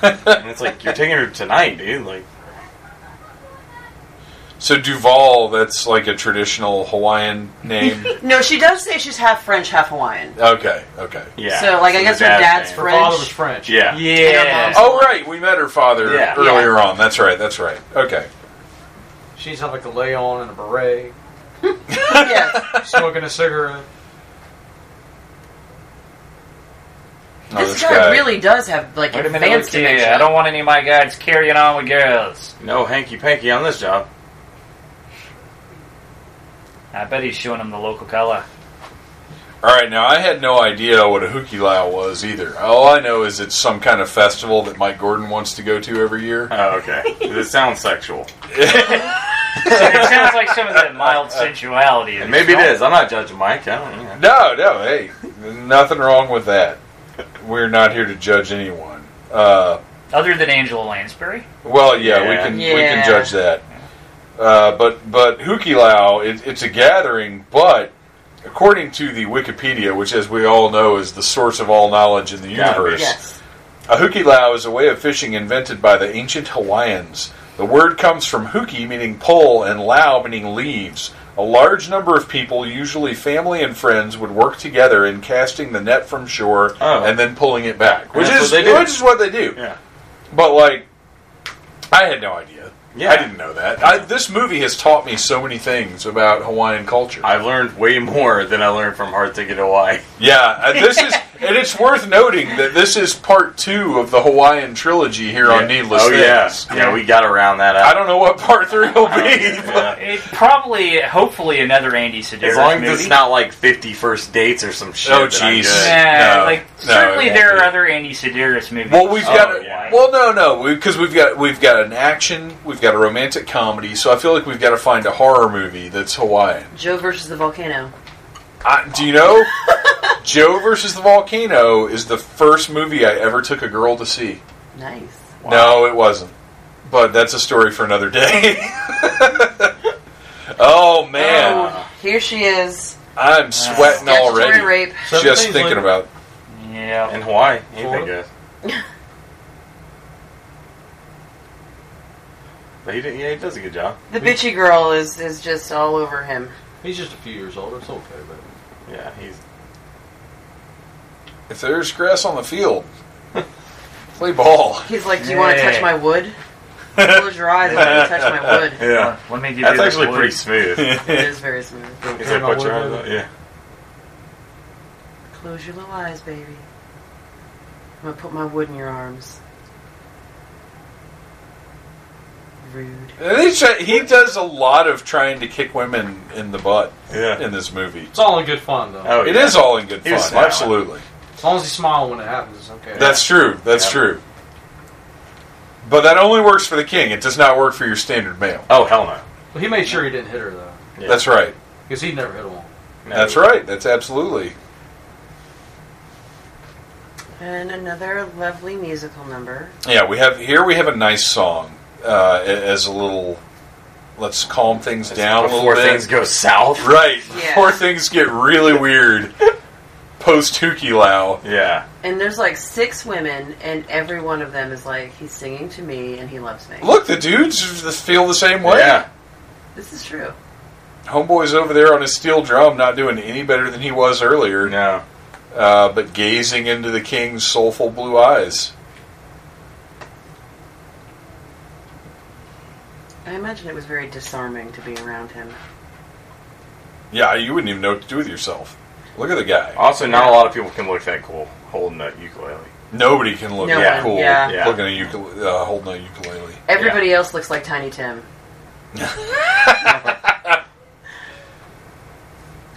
[SPEAKER 3] and it's like, you're taking her tonight, dude. Like,
[SPEAKER 1] So Duval, that's like a traditional Hawaiian name.
[SPEAKER 4] No, she does say she's half French, half Hawaiian.
[SPEAKER 1] okay, okay.
[SPEAKER 3] yeah.
[SPEAKER 4] So, like, I
[SPEAKER 3] the
[SPEAKER 4] guess her dad's
[SPEAKER 3] name.
[SPEAKER 5] Her
[SPEAKER 4] French.
[SPEAKER 5] father was French.
[SPEAKER 3] Yeah.
[SPEAKER 2] Yeah,
[SPEAKER 1] Oh right, we met her father
[SPEAKER 3] Yeah.
[SPEAKER 1] earlier on. That's right. That's right. Okay.
[SPEAKER 5] She's had like a lay on and a beret,
[SPEAKER 4] yes.
[SPEAKER 5] smoking a cigarette.
[SPEAKER 1] Oh,
[SPEAKER 4] this guy really does have like
[SPEAKER 2] Wait a minute,
[SPEAKER 4] advanced
[SPEAKER 2] Lucy.
[SPEAKER 4] dementia.
[SPEAKER 2] I don't want any of my guys carrying on with girls.
[SPEAKER 3] No hanky panky on this job.
[SPEAKER 2] I bet he's showing him the local color.
[SPEAKER 1] All right, now I had no idea what a hukilau was either. All I know is it's some kind of festival that Mike Gordon wants to go to every year.
[SPEAKER 3] Oh, okay. It sounds sexual.
[SPEAKER 2] So it sounds like some of that mild sensuality.
[SPEAKER 3] And maybe it is. I'm not judging Mike. I don't
[SPEAKER 1] No,
[SPEAKER 3] know.
[SPEAKER 1] no, hey, nothing wrong with that. We're not here to judge anyone. Uh,
[SPEAKER 2] Other than Angela Lansbury.
[SPEAKER 1] well, yeah, we
[SPEAKER 3] Yeah.
[SPEAKER 1] can we can
[SPEAKER 4] Yeah.
[SPEAKER 1] judge that. Uh, but but hukilau, it, it's a gathering, but according to the Wikipedia, which as we all know is the source of all knowledge in the
[SPEAKER 3] Gotta be.
[SPEAKER 1] universe,
[SPEAKER 4] Yes.
[SPEAKER 1] a hukilau is a way of fishing invented by the ancient Hawaiians. The word comes from huki, meaning pole, and lau, meaning leaves. A large number of people, usually family and friends, would work together in casting the net from shore
[SPEAKER 3] Oh.
[SPEAKER 1] and then pulling it back, which
[SPEAKER 3] That's
[SPEAKER 1] is
[SPEAKER 3] what they do.
[SPEAKER 1] which is what they do.
[SPEAKER 3] Yeah.
[SPEAKER 1] But like, I had no idea.
[SPEAKER 6] Yeah.
[SPEAKER 1] I didn't know that. I, this movie has taught me so many things about Hawaiian culture.
[SPEAKER 6] I've learned way more than I learned from Hard Ticket to Hawaii.
[SPEAKER 1] yeah, uh, this is, and it's worth noting that this is part two of the Hawaiian trilogy here on Needless
[SPEAKER 6] oh, yeah.
[SPEAKER 1] Things.
[SPEAKER 6] Yeah, we got around that
[SPEAKER 1] I
[SPEAKER 6] out.
[SPEAKER 1] don't know what part three will be. but-
[SPEAKER 6] Yeah.
[SPEAKER 2] It probably, hopefully, another Andy Sedaris
[SPEAKER 6] As long
[SPEAKER 2] movie.
[SPEAKER 6] as it's not like 50 first dates or some shit. then
[SPEAKER 1] Oh,
[SPEAKER 6] I'm
[SPEAKER 1] jeez.
[SPEAKER 6] good.
[SPEAKER 2] Yeah,
[SPEAKER 1] No,
[SPEAKER 2] like
[SPEAKER 1] no,
[SPEAKER 2] certainly
[SPEAKER 1] it
[SPEAKER 2] there
[SPEAKER 1] won't
[SPEAKER 2] are
[SPEAKER 1] be.
[SPEAKER 2] other Andy Sedaris movies.
[SPEAKER 1] Well, we've
[SPEAKER 6] Oh,
[SPEAKER 1] got. A,
[SPEAKER 6] yeah.
[SPEAKER 1] Well, no, no, because we, have got we've got an action, we've got a romantic comedy, so I feel like we've got to find a horror movie that's Hawaiian.
[SPEAKER 4] Joe versus the volcano.
[SPEAKER 1] I, do you know? Joe versus the volcano is the first movie I ever took a girl to see.
[SPEAKER 4] Nice.
[SPEAKER 1] No, it wasn't. But that's a story for another day. oh man,
[SPEAKER 4] Oh, here she is.
[SPEAKER 1] I'm sweating
[SPEAKER 4] Statutory
[SPEAKER 1] already
[SPEAKER 4] rape.
[SPEAKER 5] Seven
[SPEAKER 1] just
[SPEAKER 5] days
[SPEAKER 1] thinking
[SPEAKER 5] later.
[SPEAKER 1] about.
[SPEAKER 2] yeah,
[SPEAKER 6] Uh, In Hawaii, anything
[SPEAKER 5] Florida?
[SPEAKER 6] goes. But he, did, yeah, he does a good job.
[SPEAKER 4] The bitchy girl is is just all over him.
[SPEAKER 5] He's just a few years older. It's okay, but
[SPEAKER 6] Yeah, he's
[SPEAKER 1] If there's grass on the field, play ball.
[SPEAKER 4] He's like, "Do you want to touch my wood? Close your eyes and let me touch my wood."
[SPEAKER 6] yeah.
[SPEAKER 2] Let me give
[SPEAKER 6] That's
[SPEAKER 2] you this
[SPEAKER 6] actually
[SPEAKER 2] wood.
[SPEAKER 6] pretty smooth. He's
[SPEAKER 4] It is very smooth.
[SPEAKER 6] like, put your eyes on- yeah.
[SPEAKER 4] Close your little eyes, baby. I'm gonna put my wood in your arms. Rude.
[SPEAKER 1] And He, try, he does a lot of trying to kick women in the butt
[SPEAKER 6] Yeah.
[SPEAKER 1] in this movie.
[SPEAKER 5] It's all in good fun, though.
[SPEAKER 6] Oh,
[SPEAKER 1] It
[SPEAKER 6] yeah.
[SPEAKER 1] is all in good
[SPEAKER 6] He was
[SPEAKER 1] fun,
[SPEAKER 6] smiling.
[SPEAKER 1] absolutely.
[SPEAKER 5] As long as you smile when it happens, it's okay.
[SPEAKER 1] That's true. That's
[SPEAKER 6] Yeah.
[SPEAKER 1] true. But that only works for the king. It does not work for your standard male.
[SPEAKER 6] Oh, hell no.
[SPEAKER 5] Well, he made sure he didn't hit her though,
[SPEAKER 6] Yeah.
[SPEAKER 1] That's right.
[SPEAKER 5] because he'd never hit a woman.
[SPEAKER 6] No.
[SPEAKER 1] That's right. That's absolutely.
[SPEAKER 4] And another lovely musical number.
[SPEAKER 1] Yeah, we have here. We have a nice song uh, a- as a little. Let's calm things down a little
[SPEAKER 6] Before
[SPEAKER 1] bit.
[SPEAKER 6] things go south.
[SPEAKER 1] right
[SPEAKER 4] Yeah.
[SPEAKER 1] before things get really weird. Post Tukilau.
[SPEAKER 6] Yeah.
[SPEAKER 4] And there's like six women, and every one of them is like, he's singing to me and he loves me.
[SPEAKER 1] Look, the dudes feel the same way.
[SPEAKER 6] Yeah.
[SPEAKER 4] This is true.
[SPEAKER 1] Homeboy's over there on his steel drum, not doing any better than he was earlier,
[SPEAKER 6] No.
[SPEAKER 1] uh, but gazing into the king's soulful blue eyes.
[SPEAKER 4] I imagine it was very disarming to be around him.
[SPEAKER 1] Yeah, you wouldn't even know what to do with yourself. Look at the guy.
[SPEAKER 6] Also, not a lot of people can look that cool holding that ukulele.
[SPEAKER 1] Nobody can look
[SPEAKER 4] No
[SPEAKER 6] one,
[SPEAKER 1] that cool
[SPEAKER 4] yeah.
[SPEAKER 6] Yeah.
[SPEAKER 1] looking at a ukule- uh, holding a ukulele.
[SPEAKER 4] Everybody else looks like Tiny Tim.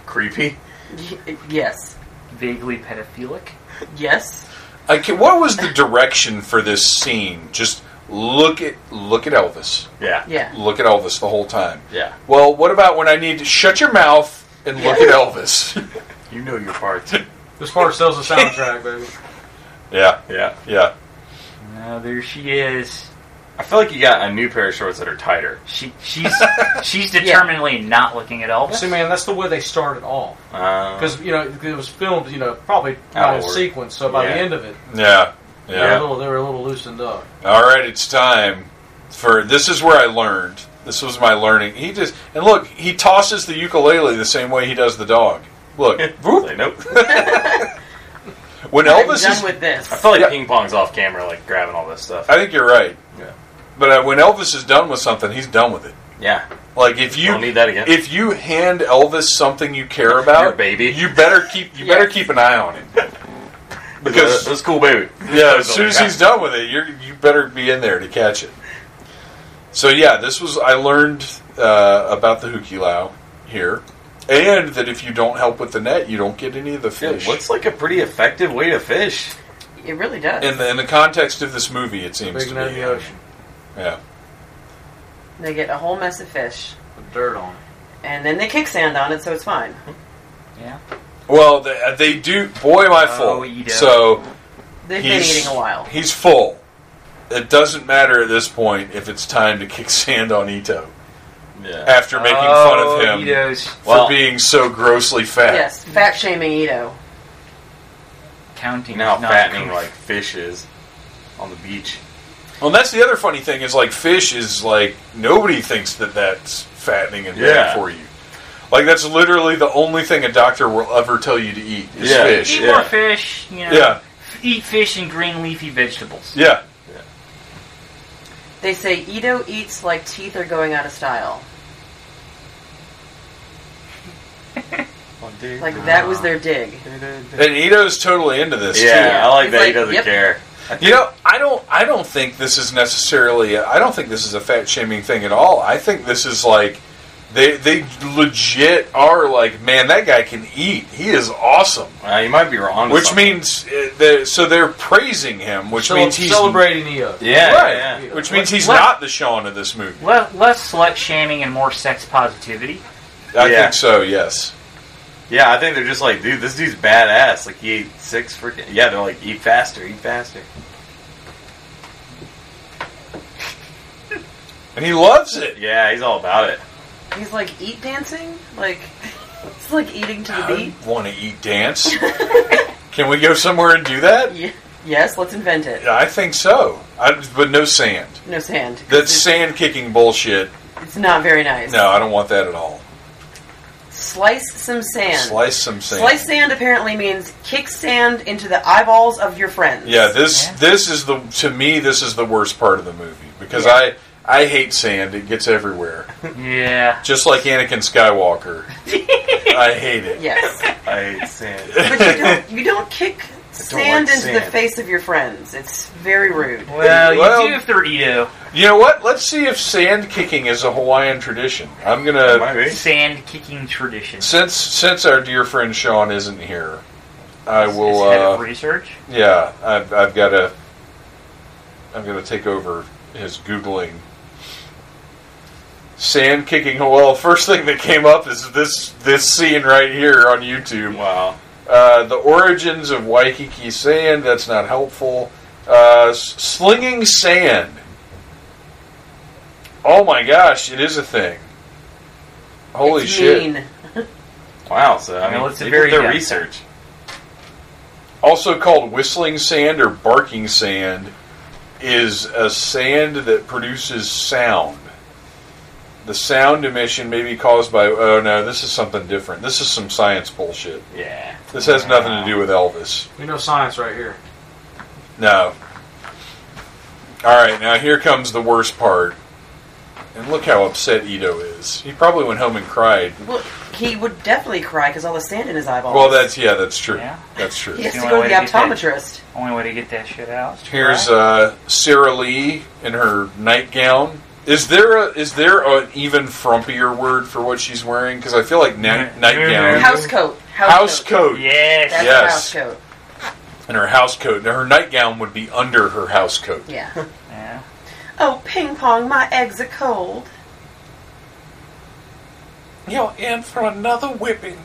[SPEAKER 6] Creepy.
[SPEAKER 4] Y- yes.
[SPEAKER 2] vaguely pedophilic.
[SPEAKER 4] Yes.
[SPEAKER 1] I ca- what was the direction for this scene? Just look at look at Elvis.
[SPEAKER 6] Yeah.
[SPEAKER 4] Yeah.
[SPEAKER 1] Look at Elvis the whole time.
[SPEAKER 6] Yeah.
[SPEAKER 1] Well, what about when I need to shut your mouth and look at Elvis?
[SPEAKER 6] You know your parts.
[SPEAKER 5] This part sells the soundtrack, baby.
[SPEAKER 1] yeah,
[SPEAKER 6] yeah.
[SPEAKER 1] yeah.
[SPEAKER 2] Now there she is.
[SPEAKER 6] I feel like you got a new pair of shorts that are tighter.
[SPEAKER 2] She she's she's determinately not looking at Elvis.
[SPEAKER 5] Oh, See, man, that's the way they started off.
[SPEAKER 3] Uh-huh.
[SPEAKER 6] Because
[SPEAKER 5] Because you know it was filmed, you know, probably out
[SPEAKER 6] Outward.
[SPEAKER 5] of sequence. So by
[SPEAKER 6] Yeah.
[SPEAKER 5] the end of it,
[SPEAKER 1] Yeah.
[SPEAKER 5] they, were
[SPEAKER 1] Yeah.
[SPEAKER 5] a little, they were a little loosened up.
[SPEAKER 1] All right, it's time for this is where I learned. This was my learning. He just and look, he tosses the ukulele the same way he does the dog. Look, whoop.
[SPEAKER 6] like, nope.
[SPEAKER 1] when
[SPEAKER 4] I'm
[SPEAKER 1] Elvis
[SPEAKER 4] done
[SPEAKER 1] is,
[SPEAKER 4] with this.
[SPEAKER 6] I feel like
[SPEAKER 1] Yeah.
[SPEAKER 6] ping pong's off camera, like grabbing all this stuff.
[SPEAKER 1] I think you're right.
[SPEAKER 6] Yeah.
[SPEAKER 1] But uh, when Elvis is done with something, he's done with it.
[SPEAKER 6] Yeah.
[SPEAKER 1] Like if you
[SPEAKER 6] Don't need that again.
[SPEAKER 1] if you hand Elvis something you care about,
[SPEAKER 6] Your baby.
[SPEAKER 1] you better keep you better keep an eye on it. Because
[SPEAKER 6] it's cool, baby.
[SPEAKER 1] Yeah, as soon as he's done with it, you you better be in there to catch it. So yeah, this was I learned uh, about the hukilau here, and that if you don't help with the net, you don't get any of the
[SPEAKER 6] Yeah,
[SPEAKER 1] fish.
[SPEAKER 6] what's like a pretty effective way to fish?
[SPEAKER 4] It really does.
[SPEAKER 1] in the in the context of this movie, it
[SPEAKER 5] Big
[SPEAKER 1] seems
[SPEAKER 5] in
[SPEAKER 1] to
[SPEAKER 5] the
[SPEAKER 1] be
[SPEAKER 5] ocean,
[SPEAKER 1] yeah.
[SPEAKER 4] they get a whole mess of fish,
[SPEAKER 5] with dirt on it.
[SPEAKER 4] and then they kick sand on it, so it's fine.
[SPEAKER 2] Yeah.
[SPEAKER 1] Well, they, uh, they do. Boy, am I
[SPEAKER 2] Oh,
[SPEAKER 1] full.
[SPEAKER 2] Edo.
[SPEAKER 1] so
[SPEAKER 4] They've
[SPEAKER 1] He's-
[SPEAKER 4] been eating a while.
[SPEAKER 1] he's full. It doesn't matter at this point if it's time to kick sand on Ito
[SPEAKER 6] Yeah.
[SPEAKER 1] after making
[SPEAKER 2] Oh,
[SPEAKER 1] fun of him
[SPEAKER 2] Ito's
[SPEAKER 1] for
[SPEAKER 6] Well-
[SPEAKER 1] being so grossly fat.
[SPEAKER 4] Yes, fat shaming Ito.
[SPEAKER 2] counting.
[SPEAKER 6] Now
[SPEAKER 2] is not
[SPEAKER 6] fattening
[SPEAKER 2] correct.
[SPEAKER 6] like fish is on the beach.
[SPEAKER 1] Well, and that's the other funny thing is like fish is like nobody thinks that that's fattening and
[SPEAKER 6] Yeah.
[SPEAKER 1] bad for you. Like that's literally the only thing a doctor will ever tell you to eat is
[SPEAKER 6] Yeah.
[SPEAKER 1] fish.
[SPEAKER 2] eat
[SPEAKER 6] yeah.
[SPEAKER 2] more fish. You know,
[SPEAKER 1] Yeah.
[SPEAKER 2] Eat fish and green leafy vegetables.
[SPEAKER 1] Yeah.
[SPEAKER 4] They say Ito eats like teeth are going out of style. Like that was their dig.
[SPEAKER 1] And Ito's totally into this too.
[SPEAKER 6] Yeah, I like
[SPEAKER 4] He's
[SPEAKER 6] that. he
[SPEAKER 4] like,
[SPEAKER 6] doesn't
[SPEAKER 4] yep.
[SPEAKER 6] care.
[SPEAKER 1] You know, I don't. I don't think this is necessarily. I don't think this is a fat shaming thing at all. I think this is like they they legit are like, man, that guy can eat. He is awesome.
[SPEAKER 6] Uh, you might be wrong.
[SPEAKER 1] Which means uh, they so they're praising him, which
[SPEAKER 5] Cel-
[SPEAKER 1] means he's
[SPEAKER 5] celebrating EO.
[SPEAKER 6] yeah,
[SPEAKER 1] right,
[SPEAKER 6] yeah.
[SPEAKER 1] which means he's
[SPEAKER 2] What-
[SPEAKER 1] not the Sean of this movie.
[SPEAKER 2] Le- less slut shaming and more sex positivity.
[SPEAKER 1] I
[SPEAKER 6] Yeah.
[SPEAKER 1] think so. Yes.
[SPEAKER 6] Yeah, I think they're just like, dude, this dude's badass. Like he ate six freaking. Yeah, they're like, eat faster, eat faster.
[SPEAKER 1] And he loves it.
[SPEAKER 6] Yeah, he's all about it.
[SPEAKER 4] He's like eat dancing, like it's like eating to the
[SPEAKER 1] I
[SPEAKER 4] beat.
[SPEAKER 1] want to eat dance. Can we go somewhere and do that?
[SPEAKER 4] Ye- Yes, let's invent it.
[SPEAKER 1] I think so. I, but no sand.
[SPEAKER 4] No sand.
[SPEAKER 1] That's
[SPEAKER 4] it's,
[SPEAKER 1] sand kicking bullshit.
[SPEAKER 4] it's not very nice.
[SPEAKER 1] No, I don't want that at all.
[SPEAKER 4] Slice some sand.
[SPEAKER 1] Slice some sand.
[SPEAKER 4] Slice sand apparently means kick sand into the eyeballs of your friends.
[SPEAKER 1] Yeah, this
[SPEAKER 2] Yeah.
[SPEAKER 1] this is the to me this is the worst part of the movie because I I hate sand. It gets everywhere,
[SPEAKER 2] Yeah.
[SPEAKER 1] just like Anakin Skywalker. I hate it.
[SPEAKER 4] Yes.
[SPEAKER 6] I hate sand.
[SPEAKER 4] But you don't, you don't kick sand
[SPEAKER 6] like
[SPEAKER 4] into the
[SPEAKER 6] sand.
[SPEAKER 4] face of your friends. It's very rude.
[SPEAKER 2] Well, you
[SPEAKER 1] Well-
[SPEAKER 2] do if they're Edo.
[SPEAKER 1] You know what? Let's see if sand kicking is a Hawaiian tradition. I'm gonna
[SPEAKER 6] Might be.
[SPEAKER 2] Sand kicking tradition.
[SPEAKER 1] since since our dear friend Sean isn't here, I will.
[SPEAKER 2] Is head of
[SPEAKER 1] Uh,
[SPEAKER 2] research.
[SPEAKER 1] yeah, I've, I've got to. I'm gonna take over his googling. Sand kicking. Well, first thing that came up is this this scene right here on YouTube.
[SPEAKER 6] Wow.
[SPEAKER 1] Uh, the origins of Waikiki sand. That's not helpful. Uh, s- slinging sand. Oh my gosh, it is a thing. Holy
[SPEAKER 4] it's
[SPEAKER 1] shit!
[SPEAKER 4] Mean.
[SPEAKER 6] Wow. So I
[SPEAKER 2] Well,
[SPEAKER 6] mean,
[SPEAKER 2] it's
[SPEAKER 6] let's
[SPEAKER 2] a
[SPEAKER 6] they
[SPEAKER 2] very
[SPEAKER 6] did their
[SPEAKER 2] depth.
[SPEAKER 6] research.
[SPEAKER 1] Also called whistling sand or barking sand, is a sand that produces sound. The sound emission may be caused by. Oh no, this is something different. This is some science bullshit.
[SPEAKER 6] Yeah.
[SPEAKER 1] This has nothing to do with Elvis.
[SPEAKER 5] We know science right here.
[SPEAKER 1] No. All right, now here comes the worst part. And look how upset Ito is. He probably went home and cried.
[SPEAKER 4] Well, he would definitely cry because all the sand in his eyeballs.
[SPEAKER 1] Well, that's yeah, that's true.
[SPEAKER 2] Yeah.
[SPEAKER 1] That's true.
[SPEAKER 4] He has to
[SPEAKER 2] The
[SPEAKER 4] go
[SPEAKER 2] only
[SPEAKER 4] to the
[SPEAKER 2] way to get
[SPEAKER 4] optometrist.
[SPEAKER 2] Only way to get that shit out. is to
[SPEAKER 1] Here's
[SPEAKER 2] cry.
[SPEAKER 1] uh, Sarah Lee in her nightgown. Is there a, is there an even frumpier word for what she's wearing? Because I feel like night,
[SPEAKER 2] Mm.
[SPEAKER 1] nightgown,
[SPEAKER 2] Mm.
[SPEAKER 4] Mm-hmm. House coat. House,
[SPEAKER 1] house coat,
[SPEAKER 2] Yes.
[SPEAKER 4] That's
[SPEAKER 1] Yes.
[SPEAKER 4] a house coat.
[SPEAKER 1] and her house coat. Now, her nightgown would be under her house coat.
[SPEAKER 4] Yeah.
[SPEAKER 2] Yeah.
[SPEAKER 4] oh, ping pong, my eggs are cold.
[SPEAKER 1] You're in for another whipping.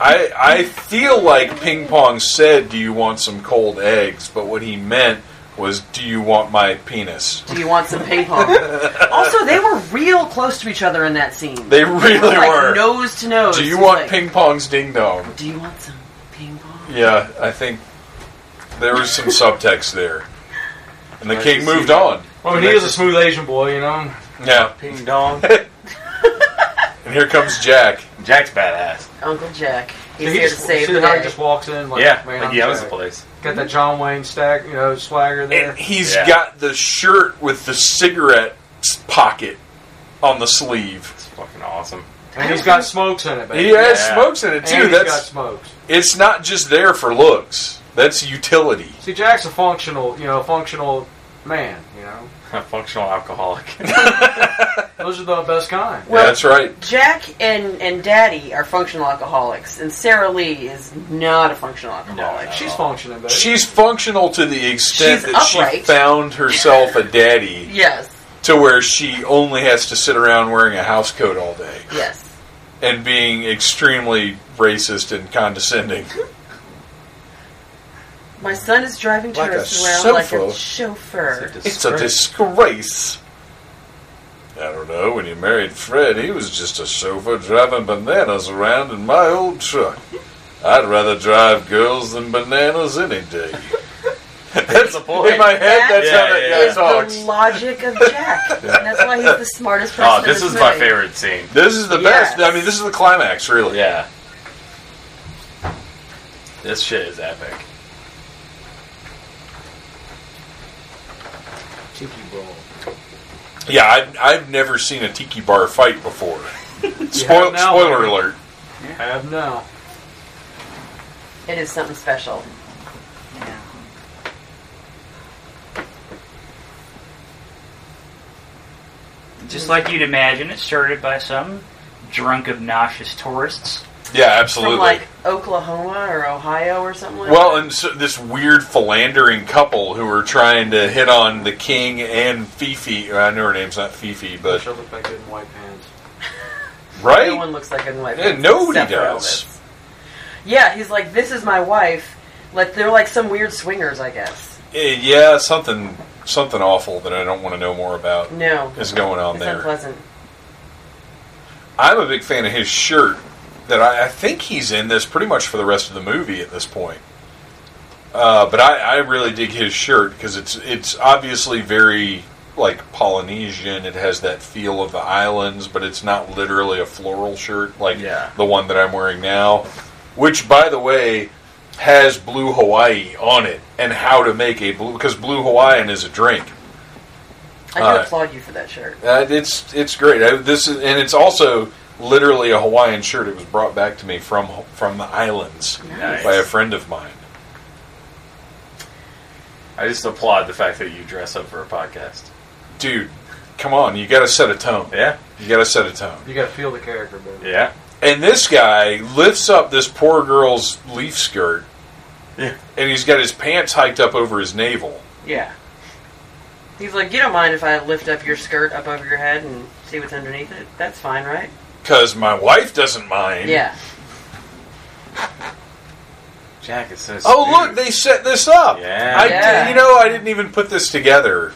[SPEAKER 1] I I feel like Ping Pong said, "Do you want some cold eggs?" But what he meant was, "Do you want my penis?"
[SPEAKER 4] Do you want some ping pong? also, they were real close to each other in that scene.
[SPEAKER 1] They really
[SPEAKER 4] were like
[SPEAKER 1] were.
[SPEAKER 4] nose to nose.
[SPEAKER 1] Do you
[SPEAKER 4] It's
[SPEAKER 1] want
[SPEAKER 4] like,
[SPEAKER 1] Ping Pong's ding dong?
[SPEAKER 4] Do you want some ping pong?
[SPEAKER 1] Yeah, I think there was some subtext there, and the
[SPEAKER 6] Hard
[SPEAKER 1] king
[SPEAKER 6] to see
[SPEAKER 1] moved
[SPEAKER 6] that.
[SPEAKER 1] on.
[SPEAKER 5] I mean, he is a smooth Asian boy, you know.
[SPEAKER 1] Yeah,
[SPEAKER 6] Ping dong.
[SPEAKER 1] and here comes Jack.
[SPEAKER 6] Jack's badass.
[SPEAKER 4] Uncle Jack. He's
[SPEAKER 5] he
[SPEAKER 4] here
[SPEAKER 5] just,
[SPEAKER 4] to save
[SPEAKER 5] see
[SPEAKER 4] the
[SPEAKER 5] how he
[SPEAKER 4] day.
[SPEAKER 5] just walks in, like,
[SPEAKER 6] yeah,
[SPEAKER 5] man,
[SPEAKER 6] like
[SPEAKER 5] I'm
[SPEAKER 6] he owns the
[SPEAKER 5] Jack.
[SPEAKER 6] place.
[SPEAKER 5] Got that John Wayne stack, you know, swagger there.
[SPEAKER 1] And he's
[SPEAKER 6] Yeah.
[SPEAKER 1] got the shirt with the cigarette s- pocket on the sleeve.
[SPEAKER 6] It's fucking awesome.
[SPEAKER 5] and he's got smokes in it, baby.
[SPEAKER 1] He has
[SPEAKER 6] Yeah.
[SPEAKER 1] smokes in it
[SPEAKER 5] and
[SPEAKER 1] too.
[SPEAKER 5] he's got
[SPEAKER 1] That's
[SPEAKER 5] smokes.
[SPEAKER 1] it's not just there for looks. That's utility.
[SPEAKER 5] See, Jack's a functional, you know, functional man, you know.
[SPEAKER 6] Functional alcoholic.
[SPEAKER 5] Those are the best kind.
[SPEAKER 4] Well-
[SPEAKER 1] That's right.
[SPEAKER 4] Jack and, and Daddy are functional alcoholics, and Sarah Lee is not a functional alcoholic.
[SPEAKER 6] No.
[SPEAKER 5] She's functioning, baby.
[SPEAKER 1] She's functional to the extent
[SPEAKER 4] She's
[SPEAKER 1] that she
[SPEAKER 4] upright.
[SPEAKER 1] found herself a daddy
[SPEAKER 4] Yes,
[SPEAKER 1] to where she only has to sit around wearing a house coat all day
[SPEAKER 4] yes.
[SPEAKER 1] and being extremely racist and condescending.
[SPEAKER 4] My son is driving
[SPEAKER 1] Like a
[SPEAKER 4] tourists around like
[SPEAKER 1] chauffeur.
[SPEAKER 4] a chauffeur.
[SPEAKER 1] It's a disgrace. I don't know. When he married Fred, he was just a chauffeur driving bananas around in my old truck. I'd rather drive girls than bananas any day. that's
[SPEAKER 6] the point.
[SPEAKER 1] In my head, that's
[SPEAKER 6] Yeah,
[SPEAKER 1] how that
[SPEAKER 6] yeah,
[SPEAKER 1] guy
[SPEAKER 4] It's
[SPEAKER 6] Oh,
[SPEAKER 1] talks.
[SPEAKER 4] the logic of Jack, and that's why he's the smartest person.
[SPEAKER 6] Oh, this
[SPEAKER 4] in
[SPEAKER 6] is
[SPEAKER 4] movie.
[SPEAKER 6] my favorite scene.
[SPEAKER 1] This is the
[SPEAKER 4] Yes.
[SPEAKER 1] best. I mean, this is the climax, really.
[SPEAKER 6] Yeah. This shit is epic.
[SPEAKER 5] Tiki Brawl.
[SPEAKER 1] Yeah, I've, I've never seen a tiki bar fight before.
[SPEAKER 5] You have
[SPEAKER 1] Spoil,
[SPEAKER 5] now,
[SPEAKER 1] spoiler
[SPEAKER 5] Larry.
[SPEAKER 1] alert.
[SPEAKER 5] Have now.
[SPEAKER 4] It is something special.
[SPEAKER 2] Just like you'd imagine, it started by some drunk, obnoxious tourists.
[SPEAKER 1] Yeah, absolutely.
[SPEAKER 4] From like Oklahoma or Ohio or something like
[SPEAKER 1] well,
[SPEAKER 4] that.
[SPEAKER 1] and so this weird philandering couple who are trying to hit on the king and Fifi. I know her name's not Fifi,
[SPEAKER 5] I
[SPEAKER 1] but
[SPEAKER 5] shall look back good in white pants.
[SPEAKER 4] No
[SPEAKER 1] right?
[SPEAKER 4] one looks like a wife.
[SPEAKER 1] Yeah, nobody
[SPEAKER 4] except for
[SPEAKER 1] does.
[SPEAKER 4] Elvis. Yeah, he's like, this is my wife. Like they're like some weird swingers, I guess.
[SPEAKER 1] Eh, Yeah, something something awful that I don't want to know more about
[SPEAKER 4] No,
[SPEAKER 1] is going on
[SPEAKER 4] it's
[SPEAKER 1] there.
[SPEAKER 4] unpleasant.
[SPEAKER 1] I'm a big fan of his shirt that I, I think he's in this pretty much for the rest of the movie at this point. Uh, but I, I really dig his shirt because it's it's obviously very like Polynesian. It has that feel of the islands, but it's not literally a floral shirt like
[SPEAKER 6] Yeah.
[SPEAKER 1] the one that I'm wearing now, which by the way has blue Hawaii on it and how to make a blue because blue Hawaiian is a drink.
[SPEAKER 4] I do
[SPEAKER 1] Alright.
[SPEAKER 4] applaud you for that shirt.
[SPEAKER 1] Uh, it's it's great. I, this is, and it's also literally a Hawaiian shirt. It was brought back to me from from the islands
[SPEAKER 6] Nice.
[SPEAKER 1] by a friend of mine.
[SPEAKER 6] I just applaud the fact that you dress up for a podcast.
[SPEAKER 1] Dude, come on, you got to set a tone.
[SPEAKER 6] Yeah,
[SPEAKER 1] You got to set a tone.
[SPEAKER 5] You gotta feel the character, baby.
[SPEAKER 6] yeah.
[SPEAKER 1] And this guy lifts up this poor girl's leaf skirt,
[SPEAKER 6] Yeah.
[SPEAKER 1] and he's got his pants hiked up over his navel.
[SPEAKER 2] Yeah.
[SPEAKER 4] He's like, you don't mind if I lift up your skirt up over your head and see what's underneath it? That's fine, right?
[SPEAKER 1] Cause my wife doesn't mind.
[SPEAKER 4] Yeah.
[SPEAKER 6] Jack is so.
[SPEAKER 1] Oh look,
[SPEAKER 6] smooth.
[SPEAKER 1] they set this up.
[SPEAKER 6] Yeah.
[SPEAKER 1] I,
[SPEAKER 4] Yeah.
[SPEAKER 1] You know, I didn't even put this together.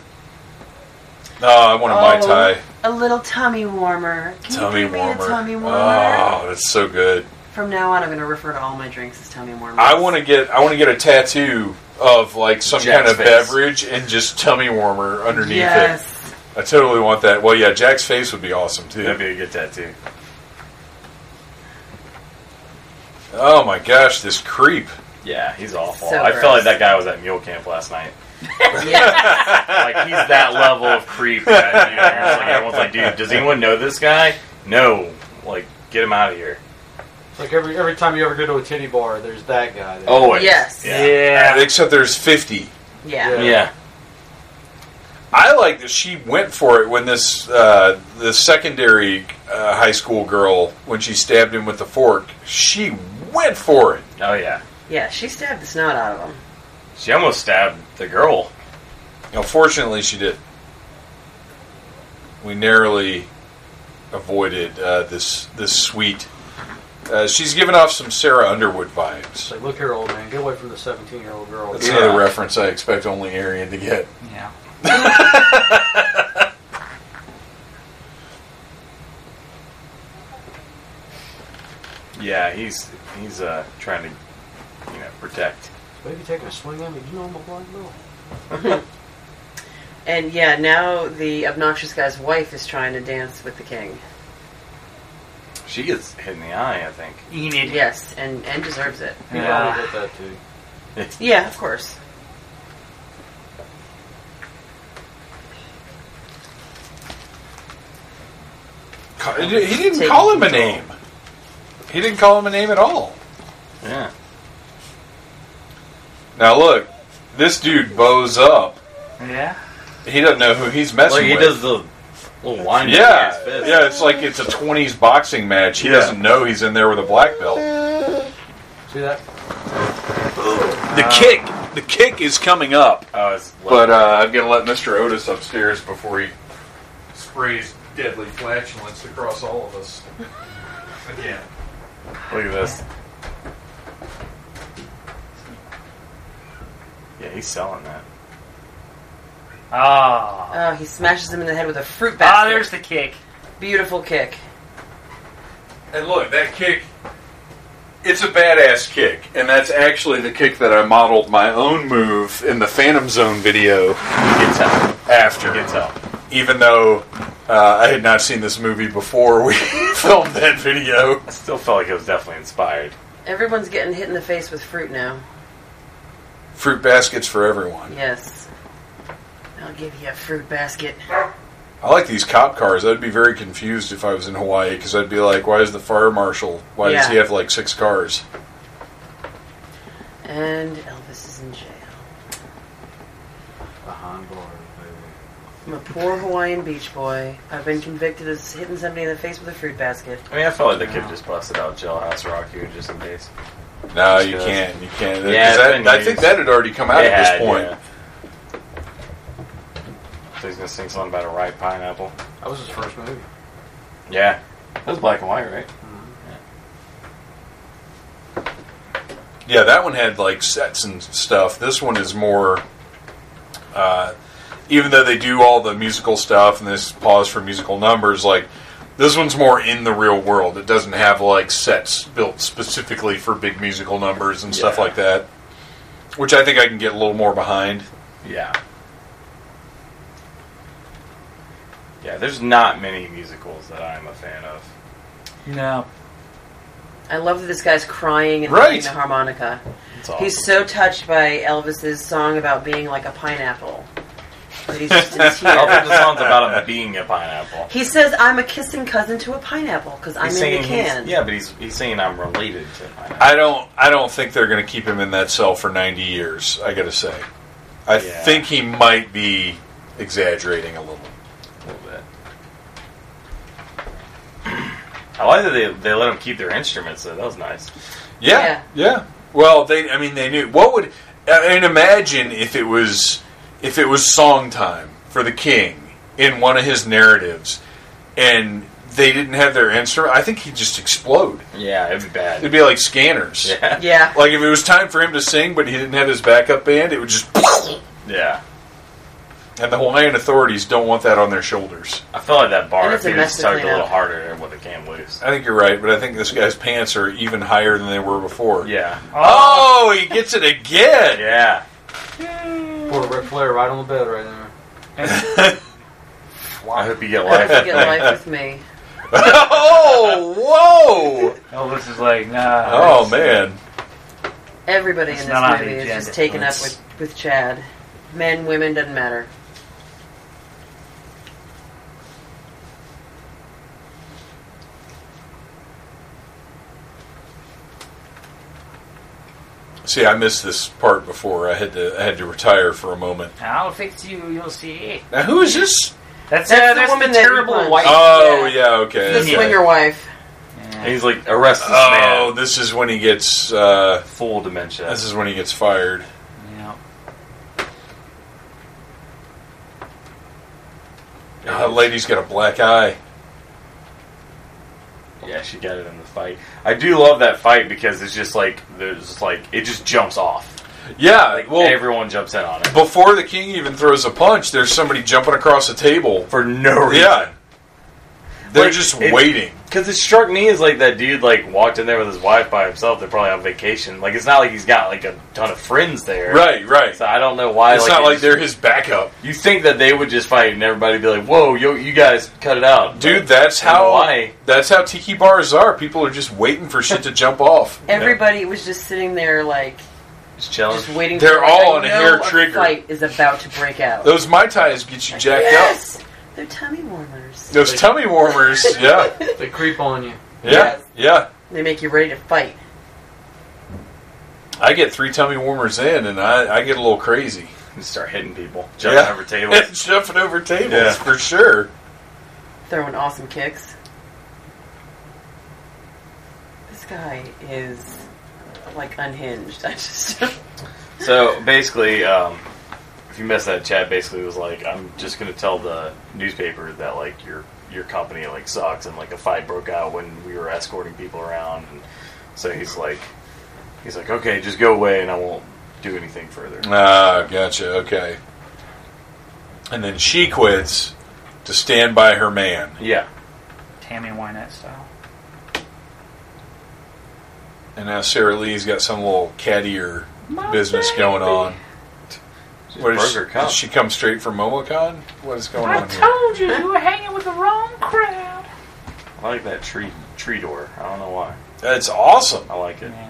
[SPEAKER 1] Oh, I want a mai
[SPEAKER 4] Oh.
[SPEAKER 1] tai.
[SPEAKER 4] A little tummy warmer. Can
[SPEAKER 1] tummy
[SPEAKER 4] you give
[SPEAKER 1] warmer.
[SPEAKER 4] me a tummy warmer?
[SPEAKER 1] Oh, that's so good.
[SPEAKER 4] From now on, I'm going to refer to all my drinks as tummy warmers.
[SPEAKER 1] I want to get I want to get a tattoo of like some
[SPEAKER 6] Jack's
[SPEAKER 1] kind of
[SPEAKER 6] face.
[SPEAKER 1] beverage and just tummy warmer underneath it.
[SPEAKER 4] Yes.
[SPEAKER 1] I totally want that. Well, yeah, Jack's face would be awesome too.
[SPEAKER 6] That'd be a good tattoo.
[SPEAKER 1] oh my gosh, this creep.
[SPEAKER 6] Yeah, he's awful.
[SPEAKER 4] So
[SPEAKER 6] I felt
[SPEAKER 4] gross.
[SPEAKER 6] like that guy was at mule camp last night.
[SPEAKER 4] yes.
[SPEAKER 6] Like he's that level of creep. That, you know, it's like, everyone's like, dude, does anyone know this guy? No. Like, get him out of here.
[SPEAKER 5] It's like every every time you ever go to a titty bar, there's that guy.
[SPEAKER 1] Oh.
[SPEAKER 5] There.
[SPEAKER 6] Always.
[SPEAKER 4] Yes.
[SPEAKER 6] Yeah.
[SPEAKER 1] Except there's 50.
[SPEAKER 4] Yeah.
[SPEAKER 6] Yeah.
[SPEAKER 1] I like that she went for it when this uh, the secondary uh, high school girl when she stabbed him with the fork. She went for it.
[SPEAKER 6] Oh yeah.
[SPEAKER 4] Yeah, she stabbed the snot out of him.
[SPEAKER 6] She almost stabbed the girl.
[SPEAKER 1] Unfortunately, she did. We narrowly avoided uh, this this sweet. Uh, she's giving off some Sarah Underwood
[SPEAKER 5] It's
[SPEAKER 1] vibes.
[SPEAKER 5] like, look here, old man, get away from the seventeen-year-old girl.
[SPEAKER 1] That's
[SPEAKER 6] Yeah.
[SPEAKER 1] another reference I expect only Arian to get.
[SPEAKER 2] Yeah.
[SPEAKER 6] Yeah, he's he's uh trying to you know protect.
[SPEAKER 5] Maybe taking a swing at me. You know I'm a blind girl.
[SPEAKER 4] And yeah, now the obnoxious guy's wife is trying to dance with the king.
[SPEAKER 6] She gets hit in the eye, I think.
[SPEAKER 2] Enid.
[SPEAKER 4] Yes, and, and deserves it.
[SPEAKER 5] You
[SPEAKER 2] Yeah.
[SPEAKER 5] probably did that too.
[SPEAKER 4] Yeah, of course.
[SPEAKER 1] Ca- He didn't
[SPEAKER 4] Take
[SPEAKER 1] call him a
[SPEAKER 4] control.
[SPEAKER 1] name. He didn't call him a name at all.
[SPEAKER 6] Yeah.
[SPEAKER 1] Now look, this dude bows up.
[SPEAKER 2] Yeah.
[SPEAKER 1] He doesn't know who he's messing
[SPEAKER 6] Like he
[SPEAKER 1] with.
[SPEAKER 6] does the little wind.
[SPEAKER 1] yeah,
[SPEAKER 6] with his fist.
[SPEAKER 1] yeah. It's like it's a '20s boxing match. He
[SPEAKER 6] Yeah.
[SPEAKER 1] doesn't know he's in there with a black belt.
[SPEAKER 5] See that?
[SPEAKER 1] The kick, the kick is coming up.
[SPEAKER 6] Oh, it's
[SPEAKER 1] But uh, I'm gonna let Mr. Otis upstairs before he sprays deadly flatulence across all of us. Again.
[SPEAKER 6] look at this. Yeah, he's selling that.
[SPEAKER 2] Ah.
[SPEAKER 4] Oh, he smashes him in the head with a fruit basket.
[SPEAKER 2] Ah, there's the kick.
[SPEAKER 4] Beautiful kick.
[SPEAKER 1] And look, that kick. It's a badass kick, and that's actually the kick that I modeled my own move in the Phantom Zone video
[SPEAKER 6] You can tell.
[SPEAKER 1] after.
[SPEAKER 6] You can tell.
[SPEAKER 1] Even though uh, I had not seen this movie before we filmed that video.
[SPEAKER 6] I still felt like it was definitely inspired.
[SPEAKER 4] Everyone's getting hit in the face with fruit now.
[SPEAKER 1] Fruit baskets for everyone.
[SPEAKER 4] Yes. Oh I'll give you a fruit basket.
[SPEAKER 1] I like these cop cars. I'd be very confused if I was in Hawaii because I'd be like, why is the fire marshal? Why does
[SPEAKER 4] Yeah.
[SPEAKER 1] he have like six cars?
[SPEAKER 4] And Elvis is in jail.
[SPEAKER 5] Behind bars, baby.
[SPEAKER 4] I'm a poor Hawaiian beach boy. I've been convicted of hitting somebody in the face with a fruit basket.
[SPEAKER 3] I mean, I felt like they could have just busted out Jailhouse Rock here just in case.
[SPEAKER 1] No,
[SPEAKER 3] Just
[SPEAKER 1] you
[SPEAKER 3] goes-
[SPEAKER 1] can't. You can't. 'Cause
[SPEAKER 3] Yeah, it's
[SPEAKER 1] that-
[SPEAKER 3] been
[SPEAKER 1] I think
[SPEAKER 3] used.
[SPEAKER 1] that had already come out
[SPEAKER 3] They
[SPEAKER 1] at this
[SPEAKER 3] had,
[SPEAKER 1] point.
[SPEAKER 3] yeah. So he's gonna sing something about a ripe pineapple.
[SPEAKER 5] That was his first movie.
[SPEAKER 3] Yeah, that was black and white, right?
[SPEAKER 1] Yeah, that one had like sets and stuff. This one is more. Uh, even though they do all the musical stuff and this pause for musical numbers, like this one's more in the real world. It doesn't have like sets built specifically for big musical numbers and stuff
[SPEAKER 3] Yeah.
[SPEAKER 1] like that, which I think I can get a little more behind.
[SPEAKER 3] Yeah. Yeah, there's not many musicals that I'm a fan of.
[SPEAKER 2] No.
[SPEAKER 4] I love that this guy's crying and
[SPEAKER 1] Right.
[SPEAKER 4] playing the harmonica.
[SPEAKER 3] It's awesome.
[SPEAKER 4] He's so touched by Elvis's song about being like a pineapple that he's just in
[SPEAKER 3] All
[SPEAKER 4] tears.
[SPEAKER 3] the songs about him being a pineapple.
[SPEAKER 4] He says, "I'm a kissing cousin to a pineapple because I'm
[SPEAKER 3] He's
[SPEAKER 4] in
[SPEAKER 3] singing,
[SPEAKER 4] the
[SPEAKER 3] he's-
[SPEAKER 4] can."
[SPEAKER 3] yeah, but he's he's saying I'm related to pineapple.
[SPEAKER 1] I don't. I don't think they're going to keep him in that cell for ninety years. I got to say, I
[SPEAKER 3] Yeah.
[SPEAKER 1] think he might be exaggerating a little.
[SPEAKER 3] A little bit. I like that they, they let them keep their instruments though. That was nice.
[SPEAKER 1] Yeah, yeah. Well, they. I mean, they knew. What would? I mean, imagine if it was if it was song time for the king in one of his narratives, and they didn't have their instrument. I think he'd just explode.
[SPEAKER 3] Yeah, it'd be
[SPEAKER 1] It'd
[SPEAKER 3] bad.
[SPEAKER 1] be like scanners.
[SPEAKER 3] Yeah,
[SPEAKER 4] yeah.
[SPEAKER 1] Like if it was time for him to sing, but he didn't have his backup band, it would just.
[SPEAKER 3] yeah.
[SPEAKER 1] And the Hawaiian authorities don't want that on their shoulders.
[SPEAKER 3] I feel like that bar.
[SPEAKER 4] It
[SPEAKER 3] If
[SPEAKER 4] is a
[SPEAKER 3] they
[SPEAKER 4] mess
[SPEAKER 3] just
[SPEAKER 4] to
[SPEAKER 3] tugged a
[SPEAKER 4] clean
[SPEAKER 3] little
[SPEAKER 4] up.
[SPEAKER 3] harder, it would have came loose.
[SPEAKER 1] I think you're right, but I think this guy's pants are even higher than they were before.
[SPEAKER 3] Yeah,
[SPEAKER 1] Oh, he gets it again.
[SPEAKER 3] yeah.
[SPEAKER 5] Poor Ric Flair right on the bed right there.
[SPEAKER 1] Oh.
[SPEAKER 3] I hope you get life.
[SPEAKER 4] Get life with me.
[SPEAKER 1] oh, whoa.
[SPEAKER 2] Elvis is like, nah.
[SPEAKER 1] Oh man.
[SPEAKER 4] Everybody
[SPEAKER 2] It's
[SPEAKER 4] in
[SPEAKER 2] not on
[SPEAKER 4] this
[SPEAKER 2] the
[SPEAKER 4] movie is
[SPEAKER 2] agenda.
[SPEAKER 4] just taken up
[SPEAKER 1] It's-
[SPEAKER 4] with with Chad. Men, women, doesn't matter.
[SPEAKER 1] See, I missed this part before. I had to I had to retire for a moment.
[SPEAKER 2] I'll fix you. You'll see.
[SPEAKER 1] Now, who is this?
[SPEAKER 2] That's, uh,
[SPEAKER 4] Yeah,
[SPEAKER 2] that's
[SPEAKER 4] that's
[SPEAKER 2] the woman.
[SPEAKER 4] the
[SPEAKER 2] Terrible
[SPEAKER 4] one.
[SPEAKER 2] white.
[SPEAKER 1] Oh, yeah, okay.
[SPEAKER 4] The
[SPEAKER 1] that's right.
[SPEAKER 4] swinger wife.
[SPEAKER 3] And he's like, arrest this
[SPEAKER 1] Oh,
[SPEAKER 3] man.
[SPEAKER 1] this is when he gets uh,
[SPEAKER 3] Full dementia.
[SPEAKER 1] this is when he gets fired.
[SPEAKER 2] Yeah.
[SPEAKER 1] Uh, lady's got a black eye.
[SPEAKER 3] Yeah, she got it in the fight. I do love that fight because it's just like there's just like it just jumps off.
[SPEAKER 1] Yeah,
[SPEAKER 3] Like
[SPEAKER 1] well,
[SPEAKER 3] everyone jumps in on it
[SPEAKER 1] before the king even throws a punch, there's somebody jumping across the table.
[SPEAKER 3] for no reason.
[SPEAKER 1] Yeah. They're
[SPEAKER 3] Like,
[SPEAKER 1] just
[SPEAKER 3] it-
[SPEAKER 1] waiting.
[SPEAKER 3] Because it struck me as like that dude like walked in there with his wife by himself. They're probably on vacation. Like it's not like he's got like a ton of friends there.
[SPEAKER 1] Right, right.
[SPEAKER 3] So I don't know why.
[SPEAKER 1] it's
[SPEAKER 3] like,
[SPEAKER 1] not
[SPEAKER 3] it
[SPEAKER 1] like
[SPEAKER 3] just-
[SPEAKER 1] they're his backup.
[SPEAKER 3] You think that they would just fight and everybody be like, "Whoa, yo, you guys cut it out,
[SPEAKER 1] Dude,
[SPEAKER 3] But
[SPEAKER 1] that's
[SPEAKER 3] in
[SPEAKER 1] how
[SPEAKER 3] Hawaii,
[SPEAKER 1] that's how tiki bars are. People are just waiting for shit to jump off.
[SPEAKER 4] Everybody was just sitting there, like
[SPEAKER 3] it's challenge.
[SPEAKER 4] just waiting.
[SPEAKER 1] They're
[SPEAKER 4] for
[SPEAKER 1] all
[SPEAKER 4] I
[SPEAKER 1] on a
[SPEAKER 4] know
[SPEAKER 1] hair trigger.
[SPEAKER 4] Fight is about to break out.
[SPEAKER 1] Those mai tais get you jacked up.
[SPEAKER 4] yes, they're tummy warmers.
[SPEAKER 1] Those tummy warmers, yeah, yeah,
[SPEAKER 5] They creep on you.
[SPEAKER 4] Yes.
[SPEAKER 1] yeah.
[SPEAKER 4] They make you ready to fight.
[SPEAKER 1] I get three tummy warmers in, and I, I get a little crazy.
[SPEAKER 3] You start hitting people, jumping
[SPEAKER 1] Yeah.
[SPEAKER 3] over tables.
[SPEAKER 1] Jumping over tables
[SPEAKER 3] Yeah.
[SPEAKER 1] for sure.
[SPEAKER 4] Throwing awesome kicks. This guy is like unhinged. I just
[SPEAKER 3] so basically, um, if you miss that, Chad basically was like, "I'm just gonna tell the newspaper that like your your company like sucks," and like a fight broke out when we were escorting people around, and so he's like, he's like, "Okay, just go away, and I won't do anything further."
[SPEAKER 1] Ah, gotcha. Okay. And then she quits to stand by her man.
[SPEAKER 3] Yeah,
[SPEAKER 2] Tammy Wynette style.
[SPEAKER 1] And now Sarah Lee's got some little cattier business going on.
[SPEAKER 3] Just
[SPEAKER 1] What is
[SPEAKER 3] broke
[SPEAKER 1] she,
[SPEAKER 3] her cup.
[SPEAKER 1] did she come straight from Momocon? What is going on here?
[SPEAKER 2] you you were hanging with the wrong crowd.
[SPEAKER 3] I like that tree tree door. I don't know why.
[SPEAKER 1] That's awesome.
[SPEAKER 3] I like it.
[SPEAKER 2] Yeah.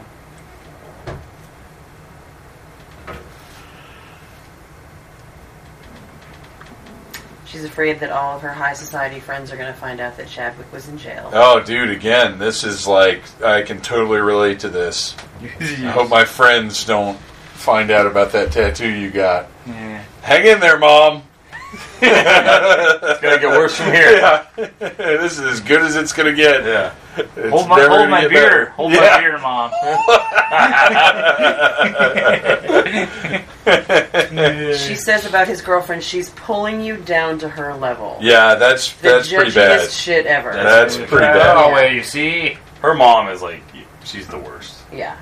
[SPEAKER 4] She's afraid that all of her high society friends are going to find out that Chadwick was in jail.
[SPEAKER 1] Oh, dude, again, this is like I can totally relate to this. I hope my friends don't find out about that tattoo you got.
[SPEAKER 2] Yeah.
[SPEAKER 1] Hang in there, mom. it's
[SPEAKER 6] gonna get worse from here.
[SPEAKER 1] Yeah. this is as good as it's gonna get.
[SPEAKER 3] uh,
[SPEAKER 6] Yeah.
[SPEAKER 1] It's
[SPEAKER 2] Hold my,
[SPEAKER 1] never
[SPEAKER 2] hold
[SPEAKER 1] gonna
[SPEAKER 2] my
[SPEAKER 1] get
[SPEAKER 2] beer.
[SPEAKER 1] better.
[SPEAKER 2] Hold
[SPEAKER 1] Yeah.
[SPEAKER 2] my beer, Mom.
[SPEAKER 4] She says about his girlfriend, she's pulling you down to her level.
[SPEAKER 1] yeah, that's
[SPEAKER 4] The
[SPEAKER 1] that's pretty bad.
[SPEAKER 4] judgiest shit ever.
[SPEAKER 1] That's pretty bad.
[SPEAKER 2] Oh, wait, you see?
[SPEAKER 6] Her mom is like, she's the worst.
[SPEAKER 4] yeah.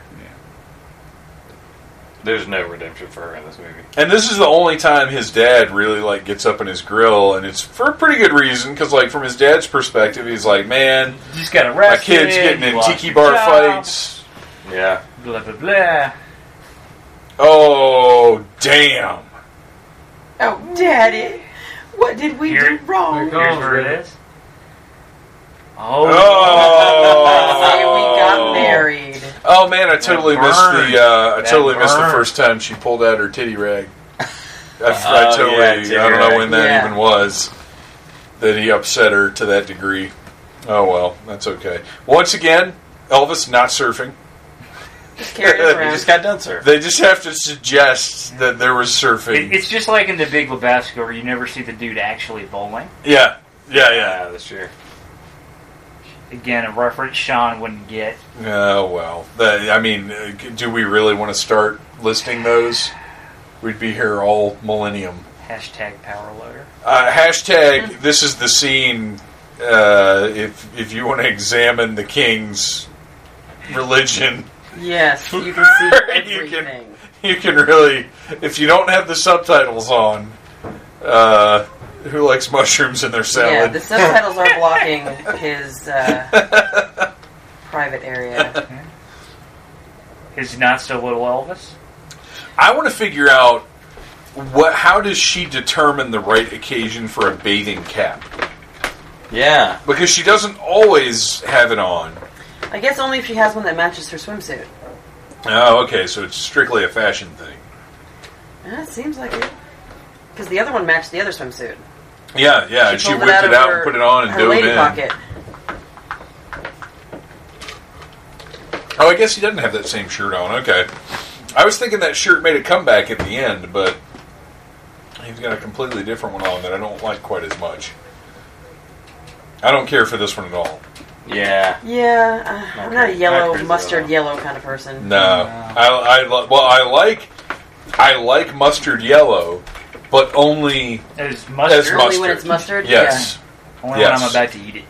[SPEAKER 6] There's no redemption for her in this movie.
[SPEAKER 1] And this is the only time his dad really like gets up in his grill, and it's for a pretty good reason because like from his dad's perspective, he's like, man,
[SPEAKER 2] You just got
[SPEAKER 1] my
[SPEAKER 2] arrested.
[SPEAKER 1] kid's getting
[SPEAKER 2] you
[SPEAKER 1] in
[SPEAKER 2] lost
[SPEAKER 1] tiki
[SPEAKER 2] your
[SPEAKER 1] bar
[SPEAKER 2] job,
[SPEAKER 1] fights.
[SPEAKER 6] Yeah.
[SPEAKER 2] Blah, blah, blah.
[SPEAKER 1] Oh damn!
[SPEAKER 4] Oh, Daddy, what did we
[SPEAKER 2] Here-
[SPEAKER 4] do wrong?
[SPEAKER 5] Here
[SPEAKER 2] Here's where it is. Oh.
[SPEAKER 4] Say we got married.
[SPEAKER 1] Oh man, I totally
[SPEAKER 2] That
[SPEAKER 1] missed
[SPEAKER 2] burn.
[SPEAKER 1] the. Uh, I
[SPEAKER 2] That
[SPEAKER 1] totally missed the
[SPEAKER 2] burn.
[SPEAKER 1] first time she pulled out her titty rag. I, I
[SPEAKER 6] Oh,
[SPEAKER 1] totally.
[SPEAKER 6] yeah, titty
[SPEAKER 1] I don't know
[SPEAKER 6] rag.
[SPEAKER 1] when that
[SPEAKER 4] Yeah.
[SPEAKER 1] even was. That he upset her to that degree. Oh well, that's okay. Once again, Elvis not surfing.
[SPEAKER 4] Just carried us
[SPEAKER 6] You
[SPEAKER 4] around.
[SPEAKER 6] just got done, sir.
[SPEAKER 1] They just have to suggest that there was surfing.
[SPEAKER 2] It, it's just like in the Big Lebowski, where you never see the dude actually bowling.
[SPEAKER 1] yeah, yeah, yeah.
[SPEAKER 6] Yeah, this year.
[SPEAKER 2] Again, a reference Sean wouldn't get.
[SPEAKER 1] Oh well, that, I mean, uh, do we really want to start listing those? We'd be here all millennium.
[SPEAKER 2] Hashtag power loader.
[SPEAKER 1] Uh, hashtag this is the scene. Uh, if if you want to examine the king's religion,
[SPEAKER 4] Yes, you can see
[SPEAKER 1] You can-
[SPEAKER 4] everything.
[SPEAKER 1] you can really. If you don't have the subtitles on, uh, who likes mushrooms in their
[SPEAKER 4] Yeah,
[SPEAKER 1] salad?
[SPEAKER 4] the subtitles are blocking his uh, private area.
[SPEAKER 2] His not so little Elvis.
[SPEAKER 1] I want to figure out what. How does she determine the right occasion for a bathing cap?
[SPEAKER 3] Yeah.
[SPEAKER 1] Because she doesn't always have it on.
[SPEAKER 4] I guess only if she has one that matches her swimsuit.
[SPEAKER 1] Oh, okay. So it's strictly a fashion thing.
[SPEAKER 4] Yeah, it seems like it. Because the other one matched the other swimsuit.
[SPEAKER 1] Yeah, yeah. and she
[SPEAKER 4] pulled
[SPEAKER 1] whipped it out,
[SPEAKER 4] of her-
[SPEAKER 1] and put it on and
[SPEAKER 4] her
[SPEAKER 1] dove
[SPEAKER 4] lady
[SPEAKER 1] in.
[SPEAKER 4] pocket.
[SPEAKER 1] Oh, I guess he doesn't have that same shirt on. Okay. I was thinking that shirt made a comeback at the end, but he's got a completely different one on that I don't like quite as much. I don't care for this one at all.
[SPEAKER 3] Yeah.
[SPEAKER 4] Yeah, uh, I'm not a
[SPEAKER 3] crazy- not
[SPEAKER 4] yellow
[SPEAKER 3] crazy at
[SPEAKER 4] mustard
[SPEAKER 3] all.
[SPEAKER 4] yellow kind of person.
[SPEAKER 1] No, I, I li- well, I like, I like mustard yellow, but only
[SPEAKER 2] As mustard.
[SPEAKER 1] as
[SPEAKER 4] Really
[SPEAKER 1] mustard.
[SPEAKER 4] when it's mustard?
[SPEAKER 1] Yes.
[SPEAKER 2] Only
[SPEAKER 1] yes.
[SPEAKER 2] when I'm about to eat it.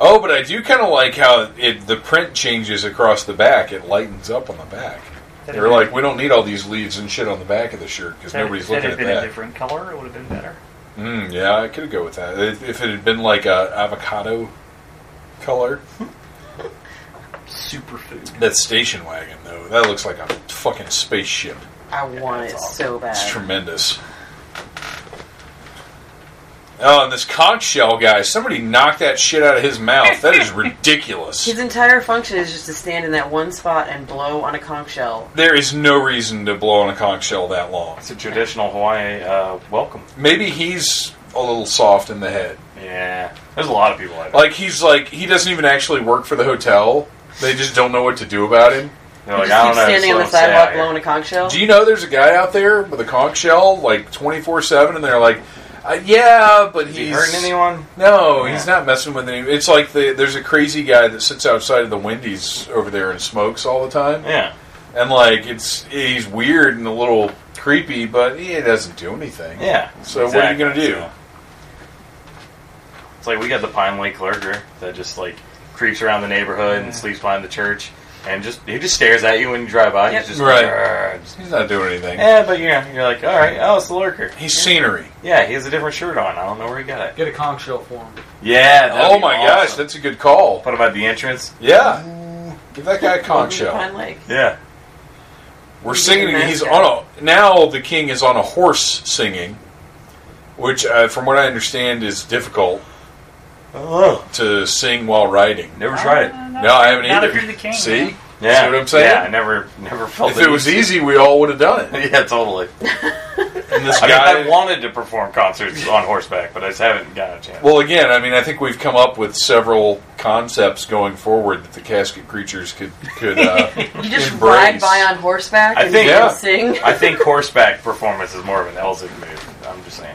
[SPEAKER 1] Oh, but I do kind of like how it, the print changes across the back. It lightens up on the back.
[SPEAKER 2] That
[SPEAKER 1] They're like, we don't need all these leaves and shit on the back of the shirt because nobody's
[SPEAKER 2] that
[SPEAKER 1] looking
[SPEAKER 2] had
[SPEAKER 1] at
[SPEAKER 2] been a
[SPEAKER 1] that.
[SPEAKER 2] different color, it would have been better.
[SPEAKER 1] Mm, yeah, I could go with that. If, if it had been like a avocado color,
[SPEAKER 2] Superfood.
[SPEAKER 1] that station wagon though, that looks like a fucking spaceship.
[SPEAKER 4] I want it so bad.
[SPEAKER 1] It's tremendous. Oh, and this conch shell guy! Somebody knocked that shit out of his mouth. That is ridiculous.
[SPEAKER 4] His entire function is just to stand in that one spot and blow on a conch shell.
[SPEAKER 1] There is no reason to blow on a conch shell that long.
[SPEAKER 3] It's a traditional Hawaiian uh, welcome.
[SPEAKER 1] Maybe he's a little soft in the head.
[SPEAKER 3] Yeah. There's a lot of people like that.
[SPEAKER 1] Like he's like he doesn't even actually work for the hotel. They just don't know what to do about him.
[SPEAKER 3] They're
[SPEAKER 4] He
[SPEAKER 3] like,
[SPEAKER 4] just
[SPEAKER 3] I don't
[SPEAKER 4] keeps
[SPEAKER 3] know.
[SPEAKER 4] standing on
[SPEAKER 3] so
[SPEAKER 4] the
[SPEAKER 3] I'm
[SPEAKER 4] sidewalk
[SPEAKER 3] staying out
[SPEAKER 4] blowing a conch shell.
[SPEAKER 1] Do you know there's a guy out there with a conch shell, like 24 7, and they're like, uh, yeah, but
[SPEAKER 3] here. Is he
[SPEAKER 1] he's.
[SPEAKER 3] hurting anyone?
[SPEAKER 1] No,
[SPEAKER 3] Yeah.
[SPEAKER 1] he's not messing with anyone. It's like the, there's a crazy guy that sits outside of the Wendy's over there and smokes all the time.
[SPEAKER 3] Yeah.
[SPEAKER 1] And, like, it's he's weird and a little creepy, but he doesn't do anything.
[SPEAKER 3] Yeah.
[SPEAKER 1] So what are you gonna do?
[SPEAKER 3] so. It's like we got the Pine Lake lurker that just like creeps around the neighborhood
[SPEAKER 1] Mm.
[SPEAKER 3] and sleeps behind the church, and just he just stares at you when you drive by.
[SPEAKER 4] Yep.
[SPEAKER 3] He's just
[SPEAKER 1] Right.
[SPEAKER 3] "Grrr," just-
[SPEAKER 1] He's not doing anything.
[SPEAKER 3] yeah, but yeah, you're like, all right, oh, it's the lurker.
[SPEAKER 1] He's scenery.
[SPEAKER 3] Yeah, he has a different shirt on. I don't know where he got it.
[SPEAKER 5] Get a conch shell for him.
[SPEAKER 3] Yeah. that'd
[SPEAKER 1] Oh
[SPEAKER 3] be
[SPEAKER 1] my
[SPEAKER 3] awesome. Mm.
[SPEAKER 1] gosh, that's a good call.
[SPEAKER 3] What about the entrance?
[SPEAKER 1] Yeah. Give that guy a
[SPEAKER 4] Welcome
[SPEAKER 1] conch
[SPEAKER 4] to
[SPEAKER 1] shell.
[SPEAKER 4] Pine Lake.
[SPEAKER 3] Yeah.
[SPEAKER 1] We're
[SPEAKER 4] He's
[SPEAKER 1] singing.
[SPEAKER 4] getting
[SPEAKER 1] He's
[SPEAKER 4] mascot.
[SPEAKER 1] on a now. The king is on a horse singing, which, uh, from what I understand, is difficult
[SPEAKER 3] Oh.
[SPEAKER 1] to sing while riding.
[SPEAKER 3] Never tried it.
[SPEAKER 1] No, I haven't
[SPEAKER 2] Uh, Not
[SPEAKER 1] either.
[SPEAKER 2] if you're the king,
[SPEAKER 1] See,
[SPEAKER 2] man.
[SPEAKER 3] Yeah.
[SPEAKER 1] See what I'm saying?
[SPEAKER 3] Yeah, I never, never felt.
[SPEAKER 1] if it was easy, we all would have done it.
[SPEAKER 3] yeah, totally. And this
[SPEAKER 1] I mean,
[SPEAKER 3] guy,
[SPEAKER 1] I
[SPEAKER 3] wanted to perform concerts on horseback, but I just haven't got a chance.
[SPEAKER 1] Well, again, I mean, I think we've come up with several concepts going forward that the casket creatures could could uh,
[SPEAKER 4] You just ride
[SPEAKER 1] embrace.
[SPEAKER 4] by on horseback
[SPEAKER 3] I
[SPEAKER 4] and
[SPEAKER 3] think-
[SPEAKER 4] you
[SPEAKER 1] yeah.
[SPEAKER 4] can sing.
[SPEAKER 3] I think horseback performance is more of an Elzig move. I'm just saying.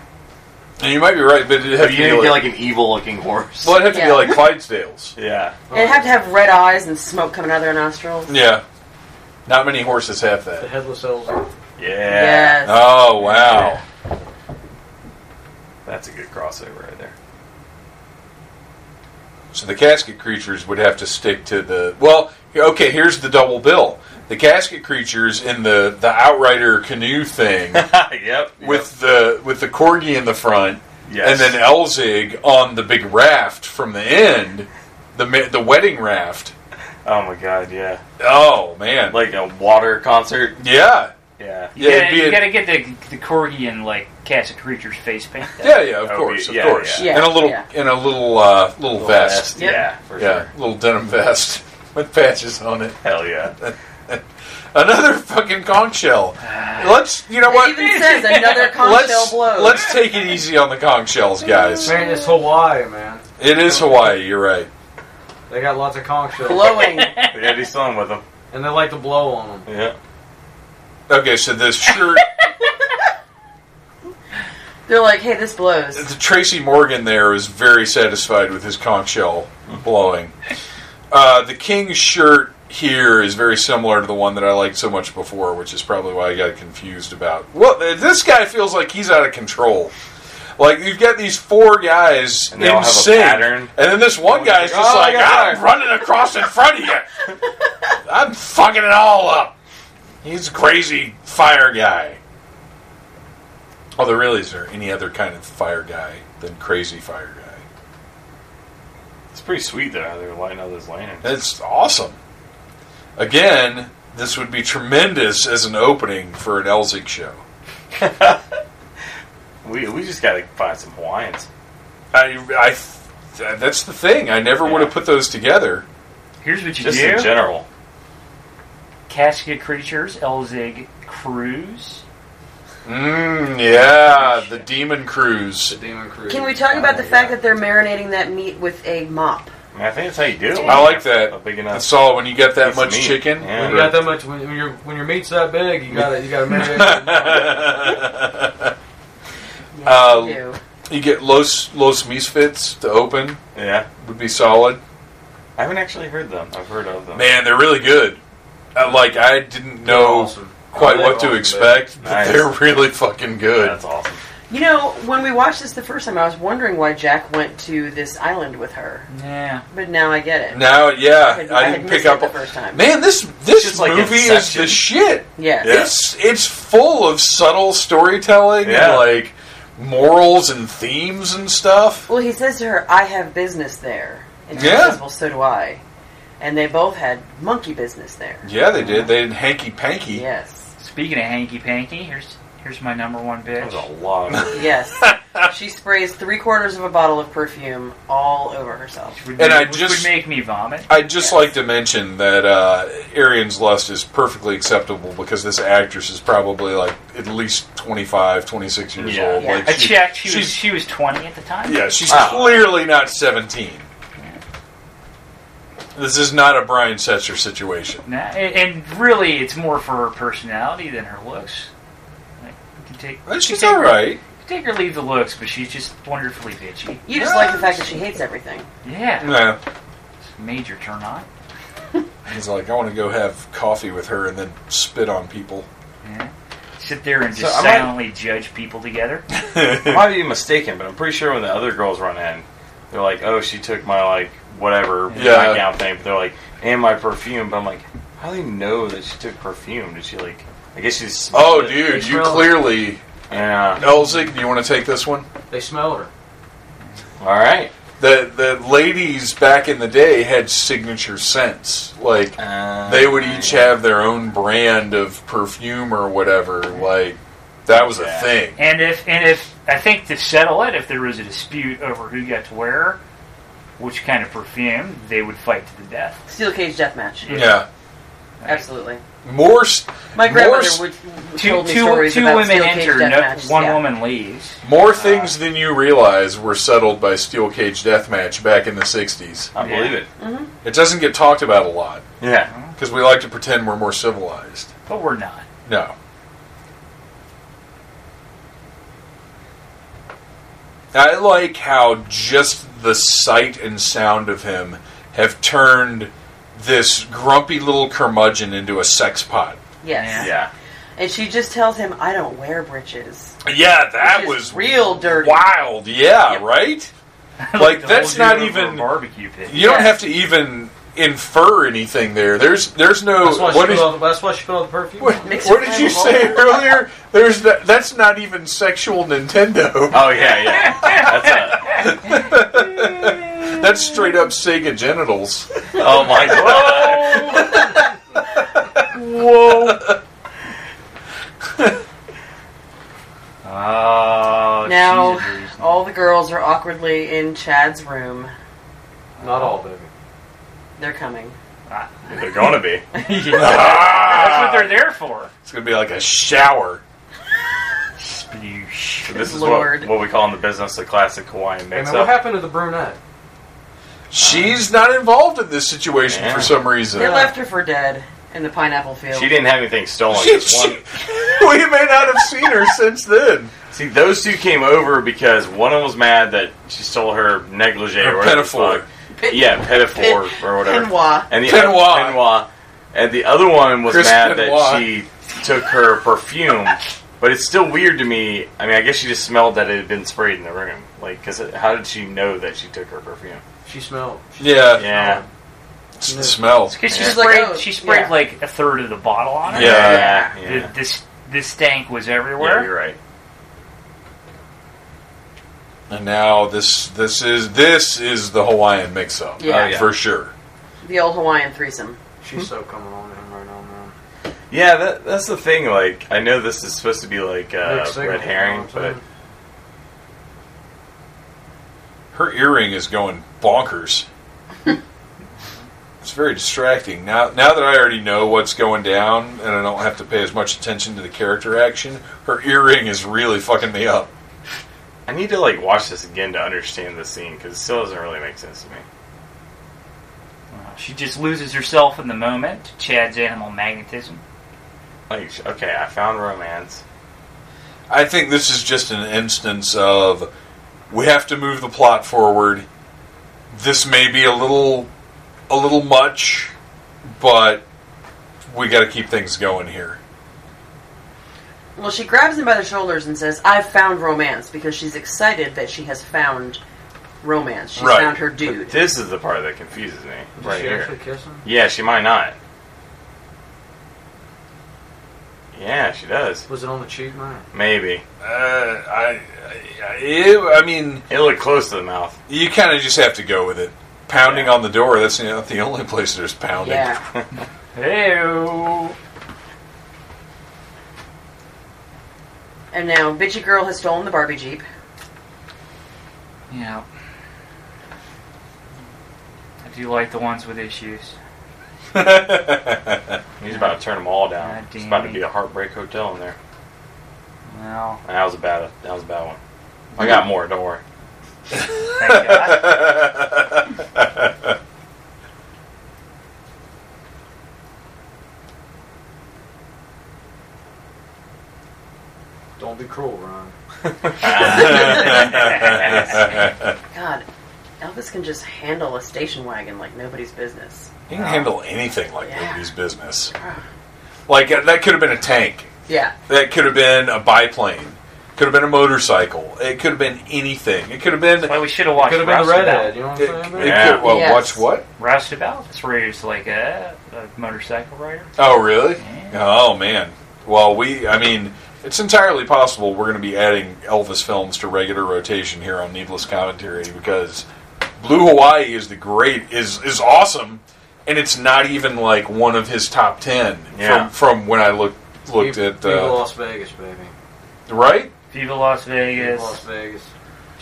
[SPEAKER 1] And you might be right, but it'd have
[SPEAKER 3] But
[SPEAKER 1] to
[SPEAKER 3] you
[SPEAKER 1] be
[SPEAKER 3] need to
[SPEAKER 1] like,
[SPEAKER 3] get like an evil looking horse.
[SPEAKER 1] well, it'd have to
[SPEAKER 4] Yeah.
[SPEAKER 1] be like Clydesdales.
[SPEAKER 3] Yeah.
[SPEAKER 4] And have to have red eyes and smoke coming out of their nostrils.
[SPEAKER 1] Yeah, not many horses have
[SPEAKER 5] Oh, The
[SPEAKER 1] that.
[SPEAKER 5] headless Elzig.
[SPEAKER 3] Yeah.
[SPEAKER 4] Yes.
[SPEAKER 1] Oh wow!
[SPEAKER 3] That's a good crossover right there.
[SPEAKER 1] So the casket creatures would have to stick to the well. Okay, here's the double bill. The casket creatures in the the outrider canoe thing
[SPEAKER 3] yep.
[SPEAKER 1] with the with the corgi in the front,
[SPEAKER 3] Yes.
[SPEAKER 1] and then uh, Elzig on the big raft from the end, the ma- the wedding raft.
[SPEAKER 3] oh my god, yeah.
[SPEAKER 1] Oh man!
[SPEAKER 3] Like a water concert.
[SPEAKER 1] yeah,
[SPEAKER 3] Yeah.
[SPEAKER 1] Yeah,
[SPEAKER 2] You,
[SPEAKER 1] it'd
[SPEAKER 2] gotta,
[SPEAKER 1] be
[SPEAKER 2] you
[SPEAKER 1] a-
[SPEAKER 2] gotta get the the corgi and like cast creature's face paint.
[SPEAKER 1] yeah, yeah. Of
[SPEAKER 3] That would
[SPEAKER 1] course,
[SPEAKER 3] be-
[SPEAKER 1] of
[SPEAKER 3] Oh, yeah,
[SPEAKER 1] course.
[SPEAKER 4] yeah.
[SPEAKER 1] And a little
[SPEAKER 4] Yeah.
[SPEAKER 1] and a little uh, little vest.
[SPEAKER 4] Yep.
[SPEAKER 3] Yeah, for
[SPEAKER 1] Yeah,
[SPEAKER 3] sure.
[SPEAKER 1] little denim vest with patches on it.
[SPEAKER 3] Hell yeah.
[SPEAKER 1] Another fucking conch shell. Let's, you know
[SPEAKER 4] It
[SPEAKER 1] what?
[SPEAKER 4] even says another conch shell
[SPEAKER 1] Let's
[SPEAKER 4] blow.
[SPEAKER 1] let's take it easy on the conch shells, guys.
[SPEAKER 5] Man, it's Hawaii, man.
[SPEAKER 1] It is Hawaii. You're right.
[SPEAKER 5] They got lots of conch shells,
[SPEAKER 4] Blowing.
[SPEAKER 3] yeah, he's song with him.
[SPEAKER 5] and they like to blow on them.
[SPEAKER 3] Yeah.
[SPEAKER 1] Okay, so this shirt,
[SPEAKER 4] They're like, hey, this blows.
[SPEAKER 1] the Tracy Morgan there is very satisfied with his conch shell blowing. Uh, the king's shirt here is very similar to the one that I liked so much before, which is probably why I got confused about. Well, this guy feels like he's out of control. Like you've got these four guys
[SPEAKER 3] And they
[SPEAKER 1] in
[SPEAKER 3] all have a
[SPEAKER 1] sync,
[SPEAKER 3] pattern.
[SPEAKER 1] and then this one guy's just
[SPEAKER 3] Oh,
[SPEAKER 1] like,
[SPEAKER 3] yeah.
[SPEAKER 1] "I'm running across in front of you. I'm fucking it all up." He's a crazy fire guy. Although, really, is there any other kind of fire guy than crazy fire guy?
[SPEAKER 3] It's pretty sweet though, how they're lighting all those lanterns.
[SPEAKER 1] It's awesome. Again, this would be tremendous as an opening for an Elzig show.
[SPEAKER 3] We, we just gotta find some Hawaiians.
[SPEAKER 1] I, I, th- that's the thing. I never would have
[SPEAKER 3] Yeah.
[SPEAKER 1] put those together.
[SPEAKER 2] Here's what you
[SPEAKER 3] Just
[SPEAKER 2] do:
[SPEAKER 3] in general.
[SPEAKER 2] casket creatures, Elzig cruise.
[SPEAKER 1] Mm, yeah, the Demon Cruise.
[SPEAKER 5] The demon crew.
[SPEAKER 4] Can we talk about the
[SPEAKER 3] Oh,
[SPEAKER 4] fact
[SPEAKER 3] yeah.
[SPEAKER 4] that they're marinating that meat with a mop?
[SPEAKER 3] I, mean, I think that's how you do it.
[SPEAKER 1] I like that.
[SPEAKER 3] A big
[SPEAKER 1] I
[SPEAKER 3] enough.
[SPEAKER 1] saw when you get that
[SPEAKER 3] Piece of
[SPEAKER 1] much
[SPEAKER 3] meat.
[SPEAKER 1] chicken.
[SPEAKER 3] Yeah.
[SPEAKER 5] When you got that much, when, when your when your meat's that big, you gotta you gotta marinate.
[SPEAKER 4] Yes,
[SPEAKER 1] Uh,
[SPEAKER 4] they do.
[SPEAKER 1] You get Los Los Misfits to open
[SPEAKER 3] Yeah.
[SPEAKER 1] would be solid.
[SPEAKER 3] I haven't actually heard them. I've heard of them.
[SPEAKER 1] Man, they're really good. I, like I didn't know
[SPEAKER 5] Awesome.
[SPEAKER 1] quite
[SPEAKER 5] They're
[SPEAKER 1] what to
[SPEAKER 5] awesome,
[SPEAKER 1] expect, but
[SPEAKER 3] Nice.
[SPEAKER 1] they're really fucking good.
[SPEAKER 3] That's awesome.
[SPEAKER 4] You know, when we watched this the first time, I was wondering why Jack went to this island with her.
[SPEAKER 2] Yeah.
[SPEAKER 4] But now I get it.
[SPEAKER 1] Now, yeah,
[SPEAKER 4] I,
[SPEAKER 1] I
[SPEAKER 4] had
[SPEAKER 1] didn't
[SPEAKER 4] missed
[SPEAKER 1] pick
[SPEAKER 4] it
[SPEAKER 1] up.
[SPEAKER 4] the first time.
[SPEAKER 1] Man, this this
[SPEAKER 3] just like
[SPEAKER 1] movie is
[SPEAKER 3] Inception.
[SPEAKER 1] the shit.
[SPEAKER 4] yes.
[SPEAKER 3] Yeah.
[SPEAKER 1] It's it's full of subtle storytelling
[SPEAKER 3] Yeah.
[SPEAKER 1] and like morals and themes and stuff.
[SPEAKER 4] Well, he says to her, "I have business there," and she
[SPEAKER 1] Yeah.
[SPEAKER 4] says, "Well, so do I." And they both had monkey business there.
[SPEAKER 1] Yeah, they did. They did hanky panky.
[SPEAKER 4] Yes,
[SPEAKER 2] Speaking of hanky panky, here's here's my number one
[SPEAKER 3] That was
[SPEAKER 2] bitch.
[SPEAKER 3] a lot. Of
[SPEAKER 4] yes. she sprays three quarters of a bottle of perfume all over herself.
[SPEAKER 2] Which would
[SPEAKER 1] And
[SPEAKER 2] make-
[SPEAKER 1] I
[SPEAKER 2] which
[SPEAKER 1] just-
[SPEAKER 2] would make me vomit.
[SPEAKER 1] I'd just
[SPEAKER 4] Yes.
[SPEAKER 1] like to mention that uh, Arian's Lust is perfectly acceptable because this actress is probably like at least 25, 26 years
[SPEAKER 3] Yeah.
[SPEAKER 1] old.
[SPEAKER 4] Yeah.
[SPEAKER 1] Like
[SPEAKER 2] I
[SPEAKER 1] she-
[SPEAKER 2] checked. She was
[SPEAKER 1] she's-
[SPEAKER 2] she was twenty at the time.
[SPEAKER 1] Yeah, she's
[SPEAKER 3] Wow.
[SPEAKER 1] clearly not 17. This is not a Brian Setzer situation.
[SPEAKER 2] Nah, and, and really, it's more for her personality than her looks. Like, you can take,
[SPEAKER 1] But
[SPEAKER 2] you
[SPEAKER 1] she's
[SPEAKER 2] can take,
[SPEAKER 1] all right.
[SPEAKER 2] you can Take or leave the looks, but she's just wonderfully bitchy.
[SPEAKER 4] You just like the fact that she hates everything.
[SPEAKER 2] Yeah,
[SPEAKER 1] Yeah.
[SPEAKER 2] major turn on.
[SPEAKER 1] He's like, I want to go have coffee with her and then spit on people.
[SPEAKER 2] Yeah. Sit there and
[SPEAKER 3] So
[SPEAKER 2] just
[SPEAKER 3] I might-
[SPEAKER 2] silently judge people together.
[SPEAKER 3] I might be mistaken, but I'm pretty sure when the other girls run in, they're like, "Oh, she took my like whatever
[SPEAKER 1] Yeah.
[SPEAKER 3] my gown thing," but they're like, "And my perfume." But I'm like, "How do they know that she took perfume? Did she like?" I guess she's.
[SPEAKER 1] Oh, dude, you
[SPEAKER 5] Really?
[SPEAKER 1] clearly.
[SPEAKER 3] Yeah.
[SPEAKER 1] Elzig, do you want to take this one?
[SPEAKER 5] They smelled her.
[SPEAKER 3] All right.
[SPEAKER 1] The the ladies back in the day had signature scents. Like
[SPEAKER 3] Uh,
[SPEAKER 1] they would each have their own brand of perfume or whatever. Like that was a
[SPEAKER 3] Yeah.
[SPEAKER 1] thing.
[SPEAKER 2] And if and if I think to settle it, if there was a dispute over who got to wear which kind of perfume, they would fight to the death.
[SPEAKER 4] Steel cage death match.
[SPEAKER 1] Yeah.
[SPEAKER 4] Absolutely.
[SPEAKER 1] more. s-
[SPEAKER 4] My
[SPEAKER 1] more,
[SPEAKER 4] grandmother
[SPEAKER 1] s-
[SPEAKER 4] would
[SPEAKER 2] Two,
[SPEAKER 4] told me
[SPEAKER 2] two,
[SPEAKER 4] stories
[SPEAKER 2] two
[SPEAKER 4] about
[SPEAKER 2] women
[SPEAKER 4] steel cage
[SPEAKER 2] enter,
[SPEAKER 4] death
[SPEAKER 2] no,
[SPEAKER 4] matches,
[SPEAKER 2] one
[SPEAKER 4] yeah.
[SPEAKER 2] woman leaves.
[SPEAKER 1] more things than you realize were settled by steel cage deathmatch back in the '60s.
[SPEAKER 3] I believe it.
[SPEAKER 4] Mm-hmm.
[SPEAKER 1] It doesn't get talked about a lot
[SPEAKER 3] Yeah.
[SPEAKER 1] because we like to pretend we're more civilized.
[SPEAKER 2] But we're not.
[SPEAKER 1] No. I like how just the sight and sound of him have turned this grumpy little curmudgeon into a sex pot.
[SPEAKER 4] Yes.
[SPEAKER 3] Yeah.
[SPEAKER 4] And she just tells him, "I don't wear britches."
[SPEAKER 1] Yeah, that
[SPEAKER 4] Which is
[SPEAKER 1] was
[SPEAKER 4] real dirty.
[SPEAKER 1] Wild, yeah,
[SPEAKER 4] Yep.
[SPEAKER 1] right? Like,
[SPEAKER 2] The
[SPEAKER 1] that's
[SPEAKER 2] whole
[SPEAKER 1] not
[SPEAKER 2] dude over
[SPEAKER 1] even-
[SPEAKER 2] a barbecue pit.
[SPEAKER 1] You don't
[SPEAKER 4] Yeah.
[SPEAKER 1] have to even infer anything there. There's there's no
[SPEAKER 5] That's why,
[SPEAKER 1] what
[SPEAKER 5] she
[SPEAKER 1] is-
[SPEAKER 5] put all, that's why she put all the perfume
[SPEAKER 1] what,
[SPEAKER 5] on.
[SPEAKER 4] Makes
[SPEAKER 1] what
[SPEAKER 4] it
[SPEAKER 1] did you
[SPEAKER 4] flammable.
[SPEAKER 1] say earlier? There's that that's not even sexual Nintendo.
[SPEAKER 3] Oh yeah, yeah. That's
[SPEAKER 1] That's straight up Sega genitals.
[SPEAKER 3] a, oh my god.
[SPEAKER 1] Uh,
[SPEAKER 2] Oh,
[SPEAKER 4] Now-
[SPEAKER 2] Jesus, Jason.
[SPEAKER 4] All the girls are awkwardly in Chad's room.
[SPEAKER 5] Not all, baby.
[SPEAKER 4] They're coming.
[SPEAKER 3] They're gonna be.
[SPEAKER 2] That's what they're there for.
[SPEAKER 1] It's gonna be like a shower.
[SPEAKER 2] Sploosh.
[SPEAKER 3] This is
[SPEAKER 4] Lord.
[SPEAKER 3] what, what we call in the business the classic Hawaiian
[SPEAKER 5] Hey,
[SPEAKER 3] mix
[SPEAKER 5] man,
[SPEAKER 3] up.
[SPEAKER 5] what happened to the brunette?
[SPEAKER 1] She's not involved in this situation
[SPEAKER 3] Yeah.
[SPEAKER 1] for some reason.
[SPEAKER 4] They left her for dead in the pineapple field.
[SPEAKER 3] She didn't have anything stolen.
[SPEAKER 1] She-
[SPEAKER 3] Just one-
[SPEAKER 1] she- we may not have seen her since then.
[SPEAKER 3] see, those two came over because one of them was mad that she stole her negligee
[SPEAKER 1] Her
[SPEAKER 3] or whatever the
[SPEAKER 1] pinafore.
[SPEAKER 3] fuck. Yeah, pinafore or whatever.
[SPEAKER 4] Pinois.
[SPEAKER 3] And the
[SPEAKER 1] Pinoir.
[SPEAKER 3] Other, Pinoir. And the other one was
[SPEAKER 1] Chris
[SPEAKER 3] mad
[SPEAKER 1] Pinoir.
[SPEAKER 3] that she took her perfume. But it's still weird to me. I mean, I guess she just smelled that it had been sprayed in the room. Like, because how did she know that she took her perfume?
[SPEAKER 5] She smelled.
[SPEAKER 1] Yeah,
[SPEAKER 3] Yeah.
[SPEAKER 1] it's the smell.
[SPEAKER 2] 'Cause she
[SPEAKER 3] She's
[SPEAKER 4] like,
[SPEAKER 2] sprayed,
[SPEAKER 4] oh,
[SPEAKER 2] she sprayed
[SPEAKER 4] yeah.
[SPEAKER 2] like a third of the bottle on her.
[SPEAKER 1] Yeah.
[SPEAKER 3] Yeah.
[SPEAKER 2] The-
[SPEAKER 3] Yeah,
[SPEAKER 2] this this stank was
[SPEAKER 3] Yeah,
[SPEAKER 2] everywhere.
[SPEAKER 3] you're right.
[SPEAKER 1] And now this this is this is the Hawaiian mix-up
[SPEAKER 4] Yeah. Oh,
[SPEAKER 3] yeah.
[SPEAKER 1] for sure.
[SPEAKER 4] The old Hawaiian threesome.
[SPEAKER 5] She's
[SPEAKER 1] Hmm?
[SPEAKER 5] so coming on to him right now, man.
[SPEAKER 3] Yeah, that, that's the thing. Like, I know this is supposed to be like uh,
[SPEAKER 5] Big signal,
[SPEAKER 3] red
[SPEAKER 5] you know
[SPEAKER 3] herring,
[SPEAKER 5] what I'm
[SPEAKER 3] but
[SPEAKER 5] saying?
[SPEAKER 1] Her earring is going bonkers. it's very distracting. Now now that I already know what's going down and I don't have to pay as much attention to the character action, her earring is really fucking me up.
[SPEAKER 3] I need to like watch this again to understand the scene because it still doesn't really make sense to me.
[SPEAKER 2] She just loses herself in the moment. to Chad's animal magnetism.
[SPEAKER 3] Like, sh- okay, I found romance.
[SPEAKER 1] I think this is just an instance of we have to move the plot forward. This may be a little a little much, but we got to keep things going here.
[SPEAKER 4] Well, she grabs him by the shoulders and says, "I've found romance," because she's excited that she has found romance. She's
[SPEAKER 1] Right.
[SPEAKER 4] found her
[SPEAKER 3] But
[SPEAKER 4] dude.
[SPEAKER 3] this is the part that confuses me
[SPEAKER 5] Did
[SPEAKER 3] right
[SPEAKER 5] she
[SPEAKER 3] here.
[SPEAKER 5] actually kiss him?
[SPEAKER 3] Yeah, she might not. Yeah, she does.
[SPEAKER 5] Was it on the cheek, man?
[SPEAKER 3] Maybe
[SPEAKER 1] Uh, I, I, I, I mean,
[SPEAKER 3] it looked close to the mouth.
[SPEAKER 1] you kind of just have to go with it. Pounding on the door, that's not the only place there's pounding.
[SPEAKER 4] yeah.
[SPEAKER 2] Hey.
[SPEAKER 4] And now, bitchy girl has stolen the Barbie jeep.
[SPEAKER 2] Yeah. I do like the ones with issues.
[SPEAKER 3] He's about to turn them all down.
[SPEAKER 2] God
[SPEAKER 3] It's
[SPEAKER 2] damn
[SPEAKER 3] about to
[SPEAKER 2] it.
[SPEAKER 3] be a heartbreak hotel in there.
[SPEAKER 2] Well,
[SPEAKER 3] That was a bad. That was a bad one.
[SPEAKER 2] Mm-hmm.
[SPEAKER 3] I got more. Don't worry.
[SPEAKER 2] thank God.
[SPEAKER 5] Don't be cruel, Ryan.
[SPEAKER 4] God, Elvis can just handle a station wagon like nobody's business.
[SPEAKER 1] He can handle anything like
[SPEAKER 4] Yeah.
[SPEAKER 1] nobody's business. Like uh, that could have been a tank.
[SPEAKER 4] Yeah.
[SPEAKER 1] That could have been a biplane. Could have been a motorcycle. It could have been anything. It could have been.
[SPEAKER 2] Well, we should have watched
[SPEAKER 5] Could have been the
[SPEAKER 2] Roustabout.
[SPEAKER 5] redhead. You know what
[SPEAKER 1] It,
[SPEAKER 5] I'm saying?
[SPEAKER 1] it
[SPEAKER 5] baby?
[SPEAKER 3] Yeah.
[SPEAKER 1] could, well,
[SPEAKER 4] Yes.
[SPEAKER 1] what's what?
[SPEAKER 2] Roustabout. That's where he was like a, a motorcycle rider.
[SPEAKER 1] Oh, really? Oh man. Well, we. I mean, it's entirely possible we're going to be adding Elvis films to regular rotation here on Needless Commentary because Blue Hawaii is the great is is awesome, and it's not even like one of his top ten
[SPEAKER 3] Yeah.
[SPEAKER 1] from from when I looked looked
[SPEAKER 5] Viva
[SPEAKER 1] at uh,
[SPEAKER 5] Las Vegas, baby.
[SPEAKER 1] right.
[SPEAKER 2] Viva Las
[SPEAKER 5] Viva
[SPEAKER 2] Vegas.
[SPEAKER 5] Las Vegas.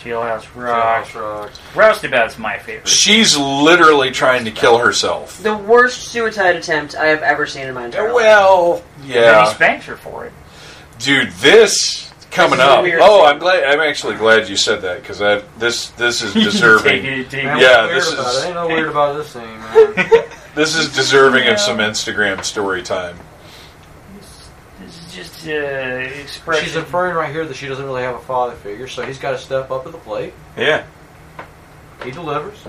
[SPEAKER 2] Jailhouse Rock.
[SPEAKER 5] Jailhouse Rock.
[SPEAKER 2] Roustabout's my favorite.
[SPEAKER 1] She's literally trying to kill herself.
[SPEAKER 4] The worst suicide attempt I have ever seen in my entire life.
[SPEAKER 1] Well,
[SPEAKER 2] And he
[SPEAKER 1] yeah,
[SPEAKER 2] spanked her for it.
[SPEAKER 1] dude, this coming
[SPEAKER 4] This is a
[SPEAKER 1] up.
[SPEAKER 4] weird
[SPEAKER 1] Oh,
[SPEAKER 4] thing.
[SPEAKER 1] I'm glad. I'm actually glad you said that because I this this is
[SPEAKER 2] Take
[SPEAKER 1] deserving.
[SPEAKER 2] it, take
[SPEAKER 5] Man,
[SPEAKER 2] it.
[SPEAKER 1] Yeah,
[SPEAKER 5] what's
[SPEAKER 1] this
[SPEAKER 5] weird about
[SPEAKER 1] is-
[SPEAKER 5] It. Ain't no weird about this thing, man.
[SPEAKER 1] This is deserving of some Instagram story time.
[SPEAKER 2] This is just uh, expression.
[SPEAKER 5] She's inferring right here that she doesn't really have a father figure, so he's got to step up to the plate.
[SPEAKER 3] Yeah.
[SPEAKER 5] He delivers.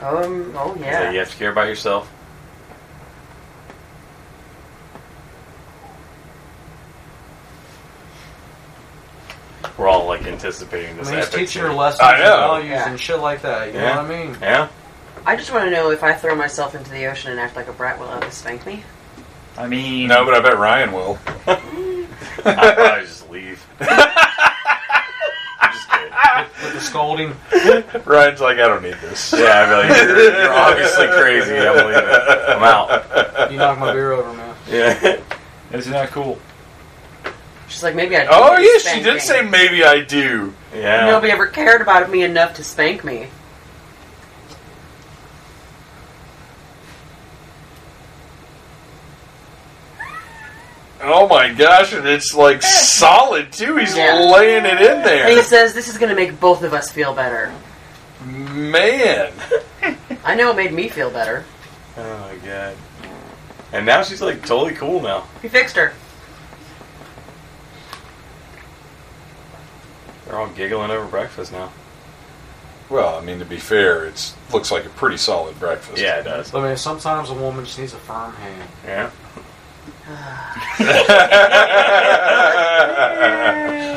[SPEAKER 4] Um, oh
[SPEAKER 3] It's like,
[SPEAKER 4] yeah.
[SPEAKER 3] you have to care about yourself. We're all like anticipating
[SPEAKER 5] I
[SPEAKER 3] this
[SPEAKER 5] mean, he's
[SPEAKER 3] epic
[SPEAKER 5] teaching her
[SPEAKER 3] scene.
[SPEAKER 5] lessons
[SPEAKER 1] I
[SPEAKER 5] and
[SPEAKER 1] know.
[SPEAKER 5] values
[SPEAKER 4] Yeah.
[SPEAKER 5] and shit like that. You
[SPEAKER 3] Yeah.
[SPEAKER 5] know what I mean?
[SPEAKER 3] Yeah.
[SPEAKER 4] I just want to know if I throw myself into the ocean and act like a brat, will Elvis spank me?
[SPEAKER 2] I mean,
[SPEAKER 1] No, but I bet Ryan will.
[SPEAKER 3] I probably just leave. I'm just kidding.
[SPEAKER 5] With the scolding.
[SPEAKER 1] Ryan's like, I don't need this.
[SPEAKER 3] Yeah, I'd be like, you're, you're obviously crazy. I'm leaving. I'm out.
[SPEAKER 5] You knock my beer over, man.
[SPEAKER 3] Yeah.
[SPEAKER 2] it's not cool.
[SPEAKER 4] She's like, maybe I. do
[SPEAKER 1] Oh
[SPEAKER 4] need
[SPEAKER 1] yeah, she
[SPEAKER 4] spanking.
[SPEAKER 1] did say maybe I do.
[SPEAKER 3] Yeah.
[SPEAKER 4] Nobody ever cared about me enough to spank me.
[SPEAKER 1] Oh my gosh, and it's like solid too. He's
[SPEAKER 4] Yeah.
[SPEAKER 1] laying it in
[SPEAKER 4] And he
[SPEAKER 1] there,
[SPEAKER 4] says, "This is going to make both of us feel better."
[SPEAKER 1] man.
[SPEAKER 4] I know it made me feel better.
[SPEAKER 3] Oh my god. And now she's like totally cool now.
[SPEAKER 4] He fixed her.
[SPEAKER 3] They're all giggling over breakfast now.
[SPEAKER 1] Well, I mean, to be fair, it's looks like a pretty solid breakfast.
[SPEAKER 3] Yeah, it does.
[SPEAKER 5] I mean, sometimes a woman just needs a firm hand.
[SPEAKER 3] Yeah.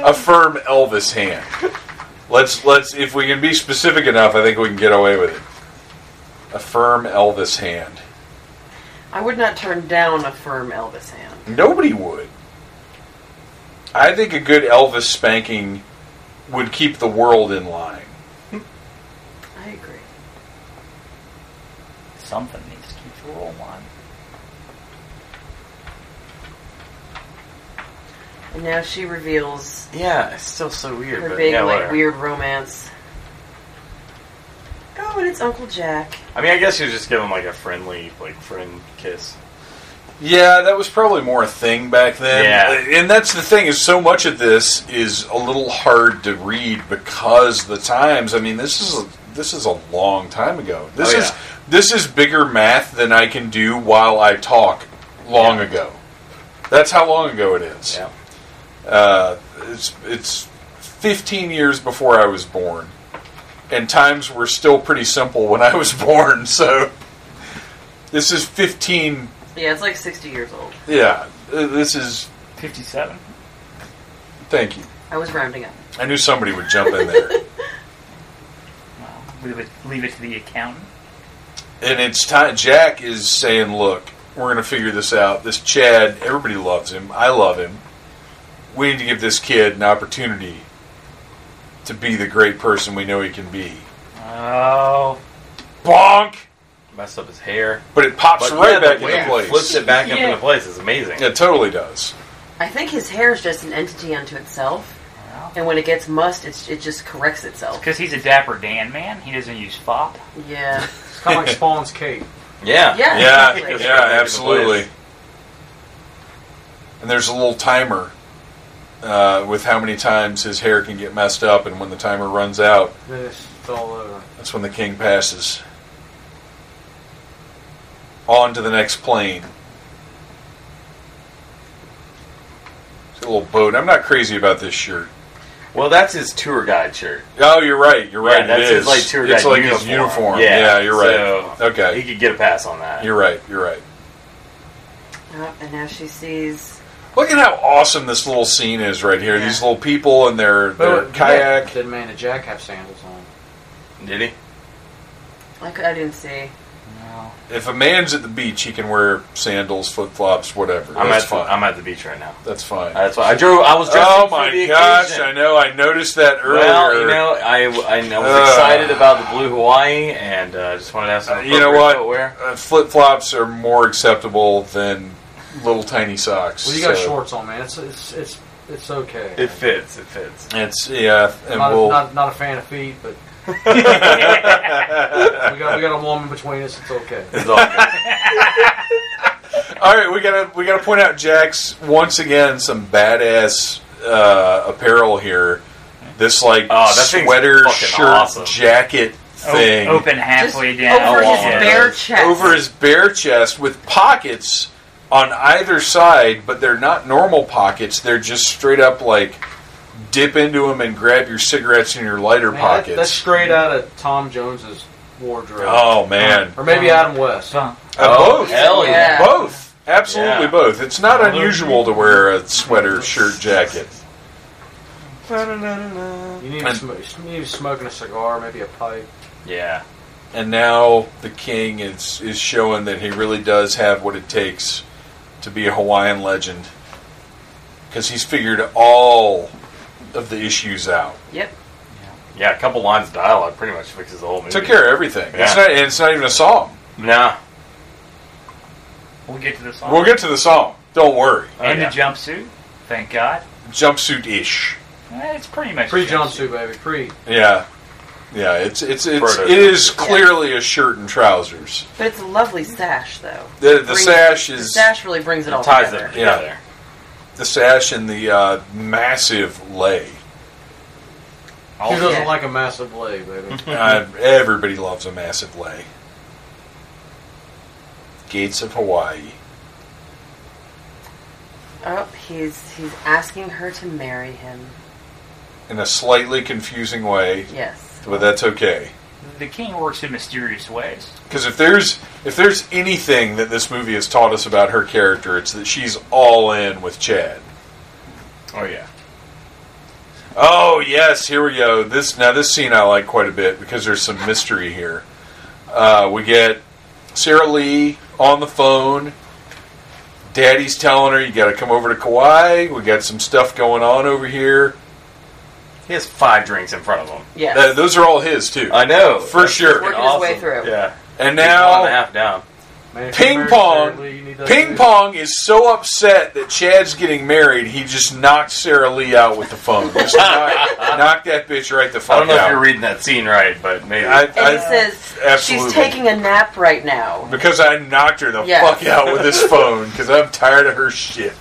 [SPEAKER 1] a firm Elvis hand. Let's let's if we can be specific enough, I think we can get away with it. A firm Elvis hand.
[SPEAKER 4] I would not turn down a firm Elvis hand.
[SPEAKER 1] Nobody would. I think a good Elvis spanking would keep the world in line.
[SPEAKER 4] I agree.
[SPEAKER 2] Something needs to keep the roll on.
[SPEAKER 4] And now she reveals
[SPEAKER 3] Yeah, it's still so weird.
[SPEAKER 4] her
[SPEAKER 3] But
[SPEAKER 4] big,
[SPEAKER 3] yeah,
[SPEAKER 4] like,
[SPEAKER 3] whatever.
[SPEAKER 4] weird romance. Oh, and it's Uncle Jack.
[SPEAKER 3] I mean, I guess you just give him like a friendly, like friend kiss.
[SPEAKER 1] Yeah, that was probably more a thing back then.
[SPEAKER 3] Yeah.
[SPEAKER 1] And that's the thing is so much of this is a little hard to read because the times, I mean, this is a, this is a long time ago. This
[SPEAKER 3] Oh,
[SPEAKER 1] is
[SPEAKER 3] yeah.
[SPEAKER 1] this is bigger math than I can do while I talk long ago. That's how long ago it is.
[SPEAKER 3] Yeah.
[SPEAKER 1] Uh, it's it's 15 years before I was born. And times were still pretty simple when I was born, so this is 15
[SPEAKER 4] Yeah, it's like 60 years old.
[SPEAKER 1] yeah, uh, this is.
[SPEAKER 2] 57.
[SPEAKER 1] Thank you.
[SPEAKER 4] I was rounding up.
[SPEAKER 1] I knew somebody would jump in there.
[SPEAKER 2] Well, leave it, leave it to the accountant.
[SPEAKER 1] and it's time. Jack is saying, look, we're going to figure this out. This Chad, everybody loves him. I love him. We need to give this kid an opportunity to be the great person we know he can be.
[SPEAKER 2] Oh,
[SPEAKER 1] Bonk!
[SPEAKER 3] Mess up his hair.
[SPEAKER 1] But it pops
[SPEAKER 3] But yeah,
[SPEAKER 1] right
[SPEAKER 3] the
[SPEAKER 1] back
[SPEAKER 3] way
[SPEAKER 1] into
[SPEAKER 3] he
[SPEAKER 1] place.
[SPEAKER 3] Flips it back up
[SPEAKER 2] Yeah.
[SPEAKER 3] into place. It's amazing.
[SPEAKER 1] It totally does.
[SPEAKER 4] I think his hair is just an entity unto itself.
[SPEAKER 2] well.
[SPEAKER 4] And when it gets mussed, it's, it just corrects itself.
[SPEAKER 2] Because he's a dapper Dan man. He doesn't use fop.
[SPEAKER 4] Yeah.
[SPEAKER 5] It's kind of like Spawn's cape.
[SPEAKER 3] Yeah.
[SPEAKER 4] Yeah.
[SPEAKER 1] Yeah,
[SPEAKER 4] Exactly.
[SPEAKER 1] yeah, absolutely. And there's a little timer uh, with how many times his hair can get messed up, and when the timer runs out,
[SPEAKER 5] Then it's, it's all over.
[SPEAKER 1] That's when the king passes. On to the next plane. It's a little boat. I'm not crazy about this shirt.
[SPEAKER 3] Well, that's his tour guide shirt.
[SPEAKER 1] Oh, you're right. You're right.
[SPEAKER 3] Yeah, that's
[SPEAKER 1] it is.
[SPEAKER 3] his like tour guide
[SPEAKER 1] it's like
[SPEAKER 3] uniform.
[SPEAKER 1] his uniform. Yeah, you're right.
[SPEAKER 3] so
[SPEAKER 1] Okay.
[SPEAKER 3] he could get a pass on that.
[SPEAKER 1] You're right. You're right.
[SPEAKER 4] Oh, and now she sees.
[SPEAKER 1] Look at how awesome this little scene is right here.
[SPEAKER 4] Yeah.
[SPEAKER 1] These little people and their, their kayak.
[SPEAKER 5] Did man and Jack have sandals on?
[SPEAKER 3] Did he?
[SPEAKER 4] Like, I didn't see.
[SPEAKER 2] No.
[SPEAKER 1] If a man's at the beach, he can wear sandals, flip flops, whatever.
[SPEAKER 3] I'm
[SPEAKER 1] that's
[SPEAKER 3] at
[SPEAKER 1] fine.
[SPEAKER 3] the, I'm at the beach right now.
[SPEAKER 1] that's fine.
[SPEAKER 3] That's why I drove. I was dressing
[SPEAKER 1] oh
[SPEAKER 3] for
[SPEAKER 1] my
[SPEAKER 3] the
[SPEAKER 1] gosh!
[SPEAKER 3] occasion.
[SPEAKER 1] I know. I noticed that earlier.
[SPEAKER 3] Well, you know, I, I was
[SPEAKER 1] Ugh.
[SPEAKER 3] excited about the blue Hawaii, and uh, just wanted to have some.
[SPEAKER 1] Uh, you know
[SPEAKER 3] appropriate
[SPEAKER 1] what?
[SPEAKER 3] Footwear.
[SPEAKER 1] uh, flip flops are more acceptable than little tiny socks.
[SPEAKER 5] Well, you got
[SPEAKER 1] so-
[SPEAKER 5] shorts on, man. It's it's it's It's okay.
[SPEAKER 3] It fits. It fits.
[SPEAKER 1] It's yeah, and
[SPEAKER 5] not,
[SPEAKER 1] we'll
[SPEAKER 5] not, not a fan of feet, but we got we got a woman between us. It's okay.
[SPEAKER 3] It's all good.
[SPEAKER 1] All right, we gotta we gotta point out Jack's once again some badass uh, apparel here. This like
[SPEAKER 3] Oh, that thing's
[SPEAKER 1] sweater
[SPEAKER 3] fucking
[SPEAKER 1] shirt
[SPEAKER 3] awesome.
[SPEAKER 1] jacket
[SPEAKER 2] Oh,
[SPEAKER 1] thing
[SPEAKER 2] O- open halfway down.
[SPEAKER 1] Oh,
[SPEAKER 4] over his
[SPEAKER 2] Yeah.
[SPEAKER 4] bare chest.
[SPEAKER 1] over his bare chest with pockets on either side, but they're not normal pockets. They're just straight up like dip into them and grab your cigarettes and your lighter
[SPEAKER 5] Man, that- that's
[SPEAKER 1] pockets.
[SPEAKER 5] straight out of Tom Jones's wardrobe,
[SPEAKER 1] oh man,
[SPEAKER 5] or maybe Adam West.
[SPEAKER 2] So,
[SPEAKER 1] Uh, both,
[SPEAKER 3] Hell Oh, yeah.
[SPEAKER 1] both, absolutely
[SPEAKER 3] Yeah.
[SPEAKER 1] both. It's not unusual to wear a sweater, shirt, jacket.
[SPEAKER 5] You need, to
[SPEAKER 1] And-
[SPEAKER 5] sm- you need to be smoking a cigar, maybe a pipe.
[SPEAKER 3] Yeah.
[SPEAKER 1] and now the king is is showing that he really does have what it takes to be a Hawaiian legend because he's figured all of the issues out,
[SPEAKER 4] Yep.
[SPEAKER 3] Yeah. A couple lines of dialogue pretty much fixes the whole movie.
[SPEAKER 1] took care of everything. It's
[SPEAKER 3] Yeah.
[SPEAKER 1] not and it's not even a song.
[SPEAKER 3] Nah.
[SPEAKER 2] we'll get to the song.
[SPEAKER 1] We'll get to the song. Don't worry.
[SPEAKER 3] Oh,
[SPEAKER 2] and
[SPEAKER 3] yeah.
[SPEAKER 2] the jumpsuit. Thank God.
[SPEAKER 1] Jumpsuit ish.
[SPEAKER 2] Eh, It's pretty much
[SPEAKER 5] Pre
[SPEAKER 2] a
[SPEAKER 5] jumpsuit, baby. Pre.
[SPEAKER 1] Yeah. Yeah, it's it's it's
[SPEAKER 3] Proto-
[SPEAKER 1] it is clearly a shirt and trousers.
[SPEAKER 4] But it's a lovely sash, though.
[SPEAKER 1] The the
[SPEAKER 4] Brings-
[SPEAKER 1] sash is
[SPEAKER 4] the sash really brings it all
[SPEAKER 3] Ties
[SPEAKER 4] together.
[SPEAKER 3] them together.
[SPEAKER 1] the sash and the uh, massive lay.
[SPEAKER 5] Who doesn't
[SPEAKER 4] yeah.
[SPEAKER 5] like a massive lay, baby?
[SPEAKER 1] Uh, everybody loves a massive lay. Gates of Hawaii.
[SPEAKER 4] Oh, he's he's asking her to marry him.
[SPEAKER 1] In a slightly confusing way,
[SPEAKER 4] Yes.
[SPEAKER 1] but that's okay.
[SPEAKER 2] The king works in mysterious ways.
[SPEAKER 1] Because if there's if there's anything that this movie has taught us about her character, it's that she's all in with Chad.
[SPEAKER 3] Oh yeah.
[SPEAKER 1] Oh yes, here we go. This now this scene I like quite a bit because there's some mystery here. Uh, we get Sarah Lee on the phone. Daddy's telling her you got to come over to Kauai. We got some stuff going on over here.
[SPEAKER 3] He has five drinks in front of him.
[SPEAKER 4] Yes.
[SPEAKER 1] Uh, those are all his too.
[SPEAKER 3] I know.
[SPEAKER 1] For
[SPEAKER 3] That's
[SPEAKER 1] sure.
[SPEAKER 3] freaking
[SPEAKER 4] Working his way through.
[SPEAKER 3] Yeah.
[SPEAKER 1] And
[SPEAKER 3] He's one and a
[SPEAKER 1] now
[SPEAKER 3] half down.
[SPEAKER 5] Man, if
[SPEAKER 1] Ping
[SPEAKER 5] you're married
[SPEAKER 1] pong.
[SPEAKER 5] to Sarah Lee, you need that
[SPEAKER 1] Ping
[SPEAKER 5] too.
[SPEAKER 1] Pong is so upset that Chad's getting married, he just knocked Sarah Lee out with the phone. Just knocked, knocked that bitch right the
[SPEAKER 3] I
[SPEAKER 1] fuck
[SPEAKER 3] don't know if
[SPEAKER 1] out.
[SPEAKER 3] you're reading that scene right, but maybe.
[SPEAKER 1] I,
[SPEAKER 4] and he
[SPEAKER 1] I-
[SPEAKER 4] says
[SPEAKER 1] absolutely.
[SPEAKER 4] she's taking a nap right now.
[SPEAKER 1] Because I knocked her the
[SPEAKER 4] Yes.
[SPEAKER 1] fuck out with this phone because I'm tired of her shit.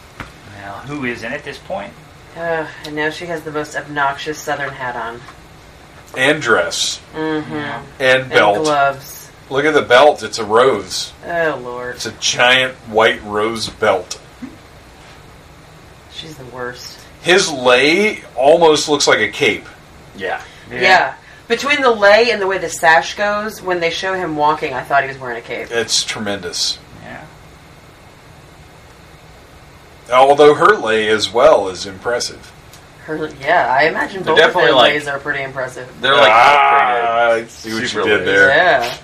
[SPEAKER 2] Now, who isn't at this point?
[SPEAKER 4] Uh, and now she has the most obnoxious southern hat on.
[SPEAKER 1] And dress.
[SPEAKER 4] Mm-hmm.
[SPEAKER 1] And
[SPEAKER 4] And
[SPEAKER 1] belt.
[SPEAKER 4] gloves.
[SPEAKER 1] Look at the belt. It's a rose.
[SPEAKER 4] Oh lord,
[SPEAKER 1] It's a giant white rose belt.
[SPEAKER 4] she's the worst.
[SPEAKER 1] His lay almost looks like a cape.
[SPEAKER 3] yeah.
[SPEAKER 4] Yeah. Between the lay and the way the sash goes, when they show him walking, I thought he was wearing a cape.
[SPEAKER 1] It's tremendous.
[SPEAKER 2] Yeah.
[SPEAKER 1] Although her lay as well is impressive.
[SPEAKER 4] Her, yeah, I imagine
[SPEAKER 3] They're
[SPEAKER 4] both of their
[SPEAKER 3] definitely, like-
[SPEAKER 4] lays are pretty impressive.
[SPEAKER 3] They're like upgraded.
[SPEAKER 1] ah, I see what
[SPEAKER 3] Super
[SPEAKER 1] you did
[SPEAKER 3] lays.
[SPEAKER 1] there.
[SPEAKER 4] Yeah.
[SPEAKER 5] It's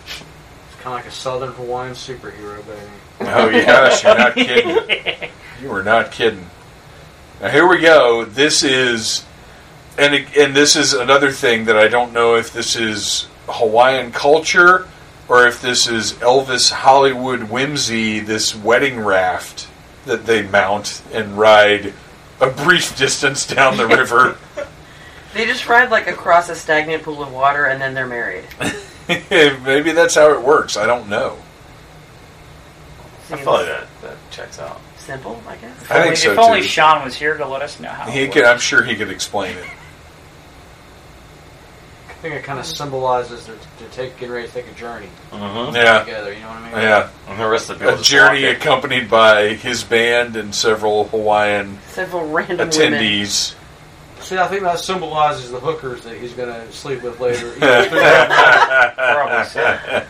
[SPEAKER 5] kind of like a southern Hawaiian superhero, baby.
[SPEAKER 1] Oh yeah, gosh, you're not kidding. You were not kidding. Now here we go. This is, and and this is another thing that I don't know if this is Hawaiian culture or if this is Elvis Hollywood whimsy. This wedding raft that they mount and ride a brief distance down the river.
[SPEAKER 4] They just ride like across a stagnant pool of water and then they're married.
[SPEAKER 1] Maybe that's how it works. I don't know.
[SPEAKER 3] I
[SPEAKER 4] Seems
[SPEAKER 3] feel like that, that checks out.
[SPEAKER 4] simple, I guess.
[SPEAKER 1] I think
[SPEAKER 2] if
[SPEAKER 1] so
[SPEAKER 2] If only
[SPEAKER 1] too.
[SPEAKER 2] Sean was here to let us know how
[SPEAKER 1] He
[SPEAKER 2] it
[SPEAKER 1] could. I'm
[SPEAKER 2] works.
[SPEAKER 1] sure he could explain it.
[SPEAKER 5] I think it kind of symbolizes they're, they're take, getting ready to take a journey
[SPEAKER 3] Mm-hmm.
[SPEAKER 1] Yeah,
[SPEAKER 5] together. You know what I mean?
[SPEAKER 1] yeah.
[SPEAKER 3] And the rest of the people
[SPEAKER 1] A
[SPEAKER 3] just
[SPEAKER 1] journey
[SPEAKER 3] walk it.
[SPEAKER 1] accompanied by his band and several Hawaiian
[SPEAKER 4] Several random women.
[SPEAKER 1] attendees.
[SPEAKER 5] See, I think that symbolizes the hookers that he's going to sleep with later.
[SPEAKER 2] Probably so.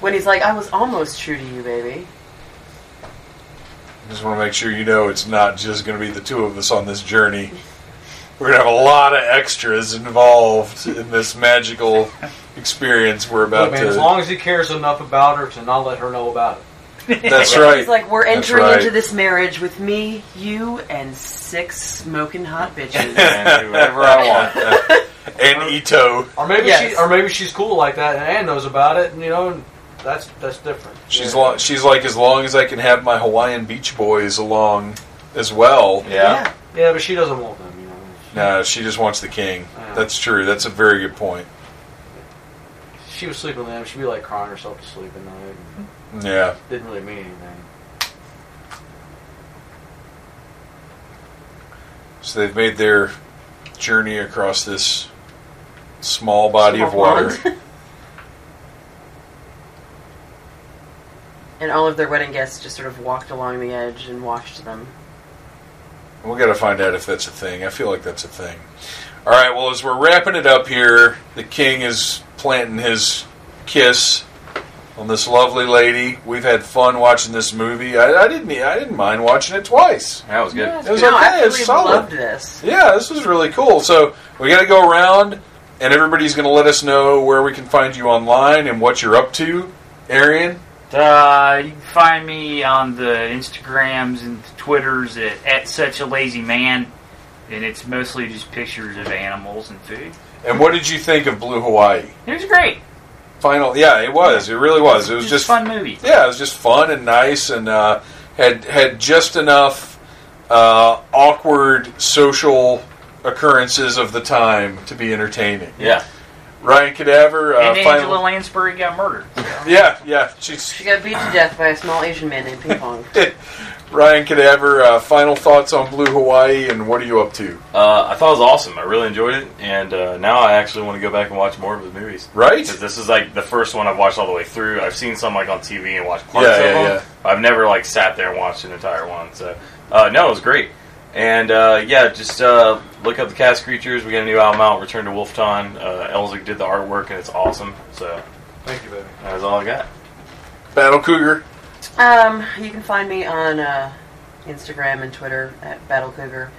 [SPEAKER 4] When he's like, I was almost true to you, baby.
[SPEAKER 1] Just want to make sure you know it's not just going to be the two of us on this journey. We're going to have a lot of extras involved in this magical experience we're
[SPEAKER 5] Look,
[SPEAKER 1] about
[SPEAKER 5] man, as
[SPEAKER 1] to.
[SPEAKER 5] long as he cares enough about her to not let her know about it.
[SPEAKER 1] That's
[SPEAKER 4] He's
[SPEAKER 1] right.
[SPEAKER 4] like, we're
[SPEAKER 1] That's
[SPEAKER 4] entering
[SPEAKER 1] right.
[SPEAKER 4] into this marriage with me, you, and six smoking hot bitches.
[SPEAKER 3] And do whatever I want.
[SPEAKER 1] And Ito,
[SPEAKER 5] Or maybe
[SPEAKER 4] Yes.
[SPEAKER 5] she, or maybe she's cool like that and knows about it, and you know, and that's that's different.
[SPEAKER 1] she's
[SPEAKER 5] Yeah.
[SPEAKER 1] lo- she's like, as long as I can have my Hawaiian Beach Boys along as well,
[SPEAKER 3] Yeah.
[SPEAKER 5] Yeah, but she doesn't want them, you know.
[SPEAKER 1] No, she just wants the king.
[SPEAKER 5] Mm.
[SPEAKER 1] That's true. That's a very good point.
[SPEAKER 5] She was sleeping with him. She'd be like crying herself to sleep at night.
[SPEAKER 1] Yeah.
[SPEAKER 5] Didn't really mean anything.
[SPEAKER 1] So they've made their journey across this small body of
[SPEAKER 4] Small
[SPEAKER 1] water.
[SPEAKER 4] pond. and all of their wedding guests just sort of walked along the edge and watched them.
[SPEAKER 1] We'll got to find out if that's a thing. I feel like that's a thing. All right. Well, as we're wrapping it up here, the king is planting his kiss on this lovely lady. We've had fun watching this movie. I, I didn't. I didn't mind watching it twice.
[SPEAKER 3] That was good.
[SPEAKER 1] It was
[SPEAKER 4] no,
[SPEAKER 1] okay,
[SPEAKER 4] I
[SPEAKER 1] it was
[SPEAKER 4] really
[SPEAKER 1] solid.
[SPEAKER 4] loved this.
[SPEAKER 1] Yeah, this was really cool. So we got to go around, and everybody's going to let us know where we can find you online and what you're up to, Arian.
[SPEAKER 2] Uh, you can find me on the Instagrams and the Twitters at, at such a lazy man, and it's mostly just pictures of animals and food.
[SPEAKER 1] And what did you think of Blue Hawaii?
[SPEAKER 2] It was great.
[SPEAKER 1] Final. Yeah, it was. It really was. It was
[SPEAKER 2] It's
[SPEAKER 1] just
[SPEAKER 2] a fun movie.
[SPEAKER 1] yeah, it was just fun and nice, and uh, had had just enough uh, awkward social occurrences of the time to be entertaining.
[SPEAKER 3] Yeah.
[SPEAKER 1] Ryan Cadaver, uh,
[SPEAKER 2] and Angela
[SPEAKER 1] final,
[SPEAKER 2] Lansbury got murdered.
[SPEAKER 1] yeah, yeah, she's
[SPEAKER 4] She got beat to death by a small Asian man named Ping Pong.
[SPEAKER 1] Ryan Cadaver. Uh, final thoughts on Blue Hawaii, and what are you up to?
[SPEAKER 3] Uh, I thought it was awesome. I really enjoyed it, and uh, now I actually want to go back and watch more of his movies.
[SPEAKER 1] Right?
[SPEAKER 3] Because this is like the first one I've watched all the way through. I've seen some like on TV and watched parts
[SPEAKER 1] Yeah,
[SPEAKER 3] of
[SPEAKER 1] yeah,
[SPEAKER 3] them. I've never like sat there and watched an entire one. So uh, no, it was great. And uh, yeah, just uh, look up the cast creatures. We got a new album out, Return to Wolfton. Uh, Elzig did the artwork, and it's awesome. So
[SPEAKER 5] Thank you, baby.
[SPEAKER 3] that's all I got.
[SPEAKER 1] Battle Cougar.
[SPEAKER 4] Um, you can find me on uh, Instagram and Twitter at Battle Cougar.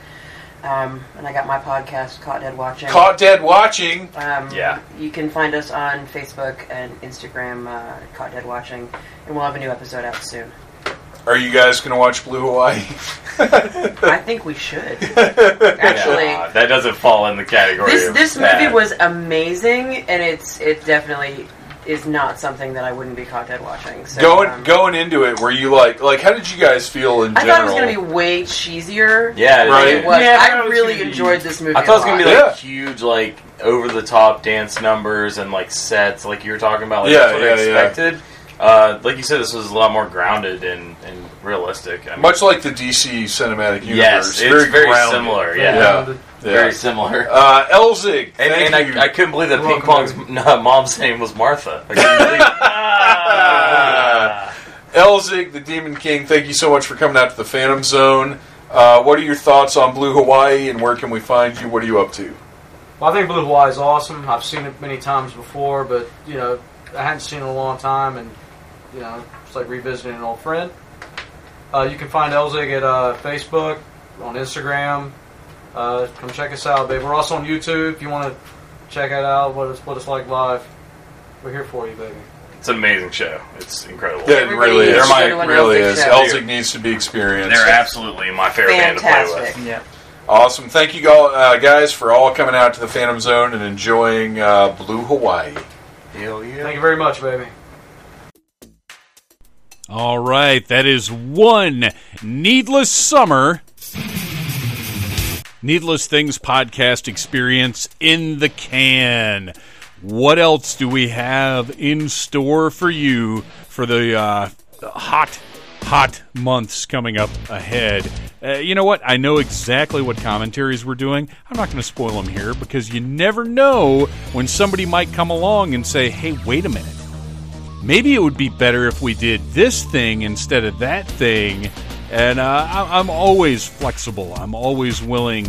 [SPEAKER 4] Um, and I got my podcast, Caught Dead Watching.
[SPEAKER 1] Caught dead watching.
[SPEAKER 4] Um,
[SPEAKER 3] Yeah.
[SPEAKER 4] You can find us on Facebook and Instagram, uh, Caught Dead Watching, and we'll have a new episode out soon.
[SPEAKER 1] Are you guys going to watch Blue Hawaii?
[SPEAKER 4] I think we should. Actually,
[SPEAKER 3] Yeah, that doesn't fall in the category.
[SPEAKER 4] this
[SPEAKER 3] of
[SPEAKER 4] this
[SPEAKER 3] bad.
[SPEAKER 4] movie was amazing, and it's it definitely is not something that I wouldn't be caught dead watching. So,
[SPEAKER 1] going
[SPEAKER 4] um,
[SPEAKER 1] going into it, were you like like how did you guys feel in
[SPEAKER 4] I
[SPEAKER 1] general?
[SPEAKER 4] thought it was going to be way cheesier.
[SPEAKER 3] Yeah, it
[SPEAKER 4] than
[SPEAKER 1] Right.
[SPEAKER 4] It was.
[SPEAKER 2] Yeah, I thought it
[SPEAKER 4] I
[SPEAKER 2] was
[SPEAKER 4] really
[SPEAKER 2] gonna be-
[SPEAKER 4] enjoyed this movie.
[SPEAKER 3] I thought it was gonna be like
[SPEAKER 1] Yeah.
[SPEAKER 3] huge, like over the top dance numbers and like sets, like you were talking about. Like,
[SPEAKER 1] Yeah,
[SPEAKER 3] that's what I
[SPEAKER 1] yeah, yeah.
[SPEAKER 3] expected. Uh, like you said, this was a lot more grounded and, and realistic. I mean,
[SPEAKER 1] much like the DC cinematic universe.
[SPEAKER 3] yes, it's very,
[SPEAKER 1] grounded.
[SPEAKER 3] similar. Yeah,
[SPEAKER 1] Yeah.
[SPEAKER 5] uh,
[SPEAKER 1] Yeah.
[SPEAKER 3] very similar.
[SPEAKER 1] Uh, Elzig,
[SPEAKER 3] And,
[SPEAKER 1] thank
[SPEAKER 3] and
[SPEAKER 1] you.
[SPEAKER 3] I, I couldn't believe that
[SPEAKER 5] You're
[SPEAKER 3] Ping Pong's
[SPEAKER 5] welcome,
[SPEAKER 3] m- mom's name was Martha. I couldn't believe it.
[SPEAKER 1] Ah. Elzig, the Demon King, thank you so much for coming out to the Phantom Zone. Uh, what are your thoughts on Blue Hawaii, and where can we find you? What are you up to?
[SPEAKER 5] Well, I think Blue Hawaii is awesome. I've seen it many times before, but you know, I hadn't seen it in a long time, and you know, it's like revisiting an old friend. Uh, you can find Elzig at uh, Facebook, on Instagram. Uh, come check us out, babe. We're also on YouTube. If you want to check it out, what it's what it's like live, we're here for you, baby.
[SPEAKER 3] it's an amazing show. It's incredible.
[SPEAKER 1] Yeah, it
[SPEAKER 4] Everybody
[SPEAKER 1] really
[SPEAKER 4] needs
[SPEAKER 1] is.
[SPEAKER 3] to go to
[SPEAKER 1] It
[SPEAKER 4] an
[SPEAKER 1] really
[SPEAKER 4] Elzig
[SPEAKER 1] is.
[SPEAKER 4] show.
[SPEAKER 1] Elzig needs to be experienced.
[SPEAKER 3] They're absolutely my favorite band to play with.
[SPEAKER 4] fantastic.
[SPEAKER 2] Yeah.
[SPEAKER 1] Awesome. Thank you all, uh, guys for all coming out to the Phantom Zone and enjoying uh, Blue Hawaii.
[SPEAKER 3] Hell yeah.
[SPEAKER 5] Thank you very much, baby.
[SPEAKER 7] All right, that is one needless summer. Needless Things podcast experience in the can. What else do we have in store for you for the uh, hot, hot months coming up ahead? Uh, you know what? I know exactly what commentaries we're doing. I'm not going to spoil them here because you never know when somebody might come along and say, hey, wait a minute maybe it would be better if we did this thing instead of that thing. And uh, I- I'm always flexible. I'm always willing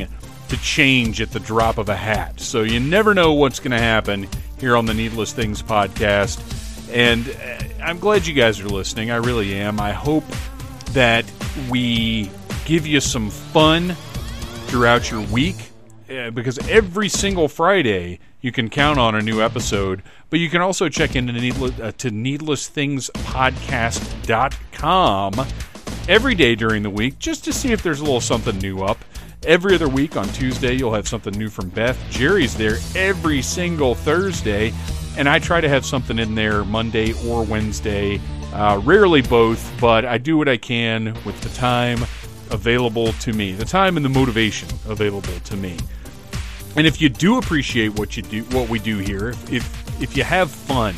[SPEAKER 7] to change at the drop of a hat. So you never know what's going to happen here on the Needless Things podcast. And uh, I'm glad you guys are listening. I really am. I hope that we give you some fun throughout your week uh, because every single Friday you can count on a new episode, but you can also check into needless, uh, to needlessthingspodcast.com every day during the week just to see if there's a little something new up. Every other week on Tuesday, you'll have something new from Beth. Jerry's there every single Thursday, and I try to have something in there Monday or Wednesday, uh, rarely both, but I do what I can with the time available to me, the time and the motivation available to me. And if you do appreciate what you do, what we do here, if if, if you have fun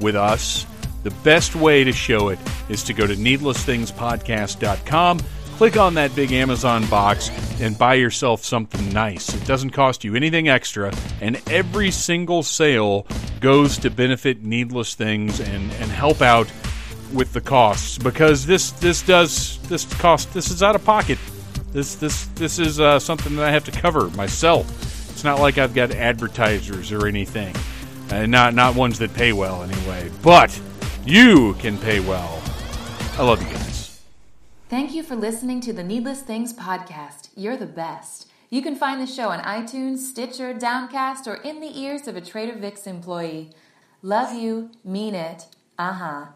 [SPEAKER 7] with us, the best way to show it is to go to needlessthingspodcast.com, click on that big Amazon box, and buy yourself something nice. It doesn't cost you anything extra, and every single sale goes to benefit Needless Things and, and help out with the costs because this this does this cost this is out of pocket. This this this is uh, something that I have to cover myself. It's not like I've got advertisers or anything, and not not ones that pay well anyway. But you can pay well. I love you guys.
[SPEAKER 8] Thank you for listening to the Needless Things podcast. You're the best. You can find the show on iTunes, Stitcher, Downcast, or in the ears of a Trader Vic's employee. Love you, mean it. Uh huh.